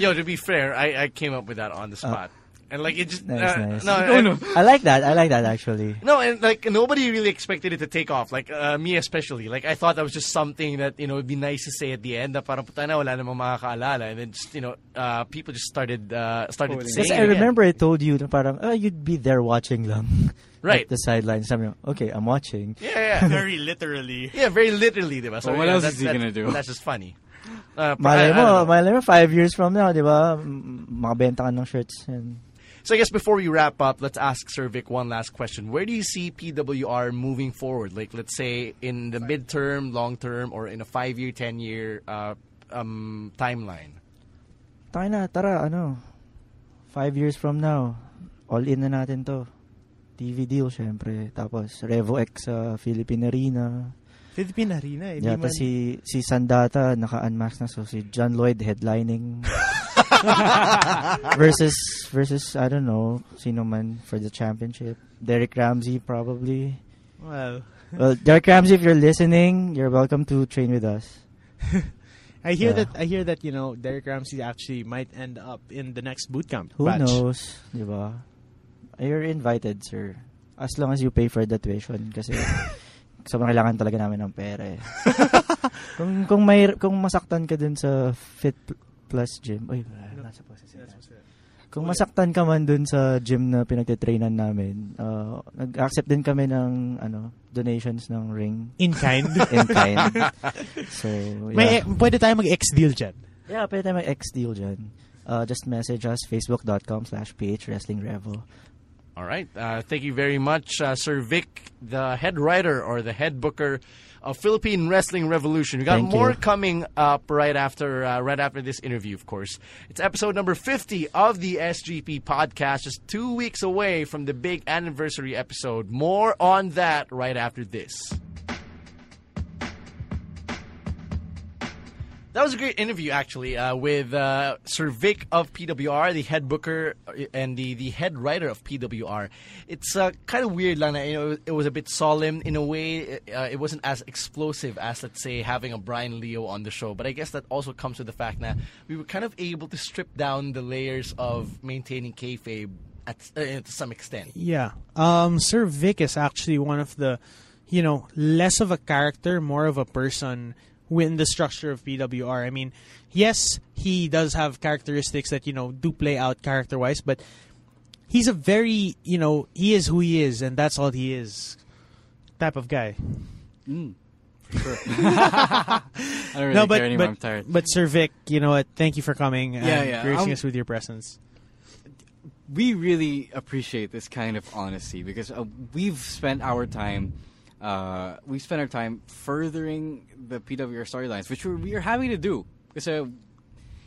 B: Yo, to be fair, I, I came up with that on the spot. and like it just
E: Oh. nice,
B: uh,
E: nice.
B: no
E: I,
B: and-
E: like that. I like that actually.
B: no, and like nobody really expected it to take off. Like uh, me especially. Like I thought that was just something that you know would be nice to say at the end. Na parang puta na wala namang makakaalala. And then just you know uh, people just started uh, started
D: Quoting.
B: saying.
E: Kasi
B: it
E: I
B: again.
E: remember I told you na parang, oh, you'd be there watching lang.
B: Right.
E: At the sidelines. Sabi mo, okay, I'm watching.
B: Yeah, yeah, yeah.
C: very literally.
B: yeah, very literally, diba? So
D: But what
B: yeah,
D: else
B: that's-
D: is he
B: that's-
D: gonna do?
B: That's just funny. Uh, I- I
E: Malay
B: don't know.
E: mo, malay mo, five years from now, di ba? m- Makabenta ka ng shirts. And,
B: So I guess before we wrap up, let's ask Servic one last question. Where do you see PWR moving forward? Like, let's say in the midterm, long term, or in a five year, ten year uh, um, timeline.
E: tayo na, tara, ano, five years from now, all in na natin to. TV deal, syempre. Tapos, Revo X sa Philippine Arena.
C: Philippine Arena. Eh, di
E: Yata
C: man-
E: si, si Sandata, naka-unmask na. So, si John Lloyd headlining. versus, versus, I don't know, sino man for the championship. Derek Ramsey, probably.
C: Well,
E: Well, Derek Ramsey, if you're listening, you're welcome to train with us.
C: I hear
E: Yeah.
C: that I hear that you know Derek Ramsey actually might end up in the next boot camp.
E: Who
C: batch.
E: knows, di ba? You're invited, sir. As long as you pay for the tuition kasi sobrang kailangan talaga namin ng pera eh. kung kung may kung masaktan ka dun sa Fit Pl- Plus gym. Oy, nasa po Kung masaktan ka man dun sa gym na pinagtitrainan namin, uh, nag-accept din kami ng ano, donations ng ring
C: In kind.
E: in kind. so,
C: May, eh, e-
E: yeah.
C: pwede tayo mag-ex deal dyan.
E: Yeah, pwede tayo mag-ex deal dyan. Uh, just message us, facebook.com slash ph wrestling revo.
B: All right. Uh, thank you very much, uh, Sir Vic, the head writer or the head booker of Philippine Wrestling Revolution. We got
E: Thank
B: more
E: you.
B: coming up right after uh, right after this interview, of course. It's episode number fifty of the SGP podcast, just two weeks away from the big anniversary episode. More on that right after this. That was a great interview, actually, uh, with uh, Sir Vic of PWR, the head booker uh, and the, the head writer of PWR. It's uh, kind of weird, Lana. You know, it was a bit solemn in a way. Uh, it wasn't as explosive as, let's say, having a Brian Leo on the show. But I guess that also comes with the fact that we were kind of able to strip down the layers of maintaining kayfabe at, uh, to some extent.
C: Yeah. Um, Sir Vic is actually one of the you know, less of a character, more of a person within the structure of PWR. I mean, yes, he does have characteristics that, you know, do play out character wise, but he's a very, you know, he is who he is and that's all he is type of guy.
D: I don't really
C: no, but,
D: care anymore.
C: but,
D: I'm tired.
C: but Sir Vic, you know what? Thank you for coming and
D: Yeah, yeah,
C: gracing
D: I'm-
C: us with your presence.
D: we really appreciate this kind of honesty because uh, we've spent our time uh, we've spent our time furthering the PWR storylines, which we're, we are happy to do. Because, uh,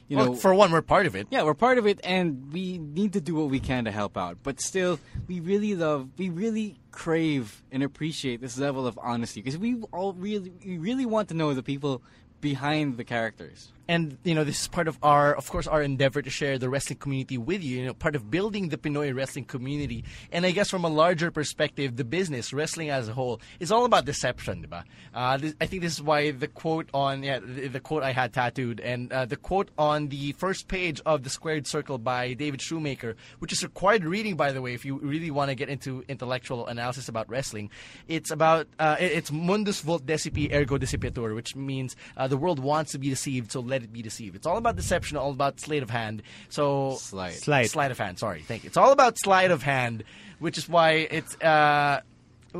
D: you know,
B: Well, for one, we're part of it.
D: yeah, we're part of it, and we need to do what we can to help out. But still, we really love, we really crave and appreciate this level of honesty because we all really, we really want to know the people behind the characters.
B: and you know this is part of our of course our endeavor to share the wrestling community with you you know part of building the pinoy wrestling community and i guess from a larger perspective the business wrestling as a whole is all about deception diba? Uh, this, i think this is why the quote on yeah the, the quote i had tattooed and uh, the quote on the first page of the squared circle by david shoemaker which is required reading by the way if you really want to get into intellectual analysis about wrestling it's about uh, it- it's mundus volt decipi ergo decipitur which means uh, the world wants to be deceived, so let it be deceived. It's all about deception, all about sleight of hand. So
D: Sleight.
C: Sleight.
B: sleight of hand. Sorry, thank you. It's all about sleight of hand, which is why it's. Uh,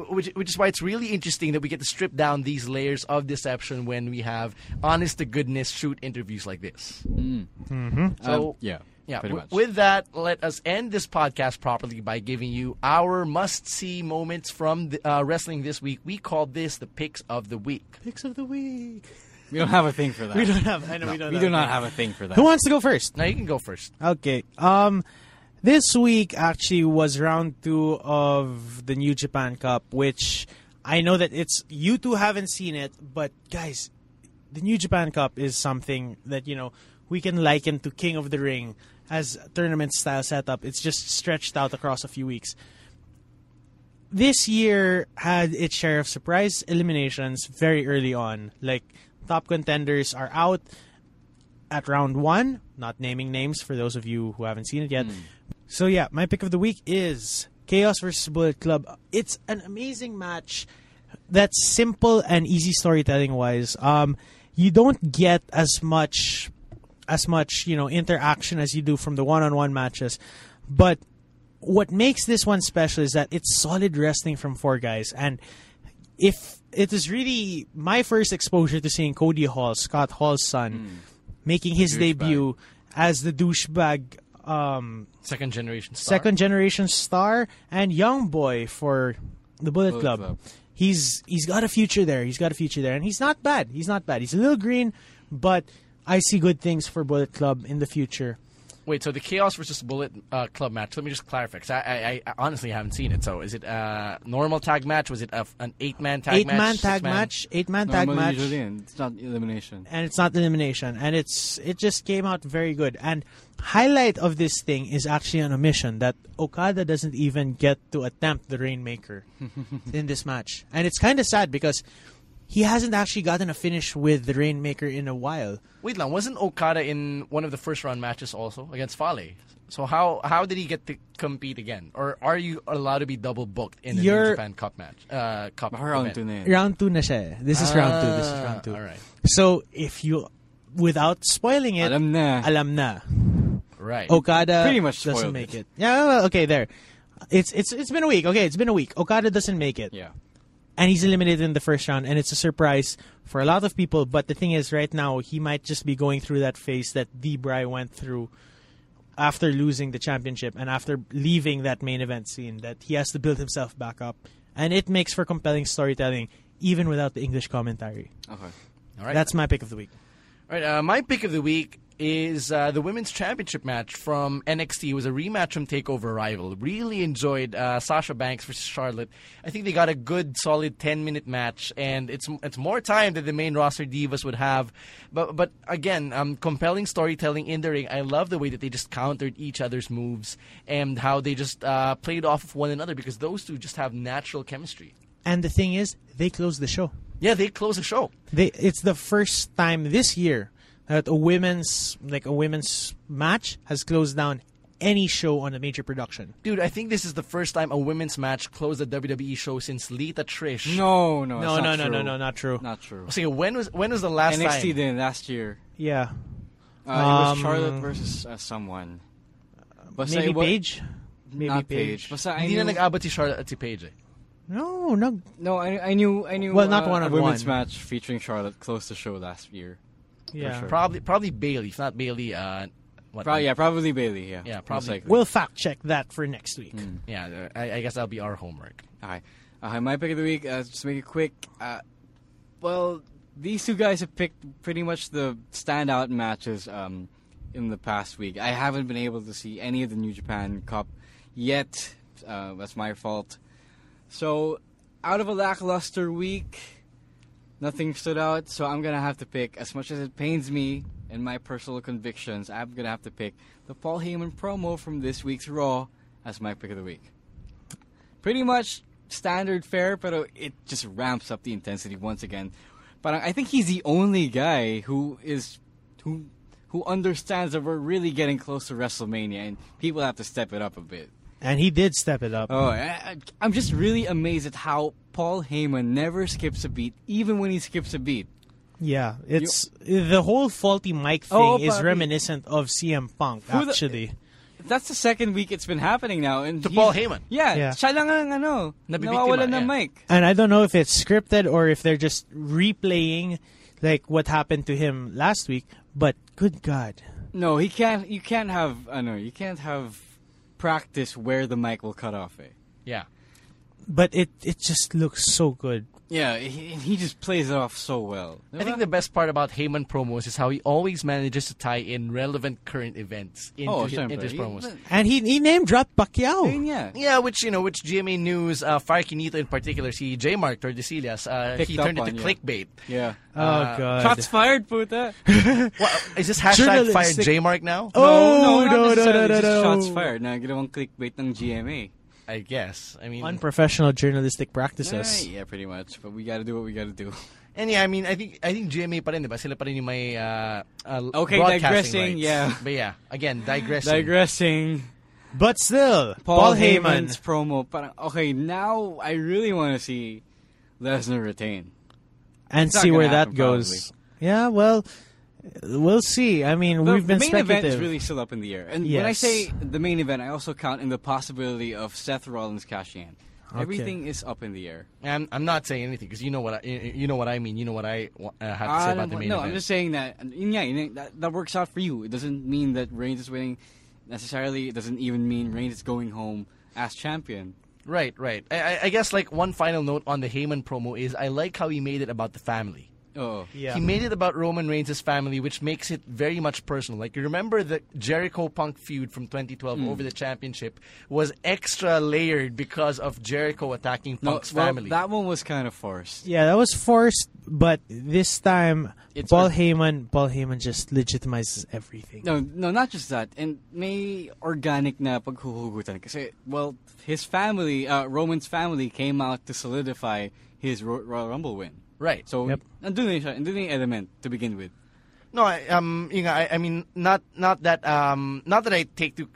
B: which, which is why it's really interesting that we get to strip down these layers of deception when we have honest to goodness shoot interviews like this. So
D: Mm. Um, yeah,
B: yeah.
D: pretty
B: wi-
D: much.
B: With that, let us end this podcast properly by giving you our must-see moments from the, uh, wrestling this week. We call this the picks of the week.
C: Picks of the week.
D: we don't have a thing for that.
C: We don't have. I know we don't.
D: we
C: have
D: do
C: a
D: not
C: thing.
D: have a thing for that.
C: Who wants to go first?
B: Now you can go first.
C: Okay. Um, this week actually was round two of the New Japan Cup, which I know that it's you two haven't seen it, but guys, the New Japan Cup is something that you know we can liken to King of the Ring as a tournament style setup. It's just stretched out across a few weeks. This year had its share of surprise eliminations very early on. Like top contenders are out at round one. Not naming names for those of you who haven't seen it yet. So yeah, my pick of the week is Chaos versus Bullet Club. It's an amazing match that's simple and easy storytelling wise. Um, you don't get as much as much you know interaction as you do from the one-on-one matches, but what makes this one special is that it's solid wrestling from four guys and if it is really my first exposure to seeing Cody Hall, Scott Hall's son, making his debut as the douchebag um,
B: Second generation star.
C: second generation star and young boy for the Bullet,
D: Bullet
C: Club.
D: Club.
C: He's he's got a future there. He's got a future there, and he's not bad. He's not bad. He's a little green, but I see good things for Bullet Club in the future.
B: Wait, so the Chaos versus Bullet uh, Club match. Let me just clarify, 'cause I, I, I honestly haven't seen it. So, is it a normal tag match? Was it a, an eight man tag
C: eight
B: match?
C: man
B: Six
C: tag match, eight man tag
D: Normally,
C: match.
D: usually, and it's not elimination.
C: and it's not elimination and it's it just came out very good and highlight of this thing is actually an omission that okada doesn't even get to attempt the rainmaker in this match and it's kind of sad because he hasn't actually gotten a finish with the rainmaker in a while
B: Wait, lang, wasn't Okada in one of the first round matches also against Fale? So how how did he get to compete again? Or are you allowed to be double booked in the New
C: You're-
B: Japan Cup match? Uh, cup
D: Around
B: event?
D: to the-
C: round two na siya eh. this is round two this is
B: Ah,
C: round two
B: all right.
C: so if you without spoiling it
D: Alam na.
C: alam na
B: Right.
C: Oh, Okada
D: Pretty much
C: doesn't
D: spoiled
C: make it.
D: it.
C: Yeah, well, okay, there. It's it's it's been a week. Okay, it's been a week. Okada doesn't make it.
D: Yeah.
C: And he's eliminated in the first round and it's a surprise for a lot of people, but the thing is right now he might just be going through that phase that D Bry went through after losing the championship and after leaving that main event scene that he has to build himself back up. And it makes for compelling storytelling even without the English commentary.
D: Okay.
B: all right.
C: That's my pick of the week.
B: All right, uh, my pick of the week is uh, the women's championship match from NXT. It was a rematch from Takeover Rival. Really enjoyed uh, Sasha Banks versus Charlotte. I think they got a good, solid ten minute match, and it's it's more time than the main roster divas would have. But but again, um, compelling storytelling in the ring. I love the way that they just countered each other's moves and how they just uh, played off of one another because those two just have natural chemistry.
C: And the thing is, they closed the show.
B: Yeah, they close the show.
C: they it's the first time this year that a women's like a women's match has closed down any show on a major production.
B: Dude, I think this is the first time a women's match closed a WWE E show since Lita Trish.
D: No, no,
C: No,
D: it's
C: no,
D: not
C: no,
D: true.
C: no, no, not true.
D: Not true.
B: See, when was when was the last
D: NXT
B: time?
D: did last year.
C: Yeah,
D: Uh, it
C: Um,
D: was Charlotte versus uh, someone. Basta
C: maybe
D: it wa-
C: Paige. Maybe
D: not
C: Paige.
D: Paige. Basta I
B: Hindi
D: knew,
B: na nag-abot si Charlotte at si Paige. eh.
C: No, no.
D: no, I, I knew, I knew.
C: Well, not
D: uh, a
C: one-on-one.
D: women's match featuring Charlotte closed the show last year.
C: Yeah.
D: sure.
B: Probably probably Bailey, if not Bailey. Uh, what,
D: Probably, yeah, probably Bailey. Yeah,
B: Yeah,
D: most
B: probably.
D: likely.
C: We'll fact check that for next week.
D: Hmm.
B: Yeah, I, I guess that'll be our homework.
D: Hi. Uh, my pick of the week, uh, just to make it quick. Uh, well, these two guys have picked pretty much the standout matches um, in the past week. I haven't been able to see any of the New Japan Cup yet. Uh, that's my fault. So, out of a lackluster week, nothing stood out. So, I'm going to have to pick, as much as it pains me and my personal convictions, I'm going to have to pick the Paul Heyman promo from this week's Raw as my pick of the week pretty much standard fare, but it just ramps up the intensity once again. But I think he's the only guy who is who who understands that we're really getting close to WrestleMania, and people have to step it up a bit.
C: And he did step it up.
D: Oh, I, I- I'm just really amazed at how Paul Heyman never skips a beat, even when he skips a beat.
C: yeah, it's the whole faulty mic thing
D: Oh,
C: is
D: papi.
C: reminiscent of CM Punk
D: Who the-
C: actually.
D: That's the second week it's been happening now, and
B: To
D: he-
B: Paul Heyman.
D: Yeah,
C: Yeah.
D: siya lang ang ano,
B: Nabibiktima,
D: nawawalan ng
B: yeah.
D: mic.
C: and I don't know if it's scripted or if they're just replaying like what happened to him last week, but good god.
D: No, he can't. You can't have. I know you can't have practice where the mic will cut off. Eh?
B: Yeah.
C: But it it just looks so good.
D: Yeah, he, he just plays it off so well.
B: I think the best part about Heyman promos is how he always manages to tie in relevant current events into,
D: oh,
B: his,
D: syempre.
B: into his promos.
C: And he he name dropped
D: I mean,
C: Pacquiao.
D: yeah.
B: Yeah, which you know, which GMA News, uh, Farkinito in particular, si J. Mark Tordesillas, uh,
D: Picked
B: he
D: up
B: turned it to
D: on, yeah.
B: clickbait.
D: Yeah.
C: oh god.
D: Shots fired, puta.
B: Wha- is this hashtag
C: Journalistic-
B: fire J. Mark now?
C: Oh,
D: no,
C: no, no,
D: not necessarily,
C: no, no,
D: just
C: no.
D: Shots fired. Na ginawang clickbait ng GMA.
B: I guess. I mean,
C: Unprofessional journalistic practices.
D: Ah, yeah, pretty much. But we gotta do what we gotta do.
B: and yeah, I mean, I think I think GMA pa rin, di ba? Sila pa rin yung may uh, uh,
D: Okay,
B: broadcasting rights.
D: digressing, yeah.
B: But yeah, again, digressing.
D: Digressing.
C: But still, Paul, Heyman.
D: Heyman's promo. Parang, okay, now I really want to see Lesnar retain.
C: and
D: It's not
C: see
D: gonna
C: where that
D: happen,
C: goes. Yeah, well, we'll see. I mean,
D: The,
C: we've been
D: the main
C: speculative.
D: event is really still up in the air. And when I
C: Yes.
D: say the main event, I also count in the possibility of Seth Rollins cashing in. Everything is up in the air.
B: I'm, I'm not saying anything because you know what I, you you know what I mean. You know what I wa- uh, have to
D: I
B: say
D: don't
B: about the
D: want-
B: main
D: no,
B: event.
D: I'm just saying that. and Yeah, you know, that, that works out for you. It doesn't mean that Reigns is winning necessarily. It doesn't even mean Reigns is going home as champion.
B: Right, right. I, I- I guess like one final note on the Heyman promo is I like how he made it about the family.
D: Oh,
C: yeah.
B: He made it about Roman Reigns' family, which makes it very much personal. Like you remember the Jericho Punk feud from 2012
D: Hmm.
B: over the championship was extra layered because of Jericho attacking
D: no,
B: Punk's
D: well,
B: family.
D: that one was kind of forced.
C: Yeah, that was forced, but this time
D: It's
C: Paul
D: a-
C: Heyman, Paul Heyman just legitimizes everything.
D: No, no, not just that. And may organic na paghuhugutan. Kasi, well, his family, uh, Roman's family, came out to solidify his Ro- Royal Rumble win.
B: Right.
D: So,
C: Yep.
D: nandun na siya, nandun na yung element to begin with.
B: No, I, um, you know, I, I mean, not not that um, not that I take to,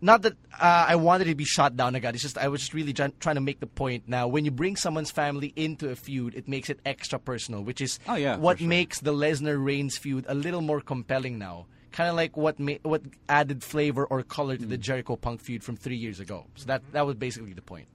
B: not that uh, I wanted to be shot down. God, it's just I was just really try- trying to make the point. Now, when you bring someone's family into a feud, it makes it extra personal, which is
D: Oh, yeah,
B: what
D: for sure.
B: makes the Lesnar Reigns feud a little more compelling now. Kind of like what ma- what added flavor or color
D: Mm.
B: to the Jericho Punk feud from three years ago. So that that was basically the point.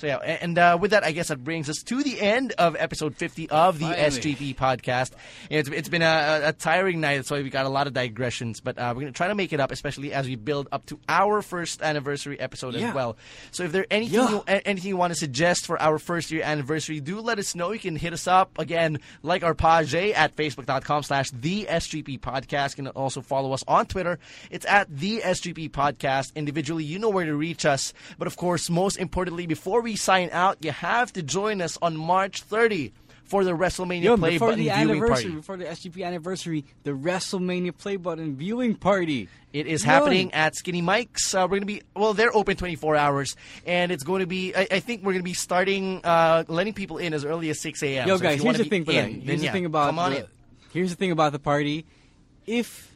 B: So yeah, a- and uh, with that, I guess that brings us to the end of episode 50 of the
D: Finally.
B: SGP E podcast. And It's, it's been a, a tiring night, so we got a lot of digressions, but uh, we're going to try to make it up, especially as we build up to our first anniversary episode
D: Yeah.
B: as well. So if there anything
D: Yeah.
B: you, a- anything you want to suggest for our first year anniversary, do let us know. You can hit us up again, like our page at facebook.com slash the SGP podcast. You can also follow us on Twitter. It's at the SGP podcast. Individually, you know where to reach us. But of course, most importantly, before we sign out, you have to join us on March 30 for the WrestleMania
D: Yun,
B: Play
D: before
B: Button
D: the
B: viewing
D: anniversary,
B: party.
D: before the SGP anniversary, the WrestleMania Play Button viewing party.
B: It is
D: Yun.
B: happening at Skinny Mike's. Uh, we're going to be, well, they're open 24 hours, and it's going to be, I, I think we're going to be starting uh, letting people in as early as 6 a.m. So
D: Yo,
B: if
D: guys,
B: you
D: here's
B: wanna
D: the
B: be
D: thing. pala.
B: in, then
D: here's
B: yeah,
D: the thing about
B: Come on
D: the,
B: in.
D: Here's the thing about the party. If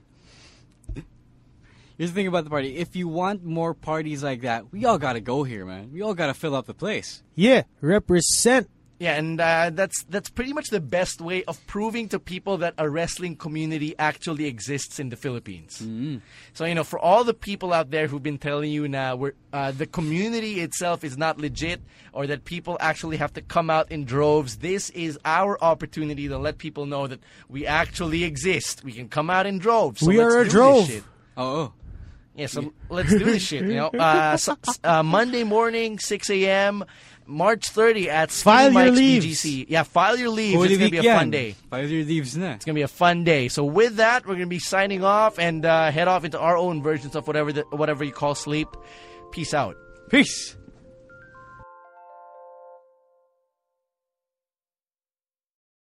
D: here's the thing about the party. If you want more parties like that, we all gotta go here, man. We all gotta fill up the place.
C: Yeah, represent.
B: Yeah, and uh, that's that's pretty much the best way of proving to people that a wrestling community actually exists in the Philippines.
C: Mm-hmm.
B: So you know, for all the people out there who've been telling you now, we're, uh, the community itself is not legit, or that people actually have to come out in droves. This is our opportunity to let people know that we actually exist. We can come out in droves. So
C: We
B: let's
C: are a
B: do this
C: drove.
B: shit.
D: Oh, oh.
B: Yeah, so let's do this shit. You know, uh, so, uh, Monday morning, six a.m., March thirty at Skinny
C: File your
B: Mike's
C: leaves.
B: BGC. Yeah, file your leaves.
D: Holy
B: it's gonna be a
D: weekend.
B: fun day. It's
D: Fire your leaves na.
B: gonna be a fun day. So with that, we're gonna be signing off and uh, head off into our own versions of whatever the, whatever you call sleep. Peace out.
D: Peace.